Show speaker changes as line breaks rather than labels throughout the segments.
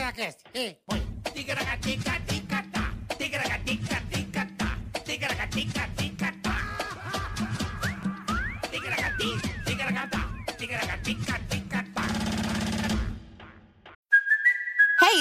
Ticaracast. Ei, põe.
Ticaracatica-ticatá, ticaracatica-ticatá, ticaracatica-ticatá. Ticaracati, ticaracatá, ticaracatica-ticatá.
Hey,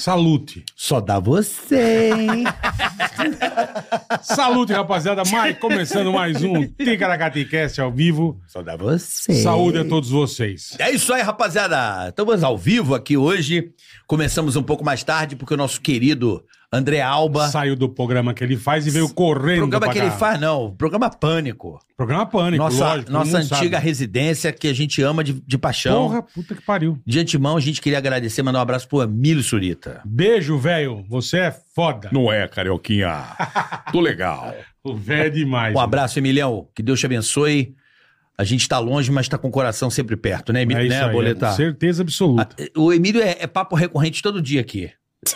Salute.
Só dá você, hein?
Salute, rapaziada. Mais, começando mais um Ticaracaticast ao vivo.
Só dá você.
Saúde a todos vocês.
É isso aí, rapaziada. Estamos ao vivo aqui hoje. Começamos um pouco mais tarde, porque o nosso querido André Alba.
Saiu do programa que ele faz e veio correndo.
programa
pra
que ele
cá.
faz, não. Programa Pânico.
Programa Pânico,
nossa
lógico.
nossa
todo mundo
antiga
sabe.
residência que a gente ama de, de paixão.
Porra, puta que pariu.
De antemão, a gente queria agradecer, mandar um abraço pro Emílio Surita.
Beijo, velho. Você é foda.
Não é, Carioquinha. Tô legal.
O velho é demais.
Um abraço, Emilhão. Que Deus te abençoe. A gente tá longe, mas tá com o coração sempre perto, né, Emílio?
É isso
né,
aí,
Boletar?
é certeza absoluta.
O Emílio é- é papo recorrente todo dia aqui.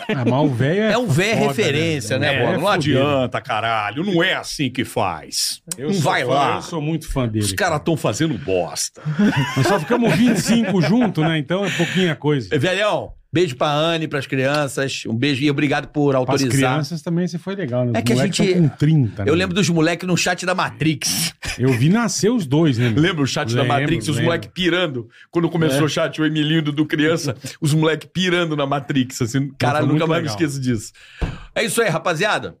Ah, mas o velho é
É um velho
foda,
referência, né,
É,
Bola? Não
é fudido.
Adianta, caralho. Não é assim que faz.
Eu
não
sou
vai
fã,
lá.
Eu sou muito fã dele.
Os caras
cara.
tão fazendo bosta.
Nós só ficamos 25 junto, né? Então é pouquinha coisa.
Velhão, beijo pra Anne, pras crianças. Um beijo e obrigado por
Para as
autorizar.
crianças também você foi legal, né?
É
Os
que a
moleques
gente-
tão com 30, né?
Eu lembro dos moleques no chat da Matrix.
Eu vi nascer os dois, né? meu?
Lembra o chat
Lembro,
da Matrix? Os
lembro. É.
moleques pirando. Quando começou o chat, o Emilindo do Criança, os moleques pirando na Matrix. Assim, caralho,
muito
nunca mais
legal.
me esqueço disso.
É isso aí, rapaziada.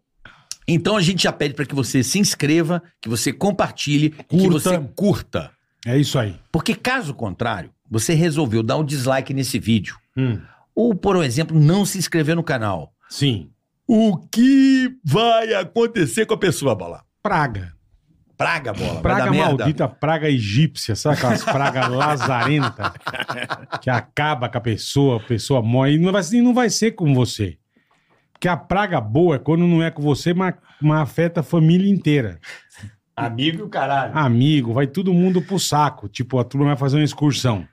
Então a gente já pede pra que você se inscreva, que você compartilhe, que
Curta.
você curta.
É isso aí.
Porque caso contrário, você resolveu dar um dislike nesse vídeo.
Hum,
Ou, por exemplo, não se inscrever no canal.
Sim.
O que vai acontecer com a pessoa, Bola?
Praga.
Praga, bola.
Praga
vai dar merda.
maldita, praga egípcia, sabe aquelas pragas lazarenta que acaba com a pessoa, a pessoa morre. E não vai, e não vai ser com você. Porque a praga boa é quando não é com você, mas, mas afeta a família inteira.
Amigo e o caralho.
Amigo, vai todo mundo pro saco. Tipo, a turma vai fazer uma excursão.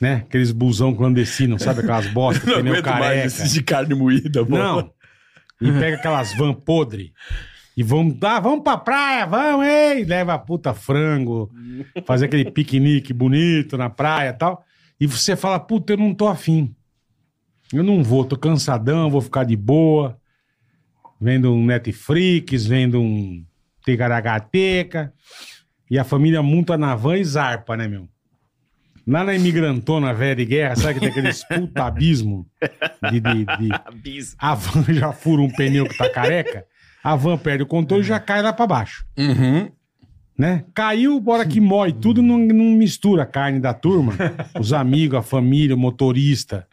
Né? Aqueles busão clandestino, sabe? Aquelas bostas,
Não
pneu
aguento
careca.
mais esses de carne moída, Bola.
Não. E pega aquelas van podre. E vamos dar, vamos pra praia, vamos, ei! Leva a puta frango, fazer aquele piquenique bonito na praia e tal. E você fala, puta, eu não tô afim. Eu não vou, tô cansadão, vou ficar de boa. Vendo um Netflix, vendo um Ticaragateca. E a família monta na van e zarpa, né, meu? Lá na imigrantona velha de guerra, sabe que tem aqueles puta abismo de- de- de a van já fura um pneu que tá careca, a van perde o controle e já cai lá pra baixo.
Uhum.
Né? Caiu, bora que mói tudo, não, não mistura a carne da turma, os amigos, a família, o motorista.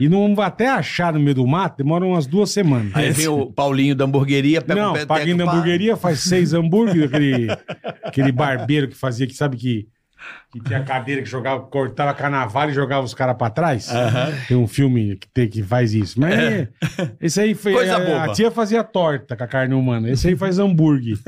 E não vai até achar no meio do mato, demora umas duas semanas.
Aí vem o Paulinho da hamburgueria, pega
não,
o pé
paguei na
pega o pá.
hamburgueria, faz seis hambúrgueres, aquele, aquele barbeiro que fazia, que sabe que, que tinha cadeira que jogava, cortava carnaval e jogava os caras pra trás. Tem um filme que, tem, que faz isso. Mas é, esse aí foi.
É. Coisa
a,
boba.
a tia fazia torta com a carne humana. Esse aí faz hambúrguer.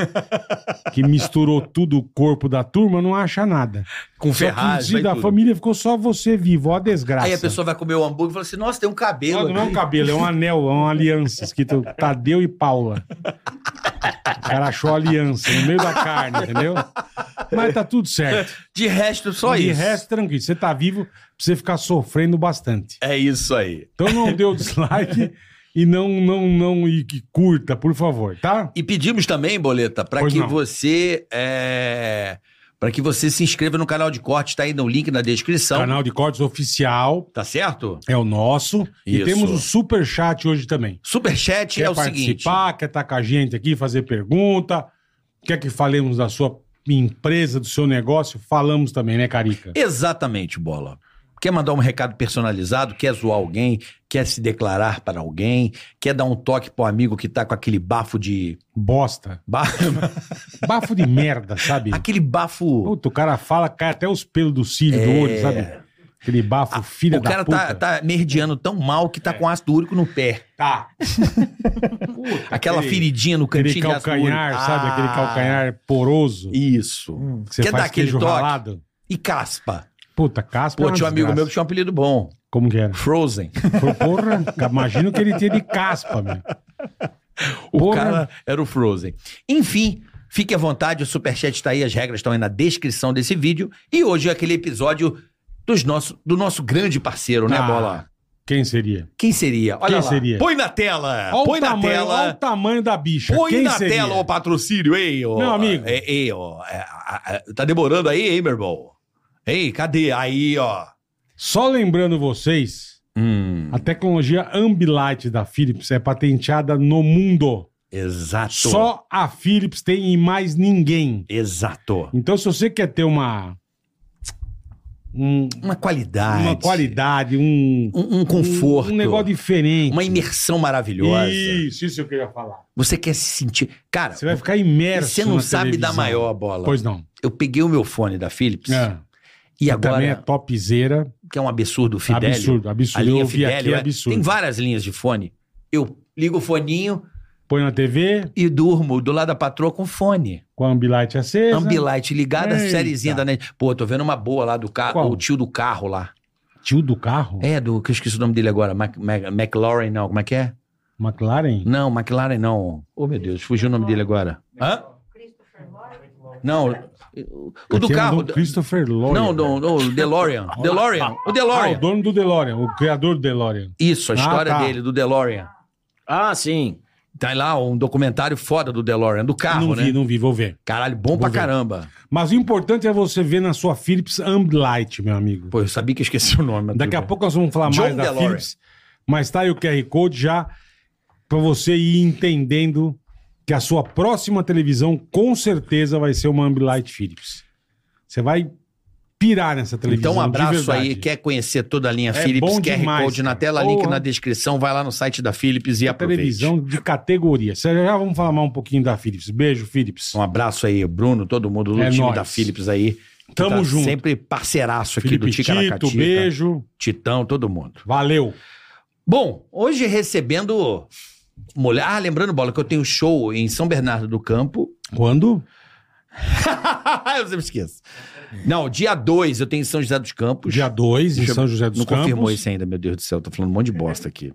que misturou tudo o corpo da turma, não acha nada.
Com
Só que
ferragem, vai
da
tudo.
família ficou só você vivo, ó a desgraça.
Aí a pessoa vai comer o hambúrguer e fala assim: nossa, tem um cabelo.
Ó, não é um
aqui.
cabelo, é um anel, é uma aliança, escrito Tadeu e Paula. O cara achou a aliança no meio da carne, entendeu? Mas tá tudo certo.
De resto, só
De
isso.
resto, tranquilo. Você tá vivo pra você ficar sofrendo bastante.
É isso aí.
Então não dê o dislike e não, não, não, e que curta, por favor, tá?
E pedimos também, Boleta, para
Pois
que
não.
você. Para que você se inscreva no canal de corte, tá aí no link na descrição.
Canal de cortes oficial
Tá certo?
é o nosso. E
Isso.
temos o super chat hoje também.
Superchat
Quer
é o seguinte.
participar, quer estar com a gente aqui, fazer pergunta, quer que falemos da sua empresa, do seu negócio, falamos também, né, Carica?
Exatamente, Bola. Quer mandar um recado personalizado? Quer zoar alguém? Quer se declarar para alguém? Quer dar um toque pro amigo que tá com aquele bafo de.
Bosta.
ba-
Bafo de merda, sabe?
aquele bafo.
Puta, o cara fala, cai até os pelos do cílio, do olho, sabe? Aquele bafo, filha
É. o
da
cara
puta. É.
tá, tá merdiando tão mal que tá com ácido úrico no pé.
Tá.
Aquela feridinha no cantinho
Aquele
de ácido úrico.
calcanhar, sabe? Aquele
Ah,
calcanhar poroso.
Isso.
que você
quer
faz
dar aquele
queijo
toque?
ralado.
E caspa.
Puta, caspa. é
Pô,
uma
tinha um amigo
desgraça.
meu que tinha um apelido bom.
Como que era?
Frozen.
Falou, Porra, imagino que ele tinha de caspa, meu.
O
Porra.
cara era o Frozen. Enfim, fique à vontade, o Superchat está aí, as regras estão aí na descrição desse vídeo. E hoje é aquele episódio dos nosso, do nosso grande parceiro, né,
Ah.
Bola?
Quem seria?
Quem seria? Olha
Quem
lá.
seria?
Põe na tela!
Olha
põe
o
na
tamanho, olha o
tela!
tamanho da bicha.
Põe
Quem
na
seria?
tela o patrocínio, ei, ô.
Meu amigo.
Ei, ei, ó. É, a- a- Tá demorando aí, hein, meu irmão? Ei, cadê? Aí, ó.
Só lembrando vocês,
Hum,
a tecnologia Ambilight da Philips é patenteada no mundo.
exato.
Só a Philips tem e mais ninguém.
Exato.
Então, se você quer ter uma. um-
Uma qualidade.
uma qualidade, um.
Um, um conforto.
Um, negócio diferente.
Uma imersão maravilhosa.
Isso, isso eu queria falar.
Você quer se sentir. Cara,
Você vai
você,
ficar imerso.
não
na
sabe
televisão.
da maior bola.
Pois não.
Eu peguei o meu fone da Philips
É.
e
Também é
agora,
topzera.
que é um absurdo, o Fidelio.
Absurdo,
A
absurdo.
linha
Eu vi aqui,
Fidelio. é-
absurdo.
Tem várias linhas de fone. Eu ligo o foninho
Põe na TV,
e durmo do lado da patroa com fone.
com a Ambilight acesa.
Ambilight ligada,
Eita.
sériezinha da net. Pô, tô vendo uma boa lá do
Qual?
carro, o tio do carro lá.
Tio do carro?
É, do que eu esqueci o nome dele agora. Mac, Mac- McLaurin, não. Como é que é?
McLaren?
Não, McLaren não. Ô, meu Deus, fugiu o nome dele agora. Hã? Não, o- o do
Aqui é
carro.
do Christopher Lloyd. né?
Não, não, não, o DeLorean. DeLorean, o
Ah, o
DeLorean.
dono do DeLorean, o criador do DeLorean.
Isso, a
Ah,
história
tá.
dele, do DeLorean.
Ah, sim.
Tá lá um documentário foda do DeLorean, do carro,
não vi,
né?
não vi, vou ver.
Caralho, bom pra caramba.
Mas o importante é você ver na sua Philips Ambilight, meu amigo.
Pô, eu sabia que eu esqueci o nome. mas
Daqui a
tudo
pouco nós vamos falar
John
mais da
DeLorean.
Philips, mas tá aí o QR Code já pra você ir entendendo que a sua próxima televisão com certeza vai ser uma Ambilight Philips. Você vai pirar nessa
bem.
televisão.
Então, um abraço aí.
que
Quer conhecer toda a linha
É
Philips?
bom
QR
demais,
Code na
cara.
tela, link
Porra.
na descrição. Vai lá no site da Philips e
a
aproveite.
televisão de categoria. Cê- Já vamos falar mais um pouquinho da Philips. Beijo, Philips.
Um abraço aí, Bruno, todo mundo do
É
time
nóis.
da Philips aí. que
Tamo
tá
junto.
Sempre parceiraço aqui
Felipe
do Ticaracatica.
Tito, beijo.
Titão, todo mundo.
Valeu.
Bom, hoje recebendo mulher. Ah, lembrando, Bola, que eu tenho show em São Bernardo do Campo.
Quando?
eu sempre esqueço. Não, dia 2 eu tenho em São José dos Campos.
Dia 2, em
Deixa eu-
São José dos
Não
Campos.
confirmou isso ainda, meu Deus do céu. Tô falando um monte de bosta aqui.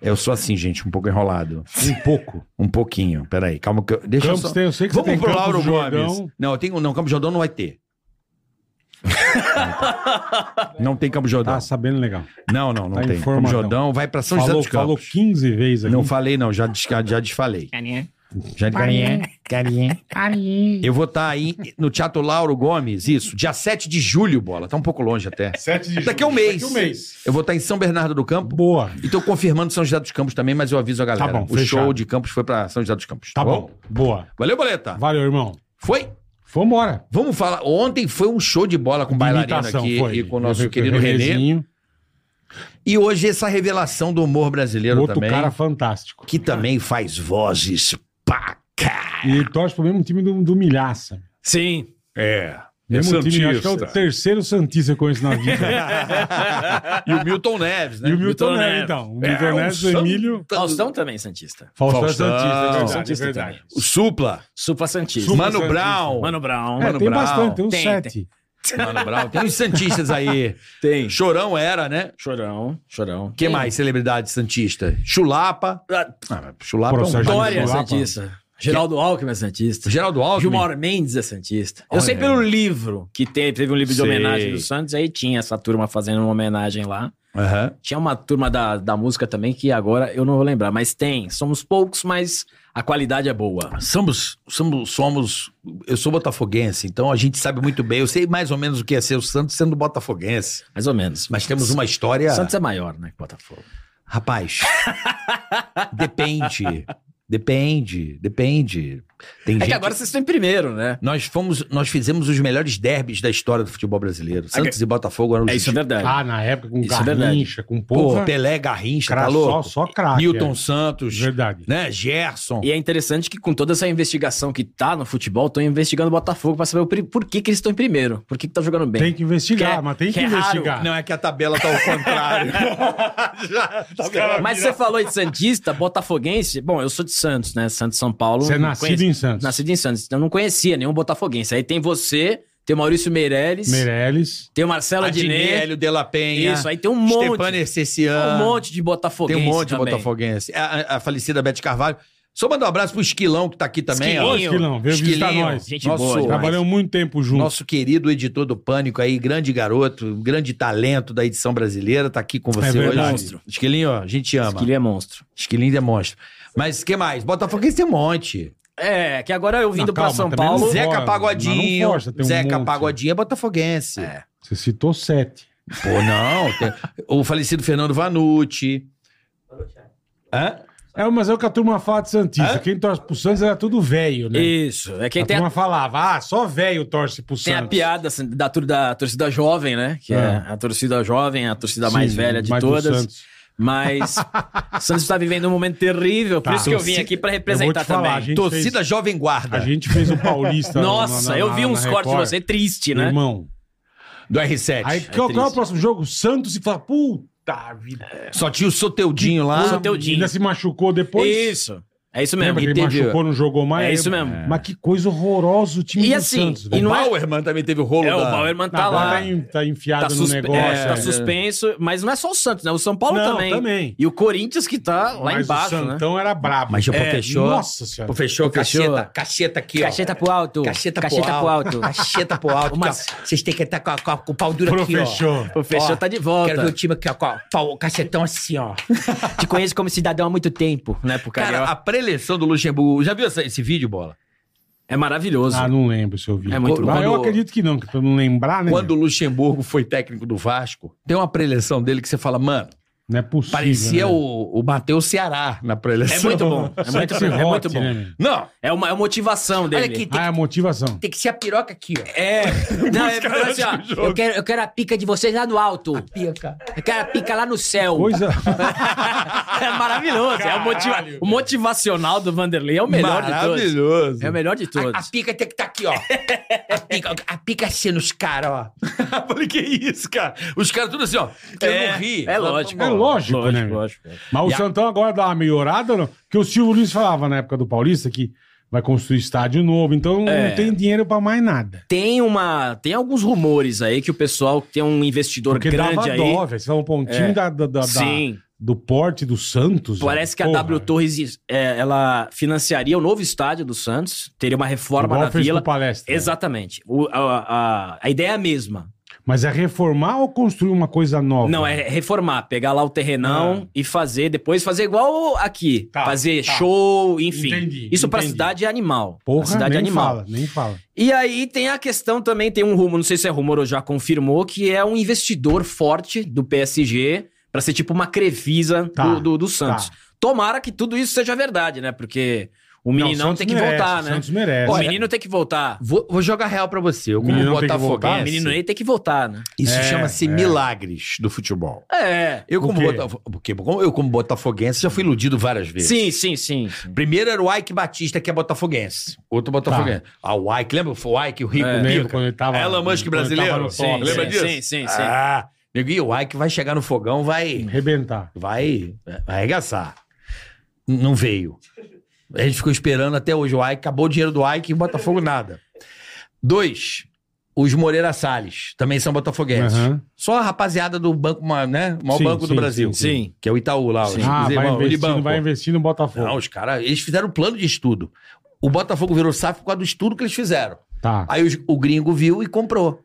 Eu sou assim, gente, um pouco enrolado.
Um pouco.
Um pouquinho. Peraí, calma que eu. Deixa eu
Campos
só.
tem, eu sei que você
Vamos
tem
pro
Campos
Lauro
do Jordão.
Gomes. Não, eu tenho. Não, Campo de Jordão não vai ter. não tem Campo de Jordão.
Tá sabendo legal.
Não, não, não
Tá
tem. Campo de
informadão.
Jordão vai pra São José
Falou,
dos Campos.
falou 15 vezes aqui.
Não falei, não. Já, des- já desfalei. Já carinha. Eu vou estar aí no Teatro Lauro Gomes, isso. Dia 7 de julho, bola. Tá um pouco longe até.
7 de
Daqui a um mês.
Daqui a um mês.
Eu vou estar em São Bernardo do Campo.
Boa.
E tô confirmando São José dos Campos também, mas eu aviso a galera.
Tá bom,
o
fechado.
show de Campos foi pra São José dos Campos.
Tá bom. Boa.
Valeu, boleta.
Valeu, irmão.
Foi?
Vambora.
Vamos falar. Ontem foi um show de bola com o bailarino
Imitação,
aqui
foi.
e com o nosso
Re-
querido Renê.
Renezinho.
E hoje essa revelação do humor brasileiro
Outro
também,
cara fantástico.
que também faz vozes pra cá.
E ele torce pro mesmo time do, do Milhaça.
Sim.
É.
Mesmo time, acho que é o
Santista.
terceiro Santista que eu conheço na vida.
E o Milton Neves, né?
E o Milton
Milton
Neves,
Neves.
então. O
É,
Milton
um
Neves, o Emílio.
Santa-
Faustão também, é Santista.
Faustão,
Faustão.
é Santista, é verdade,
Santista
é verdade.
também.
O Supla.
Supla Santista.
Supla
Mano
Santista.
Brown.
Mano Brown.
É,
Mano
tem
Brown.
bastante, tem uns
Tem,
sete.
Mano Brown. Tem uns Santistas aí.
Tem.
Chorão era, né?
Chorão, chorão.
Que mais celebridade santista? Chulapa. Ah, mas Chulapa
Pô,
é um
Sérgio
dó-
Dória é
Olá,
Santista. Geraldo Alckmin é Santista.
Geraldo Alckmin.
Gilmar Mendes é Santista.
Olha
Eu sei pelo livro que teve, teve um livro de
Sei.
homenagem do Santos, aí tinha essa turma fazendo uma homenagem lá.
Aham.
Tinha uma turma da, da música também que agora eu não vou lembrar, mas tem. Somos poucos, mas a qualidade é boa.
Somos, somos, somos. Eu sou botafoguense, então a gente sabe muito bem. Eu sei mais ou menos o que é ser o Santos sendo botafoguense.
Mais ou menos.
Mas temos uma história.
Santos é maior, né, que Botafogo.
Rapaz, depende. Depende, depende. Tem
É
gente...
que agora vocês estão em primeiro, né?
Nós, fomos, nós fizemos os melhores derbys da história do futebol brasileiro. Santos e Botafogo eram os
É isso é verdade.
Ah, na época com
Isso é verdade.
Garrincha, com
Pô,
porra.
Pelé, Garrincha,
cra-
tá
só,
louco?
só craque.
Newton
é.
Santos,
Verdade.
né? Gerson.
E é interessante que com toda essa investigação que tá no futebol, estão investigando o Botafogo pra saber o pri- por que, que eles estão em primeiro, por que, que tá jogando bem.
Tem que investigar,
Que é-
mas tem que,
que é raro.
investigar.
Não é que a tabela tá ao contrário. Já, tá vendo?
Mas você falou de Santista, Botafoguense. Bom, eu sou de Santos, né? Santos, São Paulo.
Você é
Não
nascido
conheço-
em Santos.
Nascido em Santos. Então eu não conhecia nenhum Botafoguense. Aí tem você, tem o Maurício Meirelles,
Meirelles.
tem o Marcelo Adnet.
Adinélio, De La Penha.
Isso, aí tem um monte.
Stepan
Um
Ercecian.
monte de
Tem
Botafoguense.
um monte de
também.
botafoguense. A, a- a falecida Beth Carvalho. Só mandar um abraço pro Esquilão, que tá aqui também.
Ô,
Ó.
Esquilinho.
Esquilão, veio visitar
Esquilinho,
nós.
Gente
Nosso-
boa. demais.
Trabalhamos muito tempo juntos.
Nosso querido editor do Pânico aí, grande garoto, grande talento da edição brasileira, tá aqui com você hoje.
É verdade.
Monstro. Esquilinho, ó, a gente ama.
Esquilinho é monstro.
Esquilinho é monstro. Mas o que mais? Botafoguense tem um monte.
É, que agora eu vindo
Não,
pra
calma,
São
também é não
Paulo.
Força,
Zeca
mas
Pagodinho.
não força, tem um
Zeca
monte.
Pagodinho é botafoguense.
É.
Você citou sete.
Pô, não. tem- O falecido Fernando Vanucci. Hã?
É, mas é o que a turma fala de Santista.
Hã?
Quem torce pro Santos era tudo velho, né?
Isso. É quem
a
tem a
turma falava, ah, só velho torce pro
Tem
Santos.
a piada assim, da, tur- da torcida jovem, né? Que é.
É.
a torcida jovem, a torcida
Sim,
mais velha de
mas do
todas.
Santos.
Mas o Santos está vivendo um momento terrível, por
Tá.
isso que eu vim
Torcida-
aqui para
eu vou
representar
te falar,
também.
a gente
Torcida
fez-
Jovem Guarda.
A gente fez o Paulista.
É. Nossa,
na- na-
eu vi
na-
uns
na
cortes de
Record.
você, triste, né?
Irmão.
Do R7.
Aí qual, qual é o
triste. É,
próximo jogo? Santos e fala, puta vida.
Só tinha o Soteudinho lá.
Só Teudinho.
Ainda se machucou depois.
Isso. É isso mesmo.
Lembra que ele
teve-
machucou, não jogou mais?
É isso mesmo.
Mas que coisa horrorosa o time
E
do
assim,
Santos,
e
velho.
não é-
Bauerman também teve o rolo
É, o
da-
Bauerman tá
Agora
lá.
tá en- tá enfiado
Tá,
no
suspe-
negócio.
é, tá
é.
suspenso, mas não é só o Santos, né? O São Paulo
Não,
também.
também.
E o Corinthians que tá lá
Mas
embaixo,
o
né?
Santão era brabo.
Mas o
É,
professor-
Nossa senhora.
Fechou,
Fechou.
cacheta. Cacheta aqui, ó.
Cacheta pro alto.
Cacheta,
Cacheta pro alto.
Cacheta pro alto.
Uma-
Aqui, ó. Ah, Vocês têm que estar com, a- com a- com o pau duro aqui, ó.
Professor.
O Fechou
Ó,
tá de volta.
Quero ver o time aqui, ó. Com a- pau- o cacetão assim, ó.
Te conheço como cidadão há muito tempo, né? Pro
Cara,
Carioca.
a preleção do Luxemburgo. Já viu essa- esse vídeo, Bola?
É maravilhoso.
Ah, não lembro se eu vi.
É muito
Mas
bom.
eu
Quando-
acredito que não, que pra não lembrar, né?
Quando o
meu?
Luxemburgo foi técnico do Vasco, tem uma preleção dele que você fala, mano,
Não é possível. né?
parecia o, o Matheus Ceará na preleção. assim,
É muito bom. É muito
Sexy
bom. É muito
hot,
bom.
né, meu?
Não,
É uma, é uma motivação dele.
olha aqui, tem,
Ah, é a motivação.
tem que ser a piroca aqui, ó.
É. Não, é porque assim, ó,
do jogo.
eu, quero, eu quero a pica de vocês lá no alto.
Pica.
Eu quero a pica lá no céu.
Coisa.
é maravilhoso. É o, motiva- o motivacional do Vanderlei é o melhor de todos.
Maravilhoso.
É o melhor de
A, a
todos.
pica tem que estar aqui, ó. A pica, a pica assim nos caras, ó. Eu Falei, que isso, cara? Os caras tudo assim, ó. eu não ri.
É lógico.
É lógico, né, meu?
lógico. é.
Mas o
E a-
Santão agora dá uma melhorada, ou não? Porque o Silvio Luiz falava na época do Paulista que vai construir estádio novo, então
É.
não tem dinheiro pra mais nada.
Tem uma. Tem alguns rumores aí que o pessoal tem um investidor
Porque dava
grande aí.
dó, velho. Você falou, pô, um time
É.
da, da- da- da-
Sim.
do porte do Santos.
Parece que a
porra,
W Torres é, ela financiaria o novo estádio do Santos, teria uma reforma
igual
na
fez com
vila.
o palestra.
Exatamente. O- a, a- a ideia é a mesma.
Mas é reformar ou construir uma coisa nova?
Não, é reformar, pegar lá o terrenão e fazer, depois fazer igual aqui.
Ah. Tá,
fazer
tá.
show, enfim.
Entendi,
Isso pra
entendi.
cidade é animal.
Porra,
Pra cidade
nem
é animal.
fala, nem fala.
E aí tem a questão também, tem um rumo, não sei se é rumor ou já confirmou, que é um investidor forte do PSG pra ser tipo uma crevisa
Tá,
do, do- do Santos.
tá.
Tomara que tudo isso seja verdade, né? Porque o
Não, o
meninão
Santos
tem que
merece,
voltar,
o
né?
Santos é. merece.
o menino tem que voltar.
Vou, vou jogar real pra você. Eu,
O menino
como
tem que
botafoguense...
voltar?
O menino aí tem que voltar, né?
Isso
É,
chama-se
é.
milagres do futebol.
É.
Eu como,
quê?
botafo- porque como- eu como botafoguense já fui iludido várias vezes.
Sim, sim, sim.
Primeiro era o Ike Batista, que é botafoguense. Outro
Tá.
botafoguense. Ah, o Ike, lembra? Foi o Ike, o Rico,
Eu
o
lembro
É. Pica.
quando ele tava.
Elon Musk
quando ele tava
brasileiro.
no É.
Sim,
top.
Lembra
sim,
disso?
Sim, sim, sim.
Ah, nego, e o Ike vai chegar no fogão, vai...
Rebentar.
Vai, vai arregaçar. N- Não veio. A gente ficou esperando até hoje o Ike. Acabou o dinheiro do Ike e o Botafogo nada. Dois, os Moreira Salles. Também são
É,
botafoguenses.
Aham.
Só a rapaziada do banco, ma- né? O maior
Sim,
banco
sim,
do Brasil.
sim, sim.
Que é o Itaú lá. Os, os
Ah, vai
irmãos, o
investir,
Unibanco.
vai investir no Botafogo.
Não, os caras, eles fizeram um plano de estudo. O Botafogo virou SAF por causa do estudo que eles fizeram.
Tá.
Aí os- o gringo viu e comprou.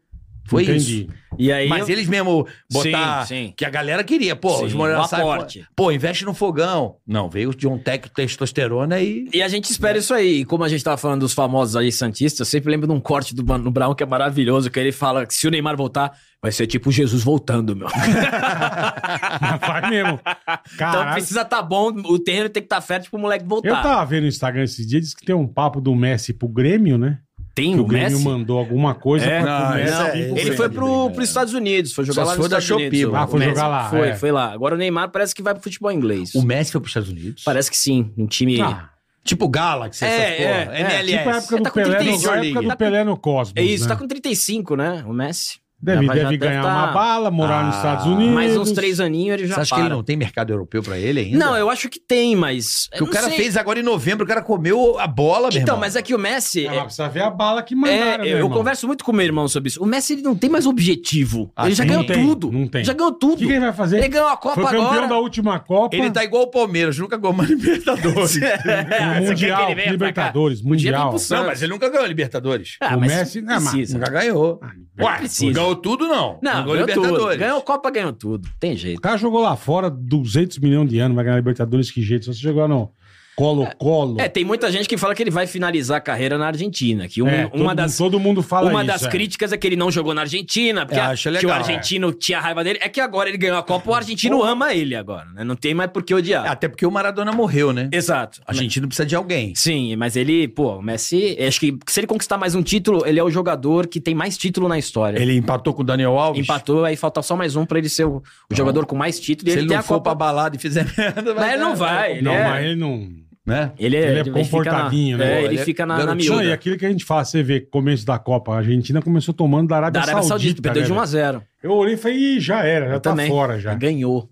Foi isso.
Entendi.
E aí.
Mas eles mesmo botar
Sim, sim.
que a galera queria, pô,
Sim,
os Moreira
o
Salles,
aporte.
pô, pô, investe no fogão. Não, veio de um técnico testosterona e
E a gente espera isso aí. E como a gente tava falando dos famosos aí santistas, eu sempre lembro de um corte do Mano Brown que é maravilhoso, que ele fala que Então se o Neymar voltar, vai ser tipo Jesus voltando, meu.
Vai mesmo.
Então
Caralho.
precisa tá bom, o terreno tem que estar tá fértil pro moleque voltar.
Eu tava vendo no Instagram esses dias, diz que tem um papo do Messi pro Grêmio, né?
Tem
Que
o
o Grêmio
Messi?
mandou alguma coisa
É,
pra
não,
pro Messi Ah,
não,
vir pro
Ele
Grêmio. é.
foi pro, pros Estados Unidos, foi jogar
Só
lá
se
nos
for da
Estados Unidos.
Shopee,
o
ah, foi
Messi.
jogar lá,
Foi,
é.
foi lá. Agora o Neymar parece que vai pro futebol inglês.
O Messi foi pros Estados Unidos?
Parece que sim, um time...
Ah,
Tipo Galaxy,
É,
essas
é,
porra.
é.
MLS.
Tipo a época
Ele
do
tá com
Pelé, no,
35
a época
ali.
do Pelé no Cosmos.
É isso,
né?
tá com 35, né, o Messi.
Deve,
Já vai- já
deve
deve
ganhar
tá-
uma bala, morar nos
Ah,
Estados Unidos.
Mais uns três aninhos ele já
Você acha
para.
que ele não tem mercado europeu pra ele ainda?
Não, eu acho que tem, mas...
Que
eu
o
não
cara
sei.
fez agora em novembro, o cara comeu a bola, meu
Então,
irmão.
mas é que o Messi...
Ah,
é-
mas precisa ver a bala que
É,
mandaram, né,
eu
irmão?
converso muito com meu irmão sobre isso. O Messi ele não tem mais objetivo.
Ah,
ele já
não
ganhou
tem,
tudo.
não tem.
Já ganhou
O
tudo.
que, que ele vai fazer?
Ele ganhou a Copa
foi campeão
agora.
da última Copa.
Ele tá igual o Palmeiras, nunca ganhou uma Libertadores.
É, você quer que
Mundial,
ele venha pra cá?
Libertadores,
Podia vir
Mundial.
pro Santos.
não, mas ele nunca ganhou a Libertadores.
Ah,
O
mas
Messi- né, não, mas-
precisa.
Nunca ganhou. Ué,
Ah, precisa.
ganhou tudo, não.
Não, ganhou tudo. Ganhou Copa, ganhou tudo. Tem
O
jeito.
cara jogou lá fora 200 milhões de anos, vai ganhar Libertadores, que jeito. Se você jogar no Colo-Colo.
É, tem muita gente que fala que ele vai finalizar a carreira na Argentina. Que um-
É, todo,
uma das,
todo mundo fala
uma
isso.
das
é.
críticas é que ele não jogou na Argentina, porque
Eu
a-
acho
que o
legal,
argentino tinha raiva dele. É que agora ele ganhou a Copa, o argentino ama ele agora, né? Não tem mais por que odiar.
Ah, Até porque o Maradona morreu, né?
Exato.
É, A gente não precisa de alguém.
Sim, mas ele, pô, o Messi, acho que se ele conquistar mais um título, ele é o jogador que tem mais título na história.
Ele é um empatou com o Daniel Alves.
Empatou, aí falta só mais um pra ele ser o, o jogador com mais título. E
Se ele,
ele, tem
não
a
for
Copa.
pra balada e fizer merda,
Mas ele não vai. Ele
Não,
é,
mas ele não.
Né?
ele é,
ele é
ele fica
comportadinho,
na,
né?
É, ele,
Ele é
fica na, na
garotinho.
Não, e
miúda.
aquilo que a gente fala, você vê, começo da Copa, a Argentina começou tomando da Arábia,
Da Arábia Saudita,
Saudita.
perdeu de
né,
1 a 0
velho? Eu olhei e falei, Ih, já era, já
Eu
tá
também.
fora já.
Ganhou.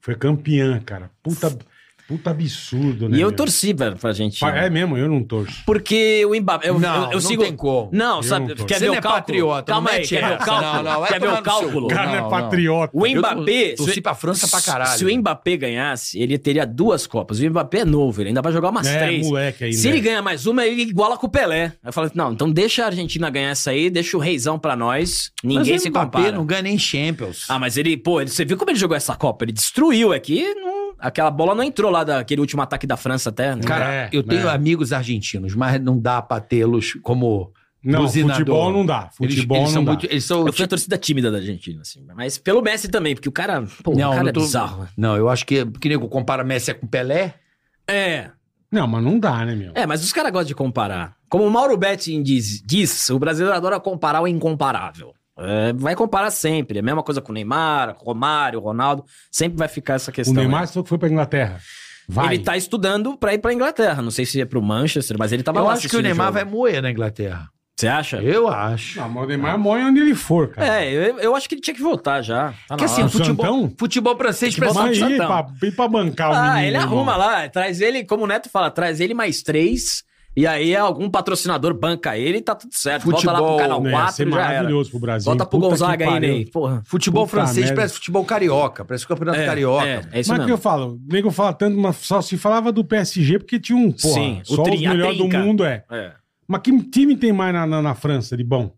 Foi campeã, cara. Puta, puta absurdo, né?
E eu
meu?
torci pra, pra gente. né?
Pa- É mesmo, eu não torço.
Porque o Mbappé. Eu,
Não,
eu, eu
não
sigo...
tem como.
Não,
Eu
sabe?
não torço.
quer
Você
ver
não
o
é
cálculo?
patriota,
Calma
não
aí,
mete
quer ver o
essa.
cálculo?
Não, não, vai
quer ver
tomar
o
no seu
cálculo?
O
cu.
cara
Não,
é
não.
patriota.
O
Eu
Mbappé.
torci
se-
pra França pra caralho.
Se o Mbappé ganhasse, ele teria duas Copas. O Mbappé é novo, ele ainda vai jogar umas
É,
três.
moleque ainda.
né?
Se ele ganhar mais uma, ele iguala com o Pelé. Aí eu falo, não, então deixa a Argentina ganhar essa aí, deixa o Reizão pra nós. Ninguém
Mas o
se
Mbappé
compara.
não ganha nem Champions.
Ah, mas ele, pô, ele- você viu como ele jogou essa Copa? Ele destruiu aqui. Não, aquela bola não entrou lá daquele último ataque da França até. né?
Cara,
É,
eu tenho
né?
amigos argentinos, mas não dá pra tê-los como
Não,
buzinador.
futebol não dá.
Eles-
Futebol
eles
não
são
dá.
muito- eles são-
eu fui a torcida tímida da Argentina, assim. Mas pelo Messi também, porque o cara, pô, o cara
não
é
tô-
bizarro. né?
Não, eu acho que... Porque, nego, compara Messi com Pelé...
É,
Não, mas não dá, né, meu?
é, mas os caras gostam de comparar. Como o Mauro Betting diz, diz, o brasileiro adora comparar o incomparável. É, vai comparar sempre. É a mesma coisa com o Neymar, Romário, Ronaldo. Sempre vai ficar essa
o
questão.
Neymar
né?
só foi pra Inglaterra. Vai.
Ele tá estudando pra ir pra Inglaterra. Não sei se é pro Manchester, mas ele tava
eu
lá
acho que o
assistindo
Neymar
jogo.
vai moer na Inglaterra.
Você acha?
Eu acho.
Não, mas o Neymar morre onde ele for, cara.
É, eu, eu acho que ele tinha que voltar já. Tá na
Porque assim,
hora.
o futebol,
Santão?
futebol francês
Futebol
parece um
Mas
Santão.
aí, pra, e pra bancar o
Ah,
É um menino,
ele
irmão?
arruma lá, traz ele, como o Neto fala, traz ele mais três, e aí algum patrocinador banca ele e tá tudo certo. Volta lá
Futebol,
pro canal
Né,
4,
ser
já era.
maravilhoso pro Brasil.
Volta pro
Puta que
Gonzaga aí,
pariu.
Ney. É Porra.
futebol
Puta
francês
merda.
parece futebol carioca, parece o campeonato carioca.
É, é isso
Mas o que eu
mesmo.
falo? O nego fala tanto, mas só se falava do PSG porque tinha um, porra,
Sim, o
só o
tri- a
melhor do
trinca.
mundo é.
É.
Mas que time tem mais na, na, na França de bom?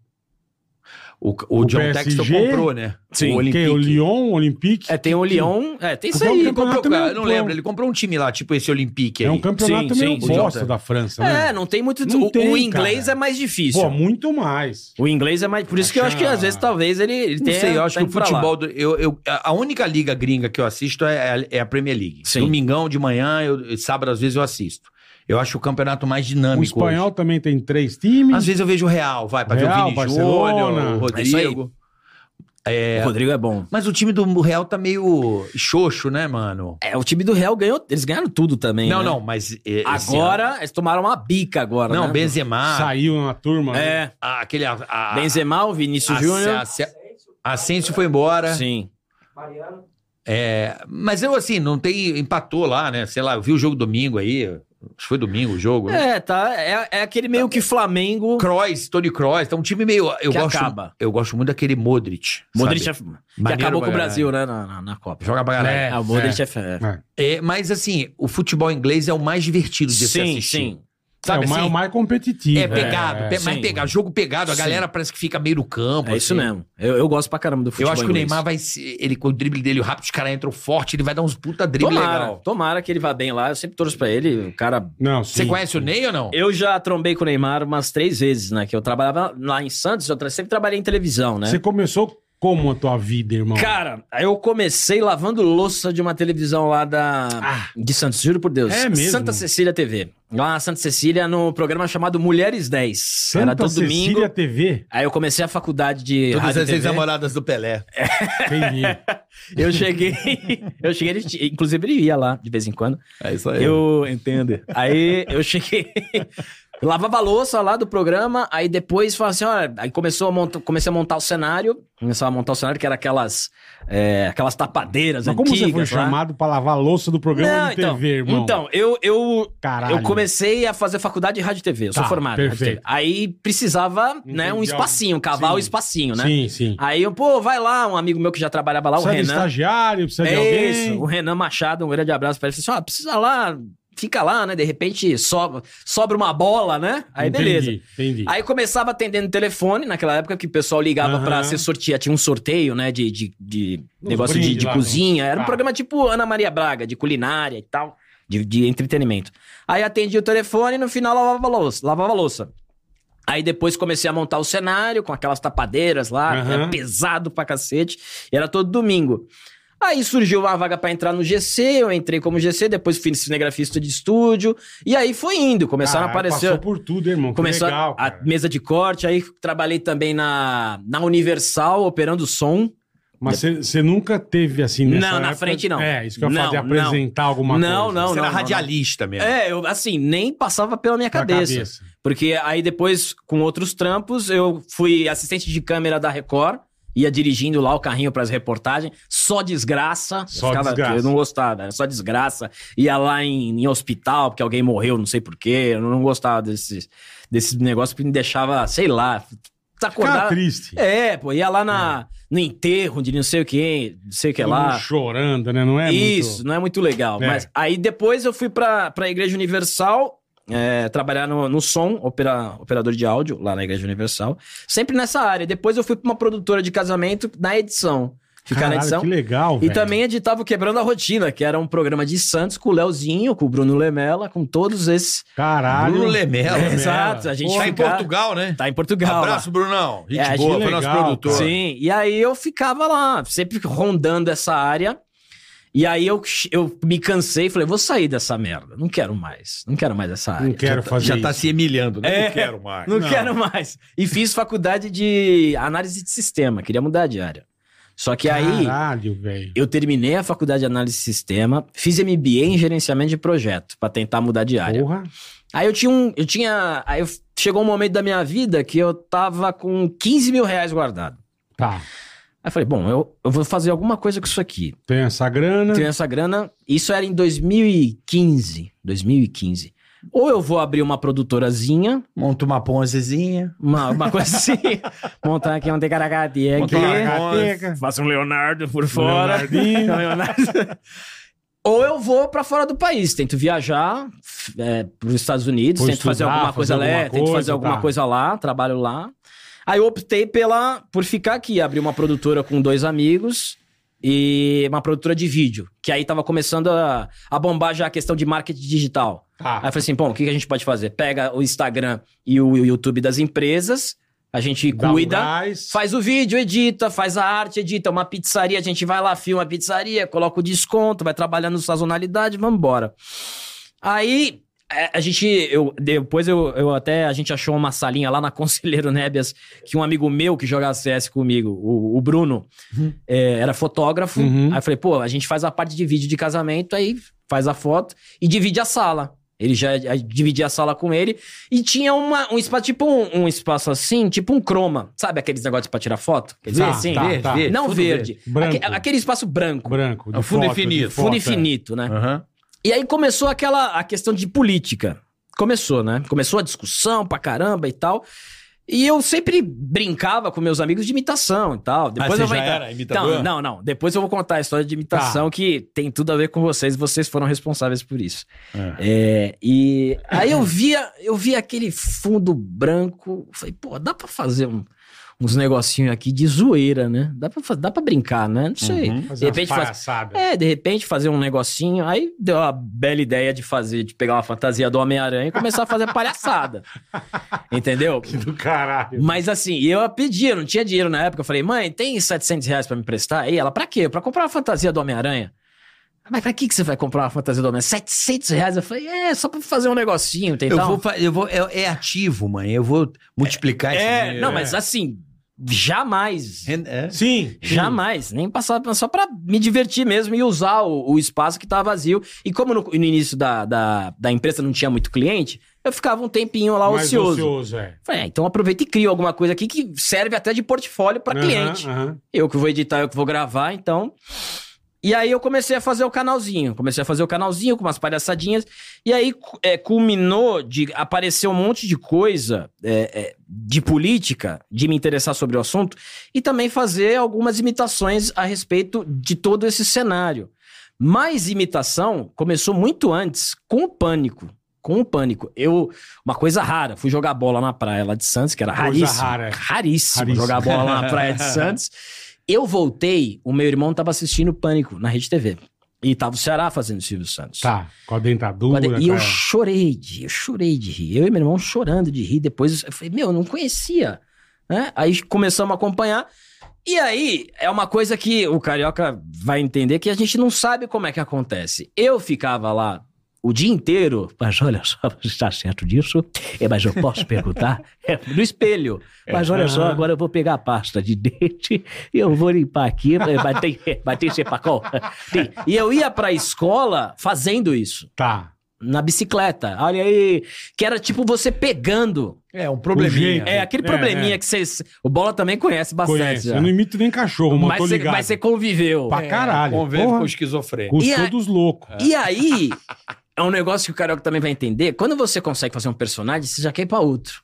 O, o,
O
John
PSG?
Texton comprou, né?
Sim.
o Olympique.
Quem? é O Lyon, o Olympique?
É, tem o Lyon, é, tem isso
Porque é um
aí.
Ele comprou,
Campeonato
cara, eu não
meio
lembro,
bom.
ele comprou um time lá, tipo esse Olympique aí.
É um campeonato
Sim,
meio
sim,
bosta
sim.
da França, né?
É, não tem muito...
Não
o, o
tem,
inglês
cara.
é mais difícil.
Pô, muito mais.
o inglês é mais... Por isso que eu acho que às vezes talvez ele, ele
Não
tenha...
sei, eu acho
tá
que o
indo pra lá.
futebol. do- eu, eu- a a única liga gringa que eu assisto é, é a Premier League.
Sim.
Domingão de manhã, eu, sábado às vezes eu assisto. Eu acho o campeonato mais
O
dinâmico.
espanhol
hoje.
também tem três times.
Às vezes eu vejo o Real, vai, pra
Real,
ver o Vini
Barcelona.
Júnior, o
É isso aí.
Rodrigo.
O Rodrigo é bom.
Mas o time do Real tá meio xoxo, né, mano?
É, o time do Real ganhou... Eles ganharam tudo também,
não,
né?
não, mas. é, esse
Agora, eles tomaram uma bica agora,
ano- Não,
né?
Benzema. Ah.
Saiu na turma. né?
É,
a- aquele. A, a,
Benzema, o
a-
Vinícius
a-
Júnior.
a- Asensio foi embora.
Sim.
É, mas eu, assim, não tem. Empatou lá, né? Sei lá, eu vi o jogo domingo aí. Acho que foi domingo o jogo. né?
É, tá. É, é aquele meio que Flamengo
Kroos, Tony Kroos. Então, um time meio. Eu,
Que
gosto,
acaba.
eu gosto muito daquele Modric.
Modric
sabe?
é, que
Maneiro
acabou com
pra
o Brasil, né, na, na, na Copa.
Joga pra caralho.
ah, o Modric é, fé.
É, mas, assim, o futebol inglês é o mais divertido de se
Sim,
assistir.
sim.
Sabe,
é o mais,
assim,
o mais competitivo.
É pegado,
é.
pe- mais
Sim.
pegado, jogo pegado. A
Sim.
galera parece que fica meio do campo.
É isso
assim.
mesmo. Eu, eu gosto pra caramba do
Eu
futebol.
acho que o
inglês.
Neymar vai. se- Ele, com o drible dele rápido, os caras entram forte, ele vai dar uns puta drible
Tomara,
legal.
tomara que ele vá bem lá. Eu sempre torço pra ele. O cara.
Não,
Você
sim.
conhece o Ney ou não?
Eu já trombei com o Neymar umas três vezes, né? Que eu trabalhava lá em Santos, eu tra- sempre trabalhei em televisão, né?
Você começou Como a tua vida, irmão?
Cara, aí eu comecei lavando louça de uma televisão lá da
Ah.
de Santos, juro por Deus.
É mesmo?
Santa Cecília TV. Lá na Santa Cecília, no programa chamado Mulheres 10. Era todo
Cecília
domingo.
TV.
Aí eu comecei a faculdade de
Todas
rádio e
as
TV.
ex-namoradas do Pelé.
Entendi.
Eu cheguei, eu cheguei, ele t- inclusive ele ia lá de vez em quando.
É isso aí.
Eu entendo. Aí eu cheguei, lavava a louça lá do programa, aí depois falava assim, olha, aí começou a monta, comecei a montar o cenário, começava a montar o cenário que era aquelas, é, aquelas tapadeiras
Mas como
antigas.
você foi
lá.
chamado pra lavar a louça do programa
Não,
de
então,
TV, irmão?
Então, eu, eu,
Caralho.
eu comecei a fazer faculdade de rádio e TV, eu sou
Tá,
formado. em rádio e
perfeito.
TV. Aí precisava, né, um
Entendi.
espacinho, cavar
Sim.
o espacinho, né?
Sim, sim.
Aí eu, pô, vai lá, um amigo meu que já trabalhava lá,
precisa
o
de
Renan.
estagiário, precisa de
É
alguém.
isso, o Renan Machado, um grande abraço pra ele. Ele falou assim, ó, precisa lá, fica lá, né? De repente sobra, sobra uma bola, né? Aí
Entendi,
beleza.
Entendi.
Aí começava atendendo telefone, naquela época que o pessoal ligava
Aham.
pra ser sortia, tinha um sorteio, né, de, de, de
Uns
negócio de,
brindes
de
lá,
cozinha. Era um
tá.
programa tipo Ana Maria Braga, de culinária e tal, de, de entretenimento. Aí atendia o telefone e no final lavava a louça. Lavava a louça. Aí depois comecei a montar o cenário com aquelas tapadeiras lá,
Aham.
era pesado pra cacete, e era todo domingo. Aí surgiu uma vaga pra entrar no GC, eu entrei como GC, depois fiz cinegrafista de estúdio, e aí foi indo, começaram
Caralho,
a aparecer.
Passou por tudo, irmão.
Começou
que legal,
a, a
cara.
mesa de corte, aí trabalhei também na, na Universal, operando som.
Mas você- você nunca teve assim nessa
Não, na
época-
frente não.
É, isso que eu ia falar, de
Não,
apresentar alguma
Não,
coisa.
não,
Você era
não.
radialista mesmo.
É, eu assim, nem passava pela minha
Na
cabeça. Porque aí depois, com outros trampos, eu fui assistente de câmera da Record, ia dirigindo lá o carrinho pras reportagens, só desgraça. Eu
Só desgraça.
Eu não gostava, era só desgraça. Ia lá em, em hospital, porque alguém morreu, não sei porquê. Eu não gostava desse, desse negócio que me deixava, sei lá,
Cara
acordar.
triste.
É, pô, ia lá na, no enterro de não sei o que, não sei o que
Todo mundo
lá.
Chorando, né? Não é
Isso,
muito...
não é muito legal.
É.
Mas aí depois eu fui pra, pra Igreja Universal. é, trabalhar no, no som, opera- operador de áudio lá na Igreja Universal. Sempre nessa área. Depois eu fui pra uma produtora de casamento na edição. Ficar
Caralho,
na edição.
que legal,
E
velho.
também editava o Quebrando a Rotina, que era um programa de Santos com o Leozinho, com o Bruno Lemela, com todos esses.
Caralho.
Bruno Lemela.
Lemela.
É, Exato, a gente
Tá em
fica-
Portugal, né?
Tá em Portugal. lá.
Abraço, Brunão. Gente
É, a
boa,
gente-
foi nosso
Legal,
produtor.
cara.
Sim, e aí eu ficava lá, sempre rondando essa área. E aí eu, eu me cansei e falei, vou sair dessa merda. Não quero mais. Não quero mais essa área.
Não quero fazer
Já tá
isso.
se emilhando, né?
É.
Não quero mais.
Não,
Não.
quero mais. E fiz faculdade de análise de sistema. Queria mudar de área. Só que aí
Caralho, velho.
eu terminei a faculdade de análise de sistema, fiz MBA em gerenciamento de projeto pra tentar mudar de área.
Porra.
Aí eu tinha um. Eu tinha. Aí eu- chegou um momento da minha vida que eu tava com 15 mil reais guardado.
Tá.
Aí eu falei, bom, eu, eu vou fazer alguma coisa com isso aqui.
Tem essa grana.
Tenho essa grana. Isso era em 2015. 2015. Ou eu vou abrir uma produtorazinha,
Monta uma ponzezinha.
uma, uma coisa assim, montar aqui um tecaracati aqui,
Montar uma
Caracateca.
faça um Leonardo por fora.
Leonardinho.
um
Leonardo. Ou eu vou pra fora do país, tento viajar é, pros Estados Unidos,
Vou
tento fazer
estudar,
alguma
fazer
coisa lá,
alguma
é, tento
coisa,
fazer alguma
tá.
coisa lá, trabalho lá. Aí eu optei pela, por ficar aqui, abrir uma produtora com dois amigos e uma produtora de vídeo, que aí tava começando a, a bombar já a questão de marketing digital. Aí
Tá.
eu falei assim, bom, o que, que a gente pode fazer? Pega o Instagram e o YouTube das empresas, a gente
Dá um
cuida,
gás.
Faz o vídeo, edita, faz a arte, edita uma pizzaria, a gente vai lá, filma a pizzaria, coloca o desconto, vai trabalhando sazonalidade, vambora. Aí é, a gente, eu, depois eu, eu até, a gente achou uma salinha lá na Conselheiro Nébias, que um amigo meu que jogava CS comigo, o, o Bruno, é, era fotógrafo.
Uhum.
Aí eu falei, pô, a gente faz a parte de vídeo de casamento, aí faz a foto e divide a sala. Ele já aí dividia a sala com ele. E tinha uma, um espaço, tipo um, um espaço assim, tipo um croma. Sabe aqueles negócios pra tirar foto? Quer dizer,
Tá,
assim?
tá,
verde,
tá.
verde.
Não
Fundo
verde.
Branco.
Aque- aquele espaço branco.
Branco.
É o fundo
foto,
infinito.
foto,
fundo
é.
infinito, né?
Aham.
E aí começou aquela a questão de política. Começou, né? Começou a discussão pra caramba e tal. E eu sempre brincava com meus amigos de imitação e tal. Depois
você
eu vou
já
entrar-
era imitador? Tá.
Então, não, não. Depois eu vou contar a história de imitação que tem tudo a ver com vocês. Vocês foram responsáveis por isso. É, e aí eu via, eu via aquele fundo branco. Falei, pô, dá pra fazer um, uns negocinhos aqui de zoeira, né? Dá pra, fa- dá pra brincar, né? Não
Uhum.
sei. De repente faz,
sabe?
é, de repente fazer um negocinho. Aí deu a bela ideia de fazer, de pegar uma fantasia do Homem-Aranha e começar a fazer palhaçada. Entendeu?
Do caralho.
Mas assim, eu a pedi, eu não tinha dinheiro na época. Eu falei, mãe, tem 700 reais pra me prestar? E ela, pra quê? Pra comprar uma fantasia do Homem-Aranha. Mas pra que, que você vai comprar uma fantasia do Homem-Aranha? 700 reais? Eu falei, é, só pra fazer um negocinho, tem
eu
tal.
vou, fa- eu vou, é, é ativo, mãe. Eu vou multiplicar esse
É,
dinheiro.
não, mas assim, jamais.
Ren- é.
Sim. sim.
Jamais, nem passar só pra me divertir mesmo e usar o, o espaço que tá vazio. E como no, no início da, da, da empresa não tinha muito cliente, eu ficava um tempinho lá
Mais
ocioso.
é.
Falei, ah, então aproveita e cria alguma coisa aqui que serve até de portfólio pra
Aham,
cliente.
aham.
Eu que vou editar, eu que vou gravar, então. E aí eu comecei a fazer o canalzinho. Comecei a fazer o canalzinho com umas palhaçadinhas. E aí cu- é, culminou de aparecer um monte de coisa é, é, de política, de me interessar sobre o assunto, e também fazer algumas imitações a respeito de todo esse cenário. Mas imitação começou muito antes, com o pânico. Com o pânico. Eu, uma coisa rara, fui jogar bola na praia lá de Santos, que era
Coisa
raríssimo.
rara, é.
Raríssimo,
Raríssimo.
jogar bola lá na praia de Santos. Eu voltei, o meu irmão tava assistindo Pânico na Rede TV. E tava o Ceará fazendo Silvio Santos.
Tá, com a dentadura.
Quando- E eu
cara.
chorei de, eu chorei de rir. Eu e meu irmão chorando de rir. Depois eu falei, meu, eu não conhecia. Né? Aí começamos a acompanhar. E aí, é uma coisa que o carioca vai entender que a gente não sabe como é que acontece. Eu ficava lá o dia inteiro, mas olha só, você está certo disso? É, mas eu posso perguntar? É, no espelho. Mas olha só, agora eu vou pegar a pasta de dente e eu vou limpar aqui, é, mas tem, é, mas tem sepacol. Tem. E eu ia pra escola fazendo isso
Tá.
na bicicleta. Olha aí, que era tipo você pegando.
É um
O
probleminha.
jeito.
É, aquele
É,
probleminha
é.
que vocês. O Bola também conhece bastante.
Conhece.
Tá já.
Eu não imito nem cachorro, mas,
mas,
tô
você,
ligado.
mas você É, conviveu.
Pra caralho.
Convive
porra,
com esquizofrênico.
com
E a-
todos loucos.
E aí, é um negócio que o carioca também vai entender. Quando você consegue fazer um personagem, você já quer ir pra outro.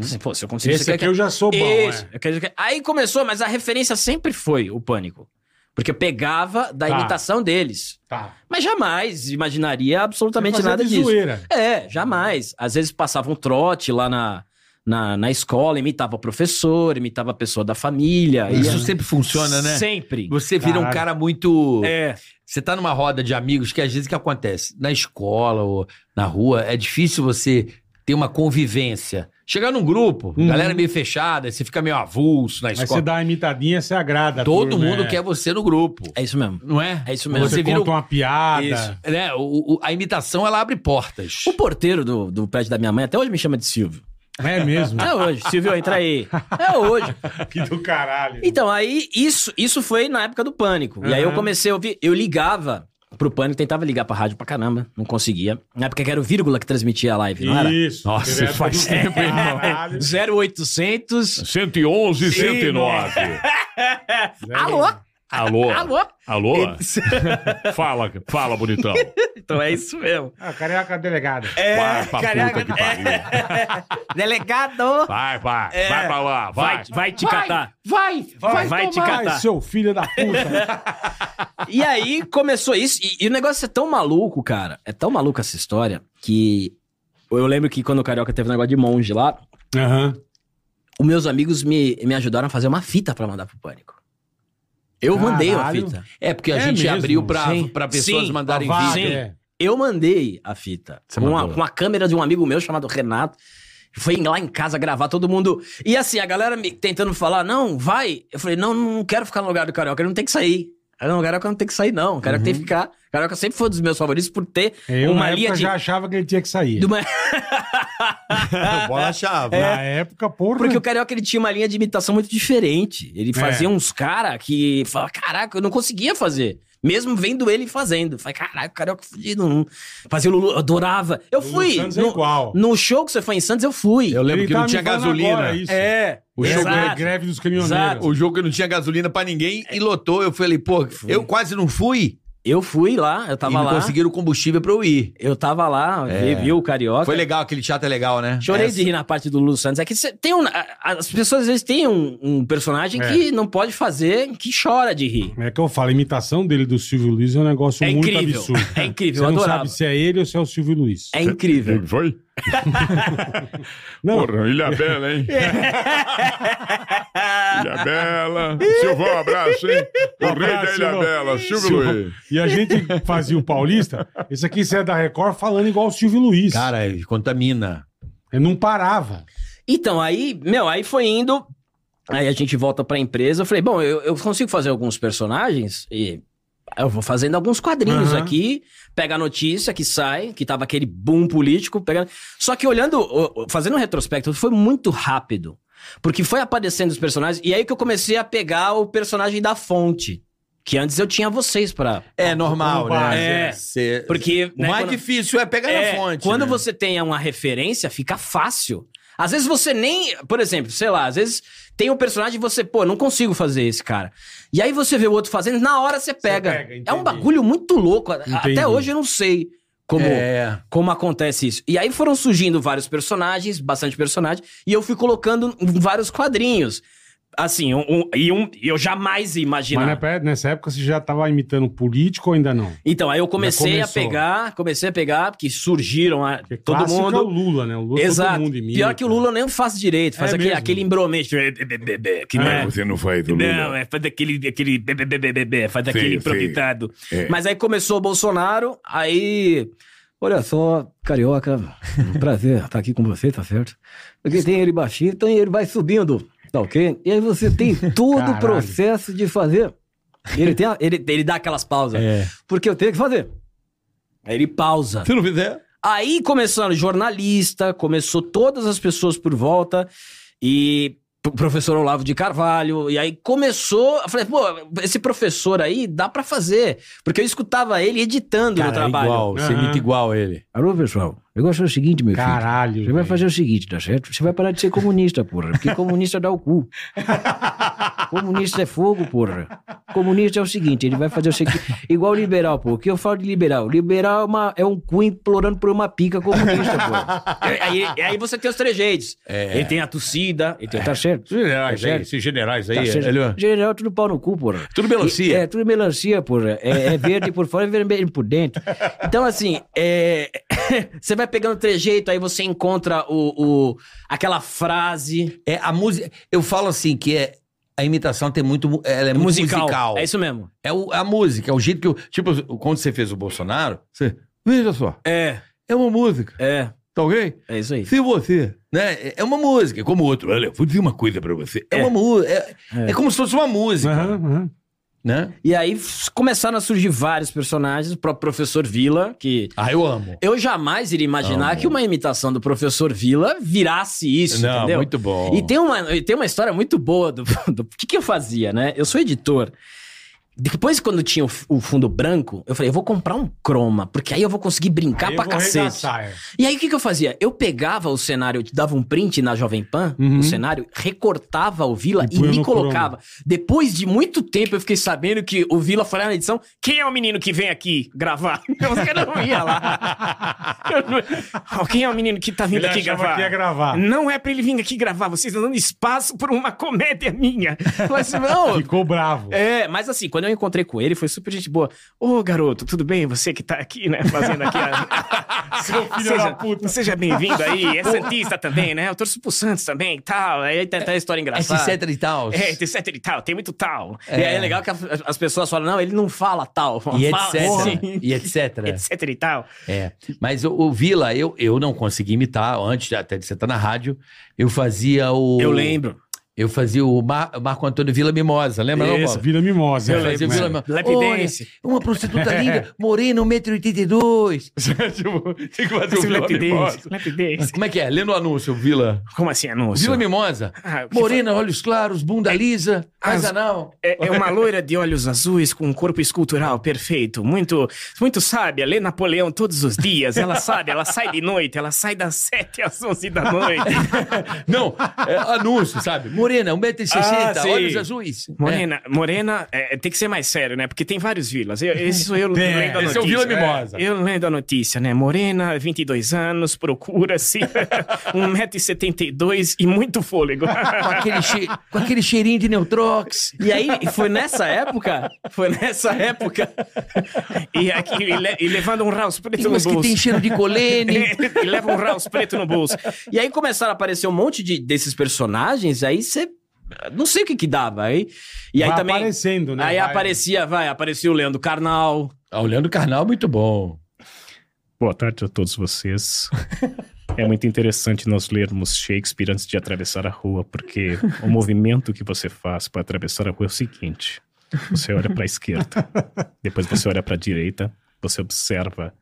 Assim, pô, se eu consigo.
Uhum. Esse
você
aqui
quer...
eu já sou bom,
Isso,
é.
eu quero- eu quero- Aí começou, mas a referência sempre foi o pânico. Porque eu pegava da
Tá.
imitação deles.
Tá.
Mas jamais imaginaria absolutamente
Fazer
nada
de
disso.
zoeira.
É, jamais. Às vezes passava um trote lá na, na, na escola, imitava o professor, imitava a pessoa da família.
Isso
Ia-
sempre funciona, né?
Sempre.
Você vira um
é- Caralho.
cara muito.
É,
Você tá numa roda de amigos que às vezes o que acontece? Na escola ou na rua, é difícil você ter uma convivência. Chegar num grupo,
Uhum.
galera meio fechada, você fica meio avulso na
Mas você
escola.
dá uma imitadinha, você agrada. a
Todo
turma,
mundo
é.
quer você no grupo.
é isso mesmo.
Não é?
É isso mesmo.
Você,
Você vira
conta
o-
uma piada.
Isso.
né, o- o- a imitação ela abre portas.
O porteiro do, do prédio da minha mãe até hoje me chama de Silvio.
É mesmo.
Até hoje. Silvio, entra aí. É hoje.
que do caralho.
Então, aí, isso, isso foi na época do pânico. E aí eu
Uhum.
Aham.
comecei a ouvir. Eu ligava pro pânico, tentava ligar pra rádio pra caramba, não conseguia. Na época que era o vírgula que transmitia a live, não era?
Isso.
Nossa,
Teve época
faz
do
tempo, hein, irmão?
caralho.
0800.
111 109.
é Ah,
Alô?
Alô?
Alô?
Alô? fala, fala, bonitão.
Então é isso mesmo.
Ah, carioca delegado.
É,
Vai pra puta que pariu.
né? Delegado! É.
Vai, vai. Vai pra lá, vai.
Vai, vai te catar.
Vai!
Vai, vai te
Ai,
catar.
seu filho da puta.
E aí começou isso. E, e o negócio é tão maluco, cara. É tão maluco essa história que eu lembro que quando o Carioca teve um negócio de monge lá,
Aham.
os meus amigos me, me ajudaram a fazer uma fita pra mandar pro Pânico. Eu mandei uma
Caralho.
fita.
É porque a
É
gente
mesmo,
abriu pra,
sim.
pra pessoas
Sim,
mandarem
Vaga,
vídeo.
é.
Eu mandei a fita
Você
com a,
mandou.
com a câmera de um amigo meu chamado Renato. Foi lá em casa gravar, todo mundo. E assim, a galera me tentando falar, não, vai. Eu falei, não, não quero ficar no lugar do Carioca, ele não tem que sair. Eu, Não, o Carioca não tem que sair, não. O Carioca tem que ficar. O Carioca sempre foi um dos meus favoritos por ter
Eu,
uma
na
linha
época,
de.
já achava que ele tinha que sair.
de uma-
Bola chave.
Na época, porra.
É. Porque o Carioca ele tinha uma linha de imitação muito diferente.
É.
Ele fazia uns caras que falava, caraca, eu não conseguia fazer. Mesmo vendo ele fazendo. Falei, caraca, o Carioca é fudido. não- Fazia o Lulu, eu adorava. Eu
Lulu
fui.
Santos é
no,
igual.
no show que você foi em Santos, eu fui.
Eu lembro
Ele
que não
tava me
tinha
falando
gasolina.
agora isso.
É.
O jogo
Exato.
é greve dos caminhoneiros.
Exato.
O jogo que não tinha gasolina pra ninguém e lotou. Eu falei, pô, eu quase não fui.
Eu fui lá, eu tava
e não
lá.
conseguiram combustível pra eu ir.
Eu tava lá,
É.
vi, vi o Carioca.
Foi legal, aquele teatro é legal, né?
Chorei
Essa-
de rir na parte do Lulu Santos. É que cê tem um, a- as pessoas às vezes têm um, um personagem
É.
que não pode fazer, que chora de rir.
É que eu falo, a imitação dele do Silvio Luiz é um negócio
É
muito
incrível.
absurdo.
É incrível,
Você
eu
não
adorava.
sabe se é ele ou se é o Silvio Luiz.
É incrível.
Foi?
Não,
Porra, Ilha Bela, hein?
É.
Ilha Bela. Silvão, um abraço, hein? O rei da
abraço,
Ilha
Silvão.
Bela, Silvio
Silvão.
Luiz.
E a gente fazia o Paulista. Esse aqui você é da Record falando igual o Silvio Luiz.
Cara, contamina.
Eu não parava.
Então, aí, meu, aí foi indo. Aí a gente volta pra empresa. Eu falei, bom, eu, eu consigo fazer alguns personagens e eu vou fazendo alguns quadrinhos
Aham.
aqui. Pega a notícia que sai, que tava aquele boom político. Pegando... Só que olhando, o- o- fazendo um retrospecto, foi muito rápido. Porque foi aparecendo os personagens. E aí que eu comecei a pegar o personagem da fonte. Que antes eu tinha vocês pra.
É normal, né?
É.
Cê-
Porque.
O
né,
mais
quando-
difícil é pegar
É,
na fonte.
Quando
né?
você tem uma referência, fica fácil. Às vezes você nem. Por exemplo, sei lá, às vezes tem um personagem e você, pô, não consigo fazer esse cara. E aí você vê o outro fazendo, na hora você pega.
pega,
é
entendi.
um bagulho muito louco. A-
Entendi.
Até hoje eu não sei como.
É.
Como acontece isso? E aí foram surgindo vários personagens, bastante personagem, e eu fui colocando em vários quadrinhos. Assim, um, um- e um, eu jamais ia imaginar.
Mas
é
na pe- nessa época você já tava imitando político ou ainda não?
Então, aí eu comecei a
começou.
pegar, comecei a pegar, porque surgiram a,
Porque
todo
clássico
mundo.
é o Lula, né? O Lula
Exato.
todo mundo imita.
Pior que o Lula nem faz direito, faz
É
aquele,
mesmo.
aquele né, embromete. Que não
É,
é.
Você não faz do
Não,
Lula.
é, faz daquele, aquele be- be- be- be- be- be, faz daquele
Sim,
improvisado.
É.
Mas aí começou o Bolsonaro, aí. Olha só, carioca, um prazer estar aqui com você, tá certo? Porque tem ele baixinho, então ele vai subindo, tá ok? E aí você tem todo
Caralho.
o processo de fazer. Ele, tem a- ele, ele dá aquelas pausas.
É.
Porque eu tenho que fazer. Aí ele pausa.
Se não fizer.
Aí começando jornalista, começou todas as pessoas por volta e o professor Olavo de Carvalho, e aí começou, eu falei, pô, esse professor aí dá pra fazer, porque eu escutava ele editando
Cara,
no
é
trabalho.
igual, você
Aham.
imita igual ele.
Alô, pessoal, eu
é
gosto do seguinte, meu filho.
Caralho.
Você vai
velho.
fazer o seguinte, tá certo? Você vai parar de ser comunista, porra. Porque comunista dá o cu. Comunista é fogo, porra. Comunista é o seguinte, ele vai fazer o seguinte. Igual liberal, pô. O que eu falo de liberal? Liberal é, uma- é um cu implorando por uma pica comunista, porra.
É,
É.
Aí, aí você tem os trejeitos. Ele tem a tossida, ele tem
Tá certo?
Esses generais
É
aí,
sério.
esses generais aí,
Tá certo.
ele-
General, tudo pau no cu, porra.
Tudo melancia.
É, tudo melancia, porra. É, é verde por fora e vermelho por dentro.
Então, assim, é, você vai pegando trejeito, aí você encontra o, o- aquela frase
É a música. Eu falo assim que é a imitação tem muito, mu- ela é muito musical.
musical. É isso mesmo.
É o- a música, é o jeito que eu, tipo, quando você fez o Bolsonaro, você, veja só,
É,
é uma música,
é,
tá ok?
é isso aí.
Se você, né, é- é uma música, como o outro, olha, vou dizer uma coisa pra você, é, uma música, é, é como se fosse uma música,
Aham, aham.
né?
E aí f- começaram a surgir vários personagens, o próprio professor Vila, que
Ah, eu amo.
eu jamais iria imaginar que uma imitação do professor Vila virasse isso,
Não,
entendeu?
muito bom.
E tem uma, e tem uma história muito boa do, do que, que eu fazia, né? Eu sou editor. Depois, quando tinha o, f- o fundo branco, eu falei, eu vou comprar um croma, porque aí eu vou conseguir brincar
Aí eu
pra
vou
cacete.
arregaçar, é.
E aí, o que, que eu fazia? Eu pegava o cenário, eu dava um print na Jovem Pan, o cenário, recortava o Vila
Uhum. E
e,
punha
me
no
colocava. Depois de muito tempo, eu fiquei sabendo que o Vila falou na edição: quem é o menino que vem aqui gravar? Os caras não iam lá. Eu não- Quem é o menino que tá vindo
Ele
aqui
achava
gravar?
que ia gravar.
Não é pra ele vir aqui gravar, vocês estão dando espaço por uma comédia é minha. Eu falei assim, não,
Ficou bravo.
é, mas assim, quando eu encontrei com ele, foi super gente boa. Ô, garoto, tudo bem? Você que tá aqui, né? Fazendo aqui a...
Seu filho
seja,
da puta.
Seja bem-vindo aí. É Santista também, né? Eu torço pro Santos também e tal. Aí tem até a história engraçada.
Etc e tal.
É, etc e tal. Tem muito tal. E aí é legal que as- as pessoas falam, não, ele não fala tal.
E
fala
etc.
assim,
E etc.
etc e tal.
É. Mas o, o Vila, eu, eu não consegui imitar antes, até de você estar na rádio. Eu fazia o.
Eu lembro.
Eu fazia o Mar- Marco Antônio Vila Mimosa, lembra? não,
Esse,
Bob?
vira mimosa.
Eu
é,
fazia o
né?
Vila Mimosa.
Lap
Olha,
dance.
uma prostituta linda, morena, 1,82m.
tipo, tem que fazer o
Esse
Vila
lap
Mimosa.
dance, lap dance.
Como é que é? Lendo o anúncio, Vila.
Como assim, anúncio?
Vila Mimosa.
Ah, o que
Morena, olhos claros, bunda lisa,
As-
mas anal.
É, é uma loira de olhos azuis com um corpo escultural perfeito, muito muito sábia, lê Napoleão todos os dias. Ela sabe, ela sai de noite, ela sai das 7 às 11 da noite.
Não, é anúncio, sabe? Morena, 1,60m,
Ah, sim.
olhos azuis. É.
Morena, Morena é, tem que ser mais sério, né? Porque tem vários vilas. Eu, esse eu
Tem,
lendo a notícia.
esse é o Vila Mimosa.
Eu lendo a notícia, né? Morena, 22 anos, procura-se 1,72m e muito fôlego.
É, com, aquele che- com aquele cheirinho de Neutrox.
E aí, foi nessa época? Foi nessa época?
e, aqui, e, le- e levando um raus preto
Tem
no
umas que
bolso.
tem cheiro de colene.
e leva um raus preto no bolso.
E aí começaram a aparecer um monte de, desses personagens, aí você. Não sei o que que dava. Aí, e aí
Vai
também.
aparecendo, né?
aí
Vai.
aparecia, vai, aparecia o Leandro Carnal.
Ah, o Leandro Carnal é muito bom.
Boa tarde a todos vocês. É muito interessante nós lermos Shakespeare antes de atravessar a rua, porque o movimento que você faz para atravessar a rua é o seguinte: você olha para a esquerda, depois você olha para a direita, você observa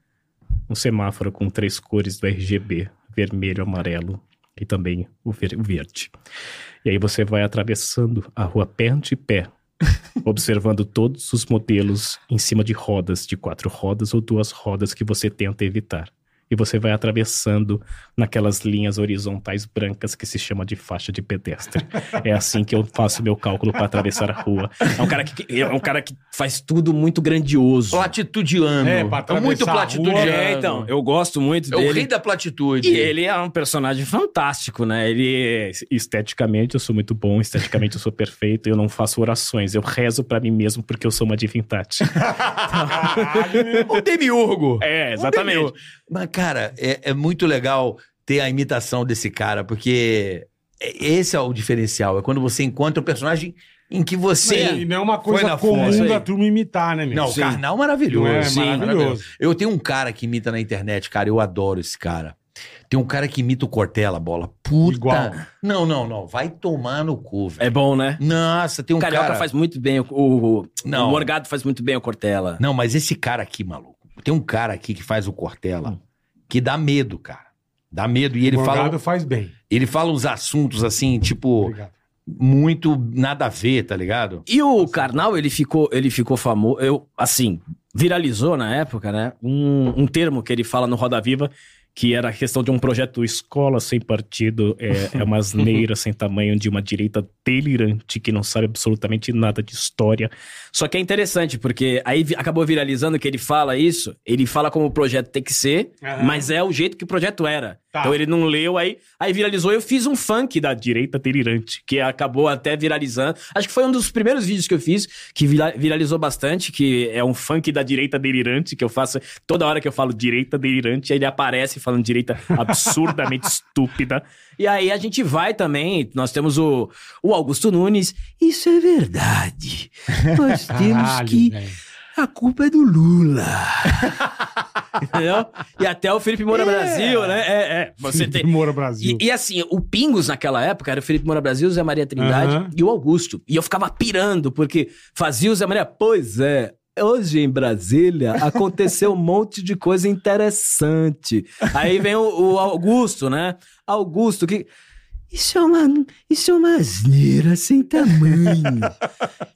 um semáforo com três cores do RGB: vermelho, amarelo e também o ver- o verde. E aí você vai atravessando a rua pé ante pé, observando todos os modelos em cima de rodas, de quatro rodas ou duas rodas que você tenta evitar. E você vai atravessando naquelas linhas horizontais brancas que se chama de faixa de pedestre. É assim que eu faço meu cálculo para atravessar a rua. Então,
É um cara que, é um cara que faz tudo muito grandioso.
Platitudiano.
É, pra atravessar
muito
a
platitudiano.
rua,
É, então, eu gosto muito
É o
dele.
rei da platitude.
E ele é um personagem fantástico, né? Ele
Esteticamente eu sou muito bom, esteticamente eu sou perfeito, eu não faço orações, eu rezo para mim mesmo porque eu sou uma divindade.
O Demiurgo.
É,
Um
exatamente.
Demiurgo. Mas, cara, é, é muito legal ter a imitação desse cara, porque é- esse é o diferencial. É quando você encontra um personagem em que
E
você...
não é uma
Foi
coisa
na fonte,
comum
aí.
da turma imitar, né, meu?
Não, o
Sim.
Carnal maravilhoso.
É,
Sim,
maravilhoso.
Eu tenho um cara que imita na internet, cara. Eu adoro esse cara. Tem um cara que imita o Cortella, bola. Puta.
Igual.
Não, não, não. Vai tomar no cu, velho.
é bom, né?
Nossa, tem um
O Carioca
cara...
faz muito bem, o, o, o-
Não.
o Morgado faz muito bem o Cortella.
Não, mas esse cara aqui, maluco. Tem um cara aqui que faz o Cortella que dá medo, cara. Dá medo. E ele fala,
Morgado faz bem.
ele fala uns assuntos assim, tipo,
Obrigado.
muito nada a ver, tá ligado?
E o Karnal, ele ficou, ele ficou famoso, eu, assim, viralizou na época, né? Um, um termo que ele fala no Roda Viva, que era a questão de um projeto
Escola sem partido é, é uma asneira sem tamanho de uma direita delirante que não sabe absolutamente nada de história.
Só que é interessante, porque aí vi- acabou viralizando que ele fala isso, ele fala como o projeto tem que ser,
Aham.
mas é o jeito que o projeto era.
Tá.
Então ele não leu, aí, aí viralizou. Eu fiz um funk da direita delirante, que acabou até viralizando. Acho que foi um dos primeiros vídeos que eu fiz, que vira- viralizou bastante, que é um funk da direita delirante, que eu faço toda hora que eu falo direita delirante, aí ele aparece falando direita absurdamente estúpida. E aí a gente vai também, nós temos o, o Augusto Nunes. Isso é verdade. Nós temos
Caralho,
que.
velho.
A culpa é do Lula. Entendeu? E até o Felipe Moura Brasil, né? É, é. Você
Felipe
tem.
Moura Brasil.
E, e assim, o Pingos naquela época era o Felipe Moura Brasil, o Zé Maria Trindade
Aham.
e o Augusto. E eu ficava pirando, porque fazia o Zé Maria. Pois é. Hoje em Brasília aconteceu um monte de coisa interessante. Aí vem o, o Augusto, né? Augusto, que. Isso é uma. Isso é uma asneira sem tamanho.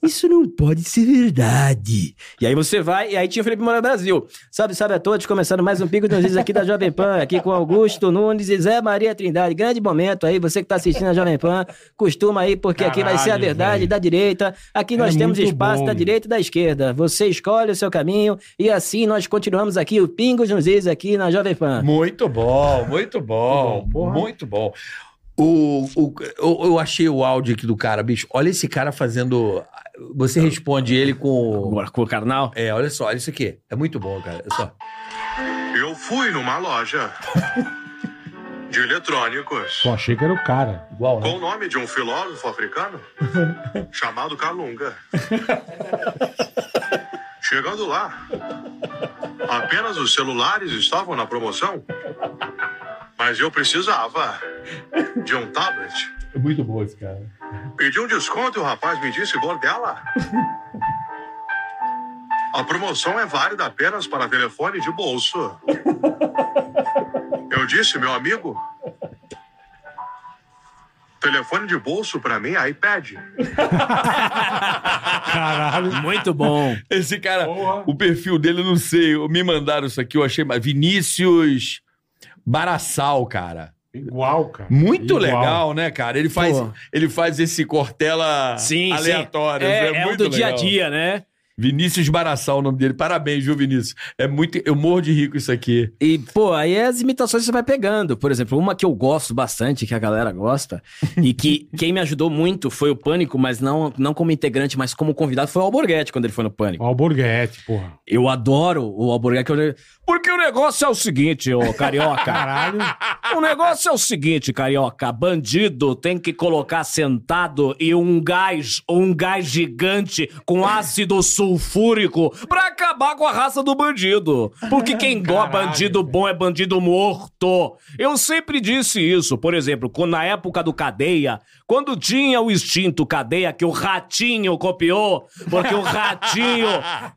Isso não pode ser verdade. E aí você vai, e aí tinha o Felipe Moura Brasil. Sabe, sabe a todos, começando mais um Pico dos Is aqui da Jovem Pan, aqui com Augusto Nunes e Zé Maria Trindade. Grande momento aí, você que tá assistindo a Jovem Pan, costuma aí, porque aqui vai ser a
Caralho,
verdade
velho.
da direita. Aqui nós
É
temos
muito
espaço
bom,
da
meu.
direita e da esquerda. Você escolhe o seu caminho e assim nós continuamos aqui o Pingos nos Is aqui na Jovem Pan.
Muito bom, muito bom,
porra.
muito bom. O, o, eu- eu achei o áudio aqui do cara, bicho. Olha esse cara fazendo. Você responde ele com.
Agora com o Carnal.
É, olha só, olha isso aqui. É muito bom, cara. É só.
Eu fui numa loja de eletrônicos
Pô, achei que era o cara.
Igual,
com
né?
o nome de um filósofo africano chamado Kalunga. Chegando lá, apenas os celulares estavam na promoção, mas eu precisava de um tablet.
É muito bom esse cara.
Pedi um desconto e o rapaz me disse bordela. A promoção é válida apenas para telefone de bolso. Eu disse, meu amigo, telefone de bolso para mim é iPad.
Caralho.
Muito bom.
Esse cara,
Porra.
o perfil dele, eu não sei. Me mandaram isso aqui, eu achei. mais- Vinícius Baraçal, cara.
Igual, cara.
Muito
Igual.
legal, né, cara? Ele faz,
Pô.
ele faz esse cortela
Sim,
aleatório.
sim. É,
É,
é o
muito
do dia a
legal.
dia, né?
Vinícius Baraçal, o nome dele. Parabéns, viu, Vinícius? É muito. Eu morro de rico isso aqui.
E, pô, aí é as imitações você vai pegando. Por exemplo, uma que eu gosto bastante, que a galera gosta, e que quem me ajudou muito foi o Pânico, mas não, não como integrante, mas como convidado, foi o Alborguete quando ele foi no Pânico.
Ó, o Borghetti, porra.
Eu adoro o Alborguete. eu- Porque o negócio é o seguinte, ô carioca.
Caralho.
O negócio é o seguinte, carioca. Bandido tem que colocar sentado e um gás, um gás gigante com ácido sulfúrico pra acabar com a raça do bandido. Porque quem gosta
Caralho,
bandido
velho.
bom é bandido morto. Eu sempre disse isso. Por exemplo, quando, na época do Cadeia, quando tinha o instinto Cadeia que o Ratinho copiou, porque o Ratinho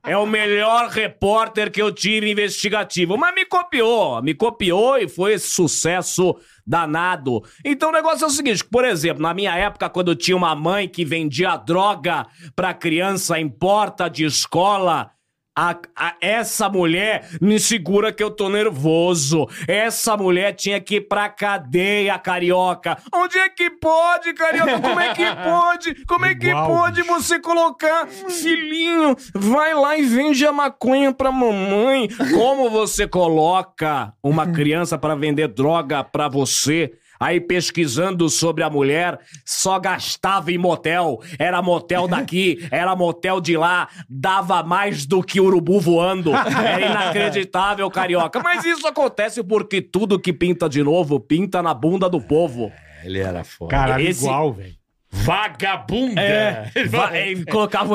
é o melhor repórter que eu tive investigativo. Mas me copiou, me copiou e foi esse sucesso danado. Então o negócio é o seguinte, por exemplo, na minha época quando eu tinha uma mãe que vendia droga pra criança em porta de escola, a- a- essa mulher me segura que eu tô nervoso. Essa mulher tinha que ir pra cadeia, carioca. Onde é que pode, carioca? Como é que pode? Como é que
Igual,
pode
bicho.
você colocar filhinho? Vai lá e vende a maconha pra mamãe. Como você coloca uma criança pra vender droga pra você? Aí pesquisando sobre a mulher, só gastava em motel. Era motel daqui, era motel de lá, dava mais do que urubu voando. Era inacreditável, carioca. Mas isso acontece porque tudo que pinta de novo pinta na bunda do povo.
Ele era foda.
Caralho,
Esse-
igual, velho.
Vagabunda!
É. Vai, colocava o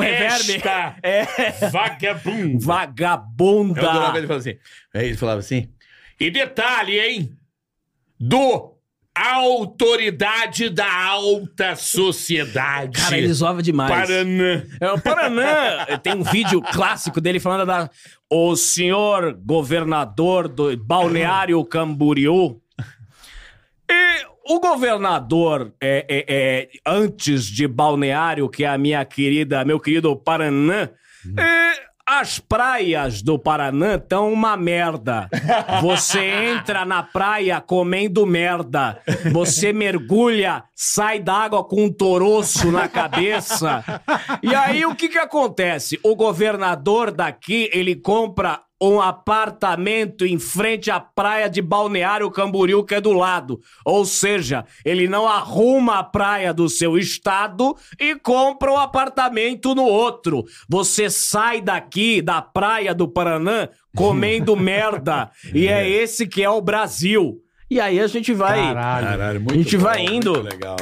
É.
reverb.
Esta
É.
Vagabunda! Eu adorava ele
Vagabunda.
falava assim. Aí ele falava assim. E detalhe, hein? Do autoridade da alta sociedade.
Cara, ele zoava demais.
Paraná.
É, o Paraná tem um vídeo clássico dele falando da. O senhor governador do Balneário Camboriú. E o governador, é, é, é, antes de Balneário, que é a minha querida, meu querido Paraná, é, as praias do Paraná estão uma merda. Você entra na praia comendo merda. Você mergulha, sai d'água com um toroço na cabeça. E aí o que que acontece? O governador daqui, ele compra um apartamento em frente à praia de Balneário Camboriú, que é do lado. Ou seja, ele não arruma a praia do seu estado e compra um apartamento no outro. Você sai daqui, da praia do Paranã, comendo merda. E é esse que é o Brasil. E aí a gente vai
Caralho.
A gente vai indo.
muito legal.